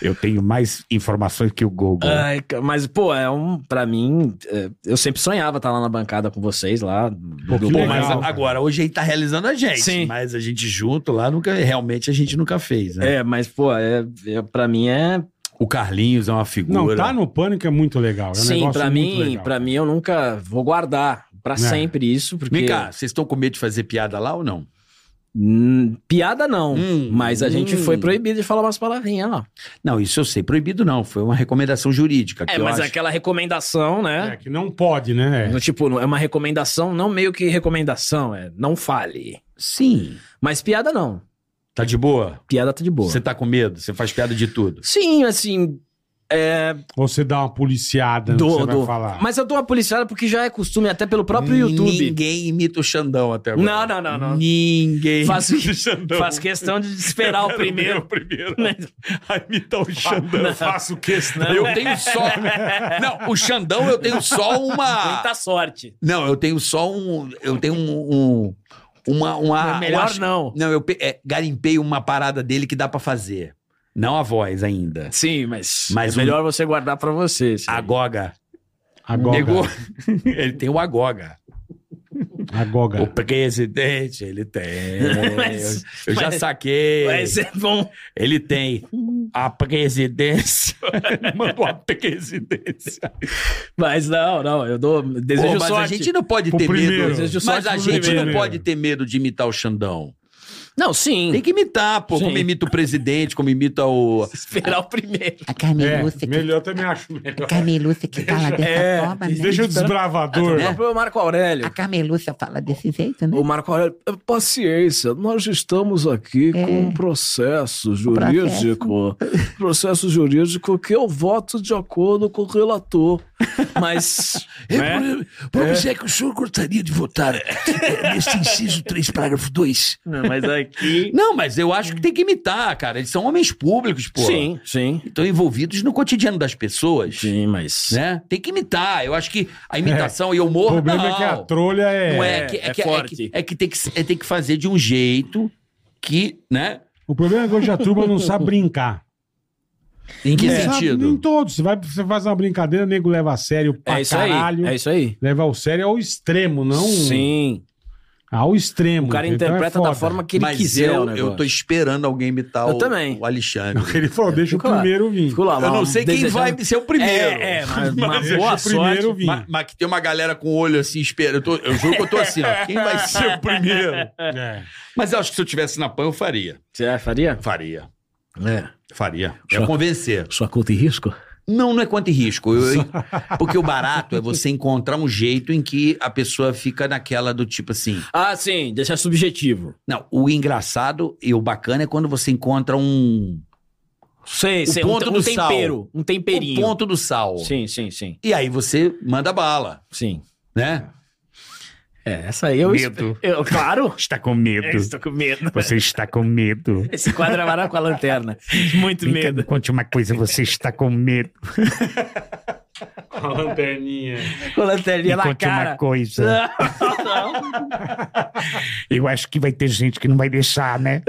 Eu tenho mais informações que o
É.
Google.
Ai, ca- mas, pô, é um. Pra mim, é, eu sempre sonhava estar lá na bancada com vocês lá. Pô,
Pô, mas a- agora, hoje ele tá realizando a gente.
Sim.
Mas a gente junto lá, nunca, realmente a gente nunca fez, né?
É, mas, pô, é, é, pra mim é.
O Carlinhos é uma figura.
Não, tá no pânico é muito legal. É um
Sim,
negócio
pra
muito
mim,
legal.
pra mim eu nunca vou guardar pra
É.
sempre isso, porque.
Vem cá, vocês estão com medo de fazer piada lá ou não?
Hum, piada não, mas a gente
hum.
foi proibido de falar umas palavrinhas lá.
Não, isso eu sei. Proibido não. Foi uma recomendação jurídica.
É,
que eu
mas
acho-
aquela recomendação, né?
É, que não pode, né?
No, tipo, não- é uma recomendação, não meio que recomendação, é não fale.
Sim.
Mas piada não.
Tá de boa?
Piada tá de boa.
Você tá com medo? Você faz piada de tudo?
Sim, assim. É,
Ou você dá uma policiada no que
dou,
você
dou.
vai falar.
Mas eu dou uma policiada porque já é costume até pelo próprio YouTube.
Ninguém imita o Xandão até agora.
Não, não, não, não.
Ninguém
Faz-
imita o Xandão.
Faz questão de esperar o primeiro.
primeiro. A imitar o Xandão.
Eu faço questão.
Eu tenho só. Não, o Xandão eu tenho só uma.
Muita sorte.
Não, eu tenho só um. Eu tenho um. um- uma, uma, um
Não é melhor
uma-
não.
Não, eu pe- é, garimpei uma parada dele que dá pra fazer. Não a voz ainda.
Sim, mas, Ah,
Mas
é
um-
melhor você guardar pra você. isso aí.
A Goga.
Agora.
Negou- ele tem o Agoga.
Agoga.
O presidente, ele tem.
Mas-
eu já
mas-
saquei.
Mas é bom.
Ele tem a presidência. Mandou a presidência.
Mas não, não, eu dou. Desejo
Pô, mas
sorte.
a gente não pode
Pro
ter
primeiro.
medo.
Desejo
Mas
sorte
a
pro
gente não
primeiro.
pode ter medo de imitar o Xandão.
Não, sim.
Tem que imitar, pô.
Sim.
Como imita o presidente, como imita o.
Esperar o primeiro.
A Carmelúcia
É,
que,
melhor eu também acho melhor.
a Carmelúcia que fala dessa forma, né?
Deixa o desbravador.
Né?
O Marco Aurélio.
A Carmelúcia fala desse jeito, né?
O Marco Aurélio, paciência, nós estamos aqui
É.
com um processo jurídico. Processo. jurídico que eu voto de acordo com o relator. Mas. né?
Por é que o senhor gostaria de votar
eh,
nesse inciso 3, parágrafo 2?
Não, mas aqui.
Não, mas eu acho que tem que imitar, cara. Eles são homens públicos, pô.
Sim, sim.
Estão envolvidos no cotidiano das pessoas.
Sim, mas.
Né? Tem que imitar. Eu acho que a imitação e o
O
humor.
problema
não.
é que a trolha é.
Não é, que, é,
é
que, é
forte.
que- é que tem que, é, tem que fazer de um jeito que, né?
O problema é que hoje a turma não sabe brincar.
Em que
É.
Não sabe nem
sentido?
todos. Você, vai, você faz uma brincadeira, o nego leva a sério pra
É isso
caralho.
aí. É isso aí.
Leva ao sério ao extremo,
Então,
não
Sim.
ao extremo.
O cara
Então é
interpreta da
foda.
forma que ele
Mas
quiser. o
eu,
negócio.
eu tô esperando alguém imitar
Eu
o,
também.
o Alexandre.
Ele falou, deixa o
Fico É, lá.
primeiro vir.
Fico lá,
Eu não
mas
sei quem
desejando-
vai ser o primeiro.
É, é, mas uma
Deixa
boa
o primeiro
sorte.
vir.
Ma- Ah, Mas, que tem uma galera com o olho assim, espera. Eu, tô- eu juro que eu tô assim, ó. Quem vai ser o primeiro?
É.
Mas eu acho que se eu tivesse na PAN, eu faria.
Você faria?
Faria.
É.
Faria. É convencer.
Sua conta em risco?
Não, não é quanto em risco. Eu- eu- porque o barato é você encontrar um jeito em que a pessoa fica naquela do tipo assim.
Ah, sim, deixar subjetivo.
Não, o engraçado e o bacana é quando você encontra um.
Sei,
O
sei,
ponto
um,
do
um tempero, um
O
temperinho.
ponto do sal.
Sim, sim, sim,
E aí você manda bala,
sim.
né?
É, essa aí eu...
Medo.
Eu, claro.
Está com medo.
É,
Estou com medo.
Você está com medo.
Esse quadro é maravilhoso com a lanterna. Muito
Vem cá, me
medo.
conte uma coisa, você está com medo.
Com a lanterninha.
Com a
Me
lanterninha na
conte uma
cara.
coisa. Eu acho que vai ter gente que não vai deixar, né?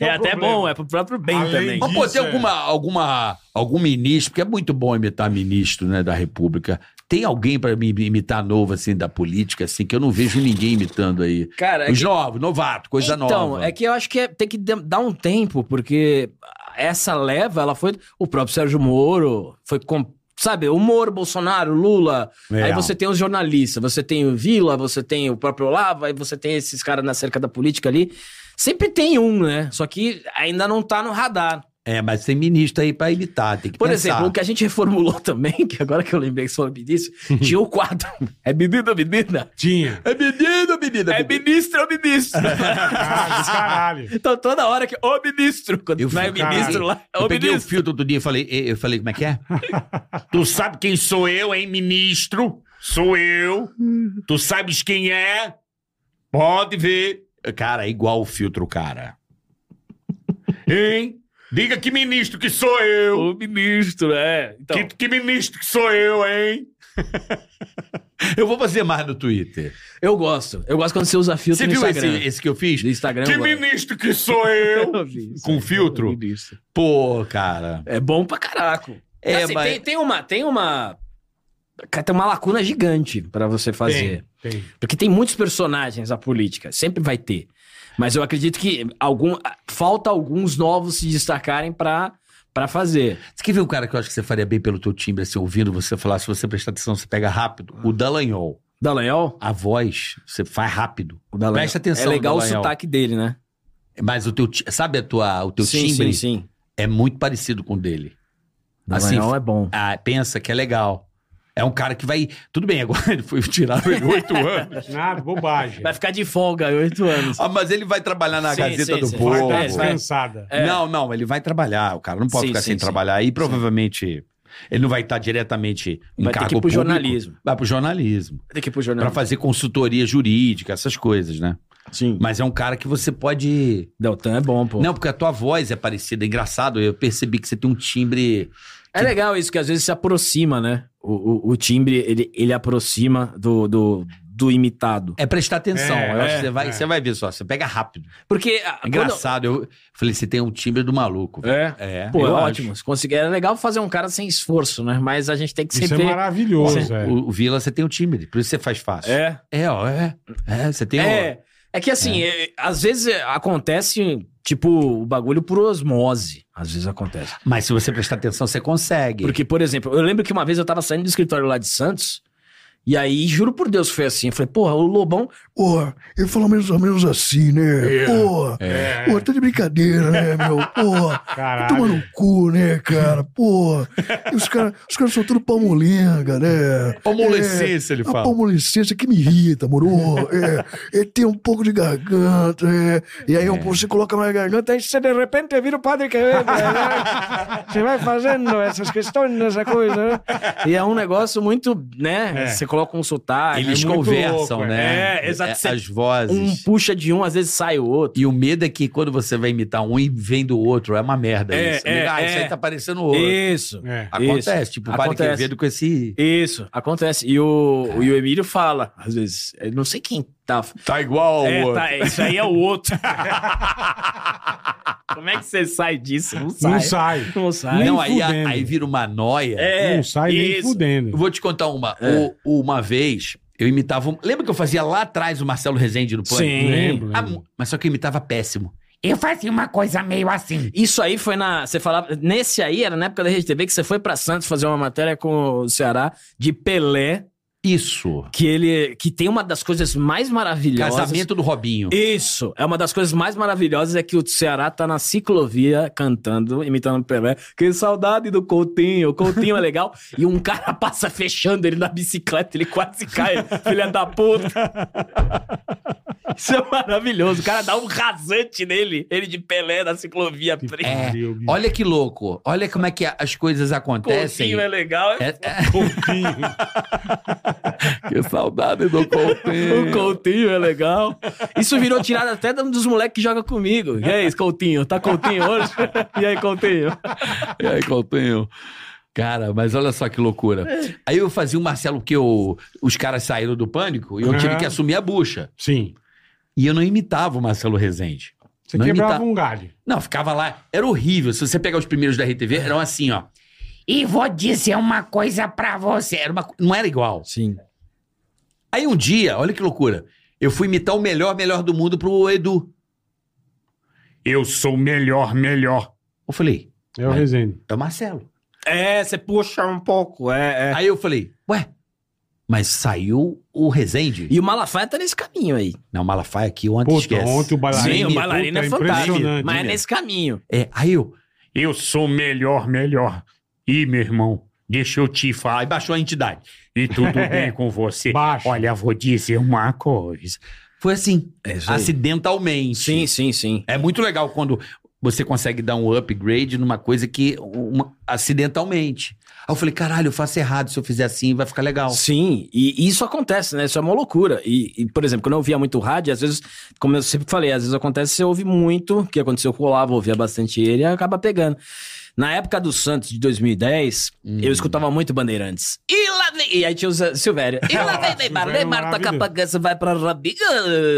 É até bom, é pro próprio bem
Além
também.
de-
Mas, pô,
Isso,
tem
é.
alguma, alguma, algum ministro, porque é muito bom imitar ministro, né, da República. Tem alguém pra me imitar novo, assim, da política, assim, que eu não vejo ninguém imitando aí.
Cara, é
Os
que-
novos, novato, coisa
então,
nova.
é que eu acho que é- tem que de- dar um tempo, porque essa leva, ela foi. O próprio Sérgio Moro foi com. Sabe, o Moro, Bolsonaro, Lula.
É.
Aí você tem os jornalistas, você tem o Vila, você tem o próprio Olavo, aí você tem esses caras na cerca da política ali. Sempre tem um, né? Só que ainda não tá no radar.
É, mas tem ministro aí pra imitar, tem que
Por
pensar.
exemplo, o que a gente reformulou também, que agora que eu lembrei sobre isso, tinha o quadro. É bebida, bebida?
Tinha.
É menino, menino! bebida.
É ministro ou ministro?
caralho.
Então toda hora que. Ô ministro! Quando vai o ministro lá.
Eu
Ô
peguei o
ministro!
filtro outro dia e falei, eu falei, como é que é?
Tu sabe quem sou eu, hein, ministro? Sou eu. Tu sabes quem é?
Pode ver. Cara, é igual o filtro, cara.
Hein? Diga que ministro que sou eu.
O ministro, é.
Então,
Que, que ministro que sou eu, hein?
Eu vou fazer mais no Twitter.
Eu gosto. Eu gosto quando você usa filtro
Você
no
viu esse,
Instagram.
esse que eu fiz?
Do Instagram.
que
eu gosto.
ministro que sou eu.
Tá
Com filtro? Pô, cara.
É bom pra caraco.
É,
Assim,
mas-
tem, tem uma. Tem uma. Cara, Tem uma lacuna gigante pra você fazer.
Tem.
Porque tem muitos personagens a política, sempre vai ter. Mas eu acredito que algum, falta alguns novos se destacarem pra, pra fazer.
Você quer ver um cara que eu acho que você faria bem pelo teu timbre, assim, ouvindo você falar, se você prestar atenção, você pega rápido? O Dallagnol.
Dallagnol?
A voz, você faz rápido.
Dallagnol.
Presta atenção.
É legal o
Dallagnol.
sotaque dele, né?
Mas o teu, ti- sabe a tua, o teu
Sim,
timbre?
sim, sim.
É muito parecido com o dele.
Dallagnol é bom.
Ah, pensa que é legal. É um cara que vai. Tudo bem, agora ele foi tirado em oito anos.
Nada, bobagem.
Vai ficar de folga oito anos.
Ah, mas ele vai trabalhar na
Sim,
Gazeta
sim,
do
sim.
Povo.
Vai dar tá descansada.
É.
Não, não, ele vai trabalhar. O cara não pode
Sim,
ficar
sim,
sem
sim.
trabalhar. E provavelmente ele não vai estar diretamente em
Vai ter
cargo
que ir pro
público.
jornalismo.
Vai pro jornalismo.
Tem que ir pro
Pra
jornalismo.
fazer consultoria jurídica, essas coisas, né?
Sim.
Mas é um cara que você pode.
Deltan é bom, pô.
Não, porque a tua voz é parecida. É engraçado, eu percebi que você tem um timbre.
É legal isso, que às vezes se aproxima, né? O, o, o timbre, ele, ele aproxima do, do, do imitado.
É prestar atenção.
É,
eu acho que
é,
você vai,
é.
você vai ver só, você pega rápido.
Porque.
É engraçado, eu falei, você tem um timbre do maluco.
É?
É.
Pô, é
eu acho.
ótimo. Se conseguir, é legal fazer um cara sem esforço, né? Mas a gente tem que
Isso é
sempre.
maravilhoso,
Sim.
é.
O, o Vila, você tem um timbre, por isso você faz fácil.
É?
É, ó, é. É, você tem
É, é que assim, é, às vezes é, acontece, tipo, o bagulho por osmose. Às vezes acontece.
Mas se você prestar atenção, você consegue.
Porque, por exemplo, eu lembro que uma vez eu tava saindo do escritório lá de Santos, e aí, juro por Deus, foi assim. Eu falei, porra, o Lobão.
Porra, ele falou mais ou menos assim, né?
É.
Porra,
É.
porra, tá de brincadeira, né, meu? Porra,
Caralho.
toma no cu, né, cara? Porra, E os caras os cara são tudo palmolenga,
é
né?
Palmolescência, ele
A
fala.
palmolescência que me irrita, moro? É, ele tem um pouco de garganta, é. E aí um pouco você coloca mais garganta, aí você de repente vira o padre que vem,
Você vai fazendo essas questões, essa coisa, né?
E é um negócio muito, né?
É.
Você coloca um sotaque.
Eles
é muito
conversam,
louco,
né?
É, exato. Você-
As vozes.
Um puxa de um, às vezes sai o outro.
E o medo é que quando você vai imitar um e vem do outro, é uma merda
É,
isso.
é,
ah,
é.
isso aí tá parecendo o outro.
Isso.
é.
Acontece,
Isso.
tipo, o Padre
Acontece.
Quevedo com esse...
Isso, acontece. E o, e o Emílio fala, às vezes, eu não sei quem tá.
Tá igual ao
é,
outro.
tá, isso aí é o outro. Como é que você sai disso? Não sai.
Não sai.
Não sai.
Não, aí,
fudendo.
aí vira uma noia.
É,
Não sai nem
isso.
fudendo.
Eu Vou te contar uma.
É.
O- uma vez, eu imitava... um- Lembra que eu fazia lá atrás o Marcelo Rezende no Pânico?
Sim. Lembro,
Ah, mas só que eu imitava péssimo.
Eu fazia uma coisa meio assim.
Isso aí foi na. Você falava. Nesse aí era na época da Rede TV que você foi pra Santos fazer uma matéria com o Ceará de Pelé.
Isso.
Que ele. Que tem uma das coisas mais maravilhosas.
Casamento do Robinho.
Isso. É uma das coisas mais maravilhosas é que o Ceará tá na ciclovia cantando, imitando o Pelé. Que saudade do Coutinho. O Coutinho é legal. E um cara passa fechando ele na bicicleta, ele quase cai. filha da puta. Isso é maravilhoso. O cara dá um rasante nele, ele de Pelé na ciclovia preta.
É, olha que louco. Olha como é que as coisas acontecem.
Coutinho é legal.
É, Que saudade do Coutinho.
O Coutinho é legal. Isso virou tirada até um dos moleques que jogam comigo. E aí, Coutinho? Tá Coutinho hoje? E aí, Coutinho?
E aí, Coutinho? Cara, mas olha só que loucura.
É.
Aí eu fazia um Marcelo que eu, os caras saíram do pânico e eu tive
Aham.
que assumir a bucha.
Sim.
E eu não imitava o Marcelo Rezende.
Você
não
quebrava
imita-
um galho.
Não, ficava lá. Era horrível. Se você pegar os primeiros da RTV, eram assim, ó.
E vou dizer uma coisa pra você.
Era uma co- Não era igual.
Sim.
Aí um dia, olha que loucura. Eu fui imitar o melhor, melhor do mundo pro Edu.
Eu sou o melhor, melhor.
Eu falei.
É o Rezende.
É o Marcelo.
É, você puxa um pouco. É,
Aí eu falei, ué, mas saiu o Rezende?
E o Malafaia tá nesse caminho aí.
Não, o Malafaia aqui ontem
Puta,
esquece.
ontem o bailarino-
Sim, o
Puta,
bailarino é
é
fantástico.
impressionante,
Mas é
né?
nesse caminho.
É, aí eu...
Eu sou melhor, melhor. E meu irmão, deixa eu te falar. Aí baixou a entidade. E tudo bem com você?
Baixa.
Olha, vou dizer uma coisa.
Foi assim.
É aí.
acidentalmente. Sim,
sim, sim.
É muito legal quando você consegue dar um upgrade numa coisa que. uma- acidentalmente. Aí eu falei, caralho, eu faço errado. Se eu fizer assim, vai ficar legal.
Sim, e isso acontece, né? Isso é uma loucura. E, e, por exemplo, quando eu ouvia muito rádio, às vezes, como eu sempre falei, às vezes acontece, você ouve muito, o que aconteceu com o Olavo, eu ouvia bastante ele e acaba pegando. Na época do Santos de 2010, eu escutava muito Bandeirantes. E lá vem. E aí tinha o Zé- Silvério. E lá vem Neymar.
Silvério
Neymar tá
maravilhoso.
capangança, vai pra Rabiga.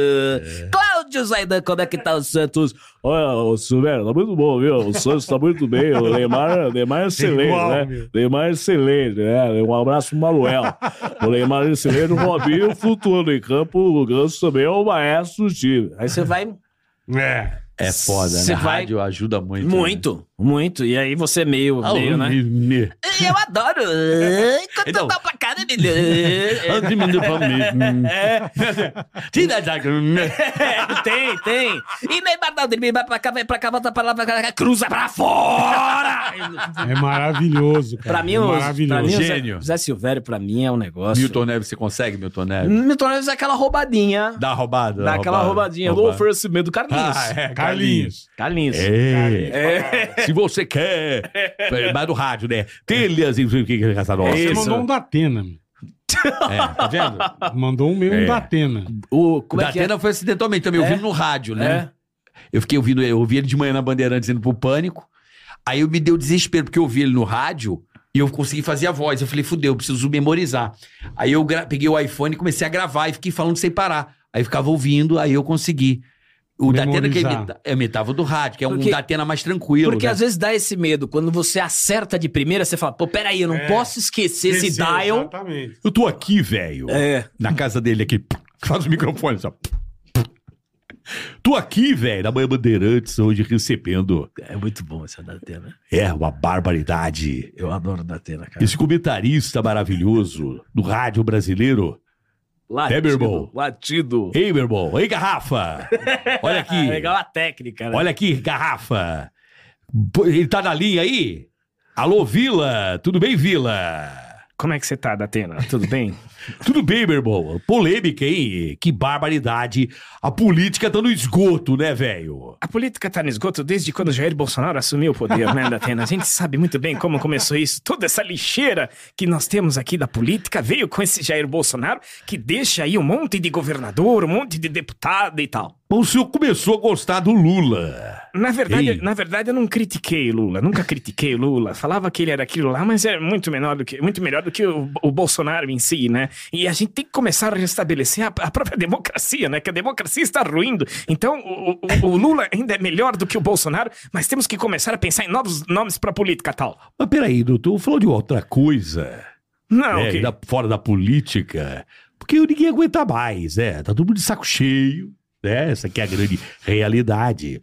É. Cláudio Zaidan, como é que tá o Santos?
Olha, o Silvério, tá muito bom, viu? O Santos tá muito bem. O Neymar, Neymar é excelente,
Igual,
né? Neymar é excelente, né? Um abraço pro Manuel. O Neymar é excelente, o Robinho flutuando em campo. O Ganso também é o maestro do time.
Aí você vai.
É.
É foda,
Você
né?
vai-
Rádio ajuda muito.
Muito, muito. E aí você é meio,
Ah,
meio, né?
me- me-
Eu adoro. Quanto
Então-
dá pra cada
Ah, diminuiu pra mim.
É.
Tira da
É, tem, tem. E Neymar dá o drible, vai pra cá, vai pra cá, volta pra lá, pra cá, cruza pra fora!
É maravilhoso, cara.
Pra mim,
é
o,
maravilhoso.
pra mim, o Zé-
Gênio.
Zé Silvério, pra mim, é um negócio.
Milton Neves, você consegue, Milton Neves?
Milton Neves é aquela roubadinha.
Dá roubada?
Dá aquela roubadinha do oferecimento do Carlinhos.
Ah, é,
Carlinhos.
Carlinhos.
Carlinhos.
É. Se você quer. é, Vai no rádio, né? Telhas e o que que é essa nossa.
Você mandou um da Atena, meu.
É, tá vendo?
Mandou um meu
É.
um da Atena.
O,
O da Atena foi acidentalmente também. Eu
É?
vi no rádio, né? Eu fiquei ouvindo, eu ouvi ele de manhã na Bandeirantes indo pro pânico. Aí eu me deu desespero, porque eu ouvi ele no rádio e eu consegui fazer a voz. Eu falei, fudeu, eu preciso memorizar. Aí eu gra- peguei o iPhone e comecei a gravar e fiquei falando sem parar. Aí eu ficava ouvindo, aí eu consegui. O da Atena que
Memorizar.
imita- eu imitava o do rádio, que é um
Porque-
da Atena mais tranquilo.
Porque
né?
às vezes dá esse medo. Quando você acerta de primeira, você fala, pô, peraí, eu não
É.
posso esquecer esse
Esqueceu,
dial.
Exatamente.
Eu tô aqui, velho.
É.
Na casa dele aqui. Faz o microfone só. Tô aqui, velho, na Manhã Bandeirantes, hoje recebendo.
É muito bom esse da Atena.
É, uma barbaridade.
Eu adoro o da Atena, cara.
Esse comentarista tá maravilhoso do rádio brasileiro.
Latido,
É, meu irmão?
Latido.
Ei, meu irmão. Ei, garrafa. Olha aqui.
É Legal a técnica, né?
Olha aqui, garrafa. Pô, Ele tá na linha aí? Alô, Vila. Tudo bem, Vila?
Como é que você tá, Datena? Tudo bem?
Tudo bem, meu irmão. Polêmica, hein? Que barbaridade. A política tá no esgoto, né, velho?
A política tá no esgoto desde quando Jair Bolsonaro assumiu o poder, né, Datena? A gente sabe muito bem como começou isso. Toda essa lixeira que nós temos aqui da política veio com esse Jair Bolsonaro que deixa aí um monte de governador, um monte de deputado e tal.
O senhor começou a gostar do Lula.
Na
Ei.
verdade, na verdade, eu não critiquei o Lula, nunca critiquei o Lula. Falava que ele era aquilo lá, mas é muito menor do que, muito melhor do que o, o Bolsonaro em si, né? E a gente tem que começar a restabelecer a, a própria democracia, né? Que a democracia está ruindo. Então, o, o- o Lula ainda é melhor do que o Bolsonaro, mas temos que começar a pensar em novos nomes para política tal.
Mas peraí, doutor, falou de outra coisa.
Não,
É,
né?
ok.
da- Fora da política. Porque ninguém aguenta mais, né? Tá todo mundo de saco cheio, né? Essa aqui é a grande realidade.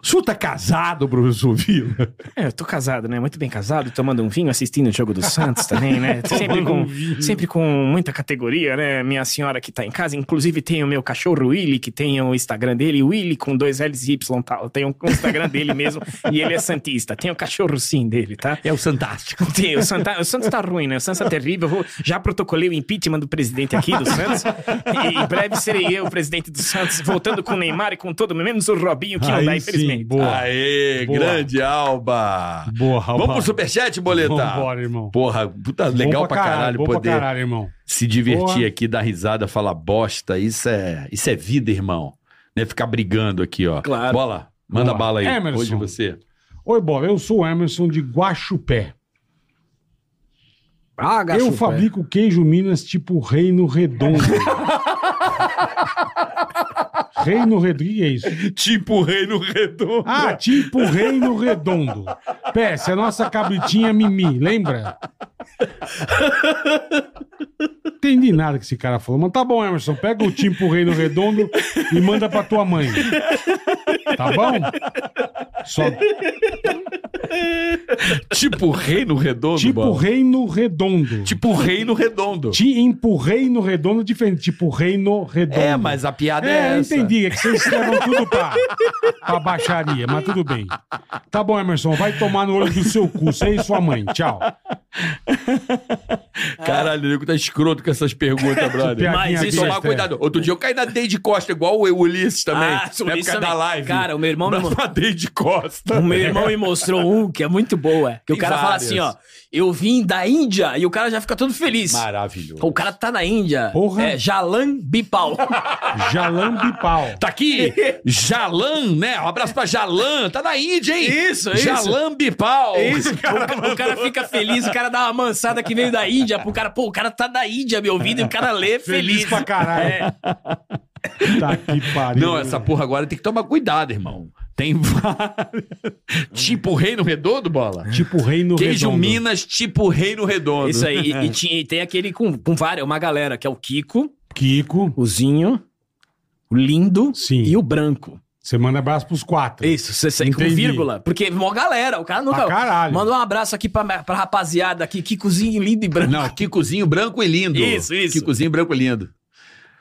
O senhor tá casado, professor Vila?
É, eu tô casado, né? Muito bem casado, tomando um vinho, assistindo o jogo do Santos também, né? Sempre
Tomando um
com, sempre com muita categoria, né? Minha senhora que tá em casa, inclusive tem o meu cachorro Willy, que tem o Instagram dele, Willy com dois L's e Y tal. Tem o Instagram dele mesmo e ele é Santista. Tem o cachorro sim dele, tá?
É o Santástico.
Tem, o, Santa, o Santos tá ruim, né? O Santos tá terrível. Eu vou- já protocolei o impeachment do presidente aqui do Santos. E em breve serei eu o presidente do Santos, voltando com o Neymar e com todo, menos o Robinho, que não
Aí
dá,
sim,
infelizmente.
Boa. Aê,
Boa.
grande Alba.
Boa, Alba.
Vamos pro superchat, Boleta?
Vambora, irmão.
Porra, puta, legal
pra
pra
caralho,
caralho,
bom pra
poder
caralho, irmão.
se divertir
Porra.
aqui, dar risada, falar bosta. Isso é, isso é vida, irmão. Não é ficar brigando aqui, ó.
Claro.
Bola, manda
Bola.
bala aí.
Emerson.
Hoje você.
Oi, Bola, eu sou o Emerson de Guaxupé.
Ah,
Eu fabrico queijo Minas tipo Reino Redondo. Reino Redondo, o que é isso?
Tipo Reino Redondo.
Ah, tipo Reino Redondo. Peça, a nossa cabritinha Mimi, lembra? Entendi nada que esse cara falou, mas tá bom, Emerson, pega o tipo Reino Redondo e manda pra tua mãe. Tá bom? Só
Tipo reino redondo,
Tipo
Bola?
reino redondo.
Tipo reino redondo.
Te empurrei no redondo diferente. Tipo reino redondo.
É, mas a piada é,
eu
essa.
entendi. É que vocês levam tudo pra, pra baixaria, mas tudo bem. Tá bom, Emerson. Vai tomar no olho do seu cu. Você e sua mãe. Tchau.
Caralho, o nego tá escroto com essas perguntas, brother.
piadinha
Mas
besta,
isso tomar
é.
cuidado. Outro dia eu caí na Deide Costa, igual o Ulisses também.
Ah, o
na
Ulisses
época da
também.
live.
Cara, o meu irmão me
Mas
mandou-
a Deide Costa.
O meu irmão me mostrou um que é muito boa. Que o
Tem
cara
várias.
fala assim, ó. Eu vim da Índia e o cara já fica todo feliz.
Maravilhoso.
O cara tá na Índia.
Porra.
É Jalan Bipal.
Jalan Bipal.
Tá aqui, Jalan, né? Um abraço pra Jalan. Tá na Índia, hein?
Isso, isso.
Jalan Bipal.
É Isso, o, ca- o cara fica feliz, o cara dá uma mansada que veio da Índia pro cara. Pô, o cara tá da Índia me ouvindo e o cara lê feliz.
pra caralho.
É.
Tá que pariu.
Não, essa porra agora tem que tomar cuidado, irmão. Tem várias. tipo Reino Redondo, bola?
Tipo reino
Queijo
redondo.
Minas, tipo Reino Redondo.
Isso aí. E, e tinha- e tem aquele com, com várias, uma galera, que é o Kiko,
Kiko.
o Zinho, o Lindo e o Branco.
Você manda abraço pros quatro.
Isso, você sai com
Entendi.
vírgula. Porque é mó galera, o cara nunca.
Pra caralho.
Manda um abraço aqui pra, pra rapaziada aqui, Kikozinho lindo e branco.
Não, Kikozinho branco e lindo.
Isso, isso.
Kikozinho branco e lindo.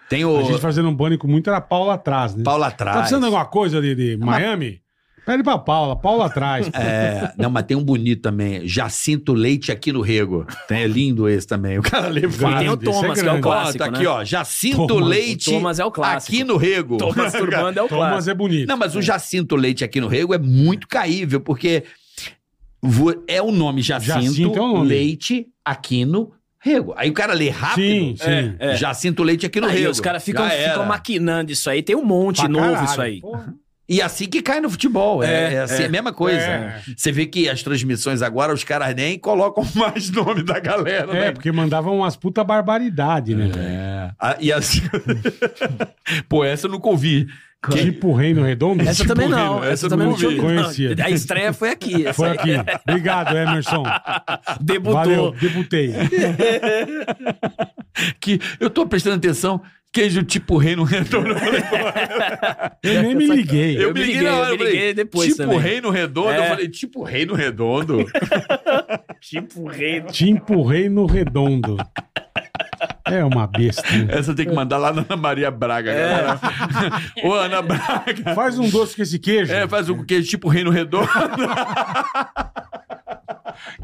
Tem o.
A gente fazendo um pânico muito era a Paula atrás, né?
Paula
Tá
atrás.
precisando de alguma coisa ali de Miami? Pede pra Paula. Paula atrás. pô.
É, não, mas tem um bonito também. Jacinto Leite aqui no Rego. É lindo esse também. O cara levou.
E tem o
Grande, Ah, esse
Thomas, que é
grande.
o clássico.
Ó, tá
né?
aqui, ó. Jacinto
Thomas.
Leite
O Thomas é o clássico.
aqui no Rego.
Thomas Turbando é o clássico.
Thomas é bonito.
Não, mas o Jacinto Leite aqui no Rego é muito caível, porque vo- é o nome Jacinto,
Jacinto é o nome.
Leite Aquino Rego. Aí o cara lê
Sim,
rápido.
sim.
É, é.
Jacinto Leite aqui no
Aí
Rego.
os caras ficam,
Já era.
ficam maquinando isso aí. Tem um monte
Pra
novo
caralho.
isso aí.
Porra.
E assim que cai no futebol. É,
É,
é assim,
é.
a mesma coisa.
É.
Você vê que as transmissões agora, os caras nem colocam mais nome da galera,
É,
né?
porque mandavam umas puta barbaridade, né? velho?
Ah, e assim... Pô, essa eu nunca ouvi. Que-
Tipo Reino Redondo?
Essa
Tipo
também
Reino-
não. Essa,
essa eu
também
não
não tinha
vi.
ouvido, não.
Conhecia.
A estreia foi aqui. essa
Foi
aí.
aqui. Obrigado, Emerson.
Debutou.
Valeu, debutei.
que eu tô prestando atenção. Queijo tipo reino redondo. Eu falei,
Eu nem me liguei.
Eu, me liguei na hora,
eu
eu
me
falei,
liguei depois
Tipo
também.
reino redondo? Eu
É.
falei, tipo reino redondo?
Te empurrei no Tipo redondo. É uma besta. né?
Essa
É.
tem que mandar lá na Ana Maria Braga, galera. Ô, Ana Braga.
Faz um doce com esse queijo.
É, faz o queijo tipo reino redondo.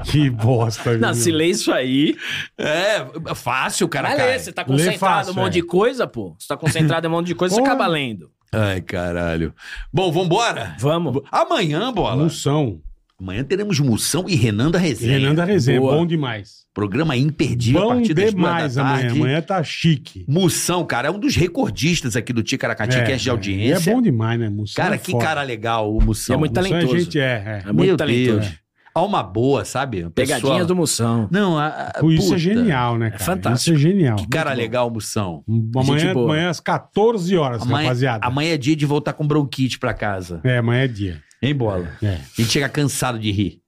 Que bosta, viu?
Não, se lê isso aí.
É, fácil, o cara
Vai
cai.
ler, você tá
Lê
concentrado em
fácil,
um monte
é.
de coisa, pô. Você tá concentrado em um monte de coisa, você
Porra.
acaba lendo.
Ai, caralho. Bom, vambora?
Vamos.
Amanhã, bola.
Moção.
Amanhã teremos Moção e Renan da Resenha.
Renan da Resenha,
Boa.
bom demais.
Programa imperdível a
Bom
partir das duas
demais
da tarde.
amanhã. Amanhã tá chique.
Moção, cara, é um dos recordistas aqui do Ticaracati, que é de audiência.
É bom demais, né, Moção?
Cara,
é
que
foda.
cara legal o Moção.
É muito
Moção
talentoso.
É gente, é, é.
É muito
Meu
talentoso.
Deus. Alma boa, sabe? Uma pessoa-
Pegadinhas do Moção.
Não, a, a-
Por isso
Ah, puta,
é genial, né, cara?
fantástico.
Isso é genial.
Que cara legal, Moção.
Amanhã,
boa.
amanhã às 14 horas,
Amanhã,
rapaziada.
amanhã é dia de voltar com bronquite pra casa.
É, amanhã é dia.
Hein, bola?
É.
A gente chega cansado de rir.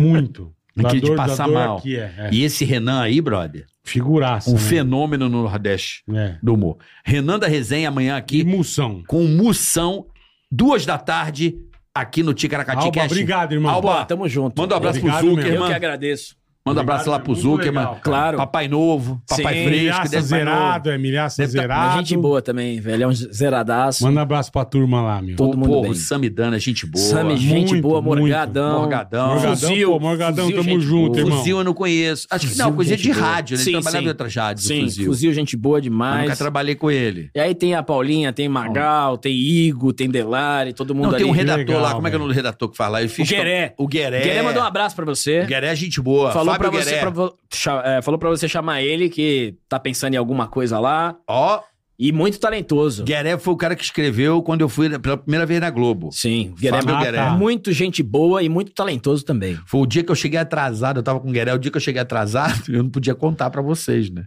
Muito.
Aquele de
da
passar mal.
Aqui, é, é.
E esse Renan aí, brother,
Figuraça.
um
né?
fenômeno no Nordeste
É.
do humor. Renan da Resenha amanhã
E
aqui
Moção.
com Moção, duas da tarde, aqui no Ticaracati
Alba,
Cast.
obrigado, irmão.
Alba,
Tamo junto.
manda um abraço
Obrigado
pro
mesmo.
Eu
Zuckerman.
que agradeço.
Manda um
Obrigado,
abraço lá pro
muito
Zuckerman.
legal, cara.
Claro.
Papai Novo, Papai
Sim,
Fresco,
Milhaça
deve Papai Novo.
zerado, é milhaça
Deve tá-
Uma
zerado.
gente boa também, velho. É um zeradaço.
Manda um abraço pra turma lá, meu.
Todo mundo
Porra,
bem.
o Samidana, gente boa.
Sami, gente
Muito,
boa,
muito.
Morgadão.
Morgadão.
Morgadão,
Fuzil.
pô, Morgadão,
Fuzil,
tamo
gente
junto,
boa.
irmão.
Fuzil eu não conheço. Acho que não,
Fuzil,
coisa de
gente boa.
rádio, né?
Sim,
ele trabalhava
sim.
em outras rádios,
Sim,
Fuzil.
fuzil. gente boa
Eu
demais.
nunca trabalhei com ele.
E aí tem a Paulinha, tem Magal, tem Igo, tem Delari, todo mundo
Não,
ali.
tem um redator
legal,
lá, como é que é o nome do redator que fala? Eu fiz
O Gueré.
O Gueré.
Gueré mandou um abraço pra você.
O Gueré é gente boa.
Falou
Fábio
pra, você,
Gueré.
pra vo- cha- é, falou pra você chamar ele, que tá pensando em alguma coisa lá.
Ó,
E muito talentoso.
Gueré foi o cara que escreveu quando eu fui pela primeira vez na Globo.
Sim,
Ah,
Gueré
tá.
Fábio
é
Gueré.
muito gente boa e muito talentoso também.
Foi o dia que eu cheguei atrasado, eu tava com o Gueré, o dia que eu cheguei atrasado, eu não podia contar pra vocês, né?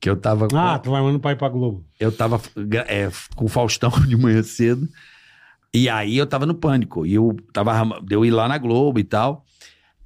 Que eu tava com...
Ah, tu vai mandando pra ir pra Globo.
Eu tava gra- é, com o Faustão de manhã cedo. E aí eu tava no pânico. E eu tava arma- de eu ir lá na Globo e tal.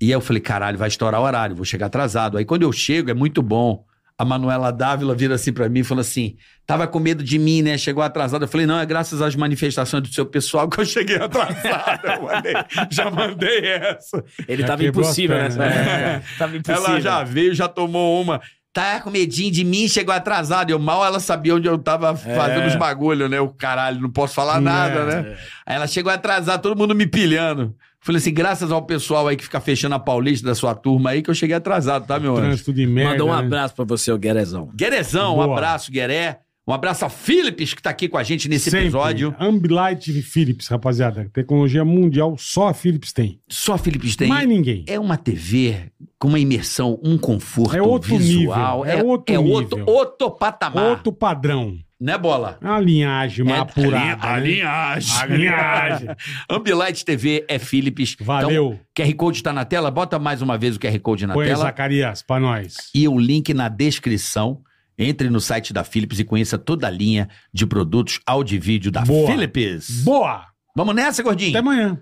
E aí eu falei, caralho, vai estourar o horário, vou chegar atrasado. Aí quando eu chego, é muito bom. a Manuela Dávila vira assim pra mim e falou assim: tava com medo de mim, né? Chegou atrasada. Eu falei: não, é graças às manifestações do seu pessoal que eu cheguei atrasada. Eu mandei- já mandei essa.
Ele tava impossível, né? É. Tava impossível.
Ela já veio, já tomou uma. Tá com medinho de mim, chegou atrasada. Eu mal ela sabia onde eu tava
É.
fazendo os bagulho, né? O caralho, não posso falar nada, né? Aí ela chegou atrasada, todo mundo me pilhando. Falei assim, graças ao pessoal aí que fica fechando a Paulista da sua turma aí, que eu cheguei atrasado, tá, meu anjo?
Trânsito de merda.
Mandou um
né?
abraço pra você, o Guerezão.
Guerezão, um
Boa.
abraço, Gueré. Um abraço ao Philips, que tá aqui com a gente nesse
Sempre.
episódio.
Ambilight Philips, rapaziada. Tecnologia mundial, só a Philips tem.
Só a Philips tem.
Mais ninguém.
É uma TV com uma imersão, um conforto
É outro
visual.
nível, é outro
é outro,
nível.
outro patamar.
Outro padrão.
Né, Bola?
É uma linhagem mais apurada.
A
né?
linhagem. Então,
A linhagem.
Ambilight TV é Philips. Valeu. QR Code tá na tela. Bota mais uma vez o QR Code na
Põe,
tela.
Zacarias, pra nós.
e o link na descrição. Entre no site da Philips e conheça toda a linha de produtos áudio e vídeo da
Boa.
Philips.
Boa!
Vamos nessa, gordinho? Até
amanhã.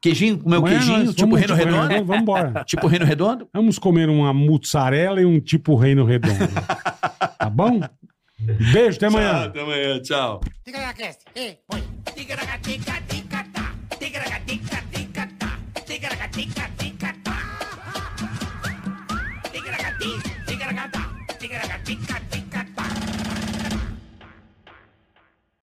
Queijinho, comer o
Amanhã
queijinho,
nós
tipo
vamos-
Reino Redondo?
Vamos embora.
Tipo Reino Redondo?
Vamos comer uma mussarela e um tipo Reino Redondo. tá bom? Beijo, até amanhã.
Tchau, até amanhã, tchau.
Tica na cast. Ei, põe. Tica na tica, tica.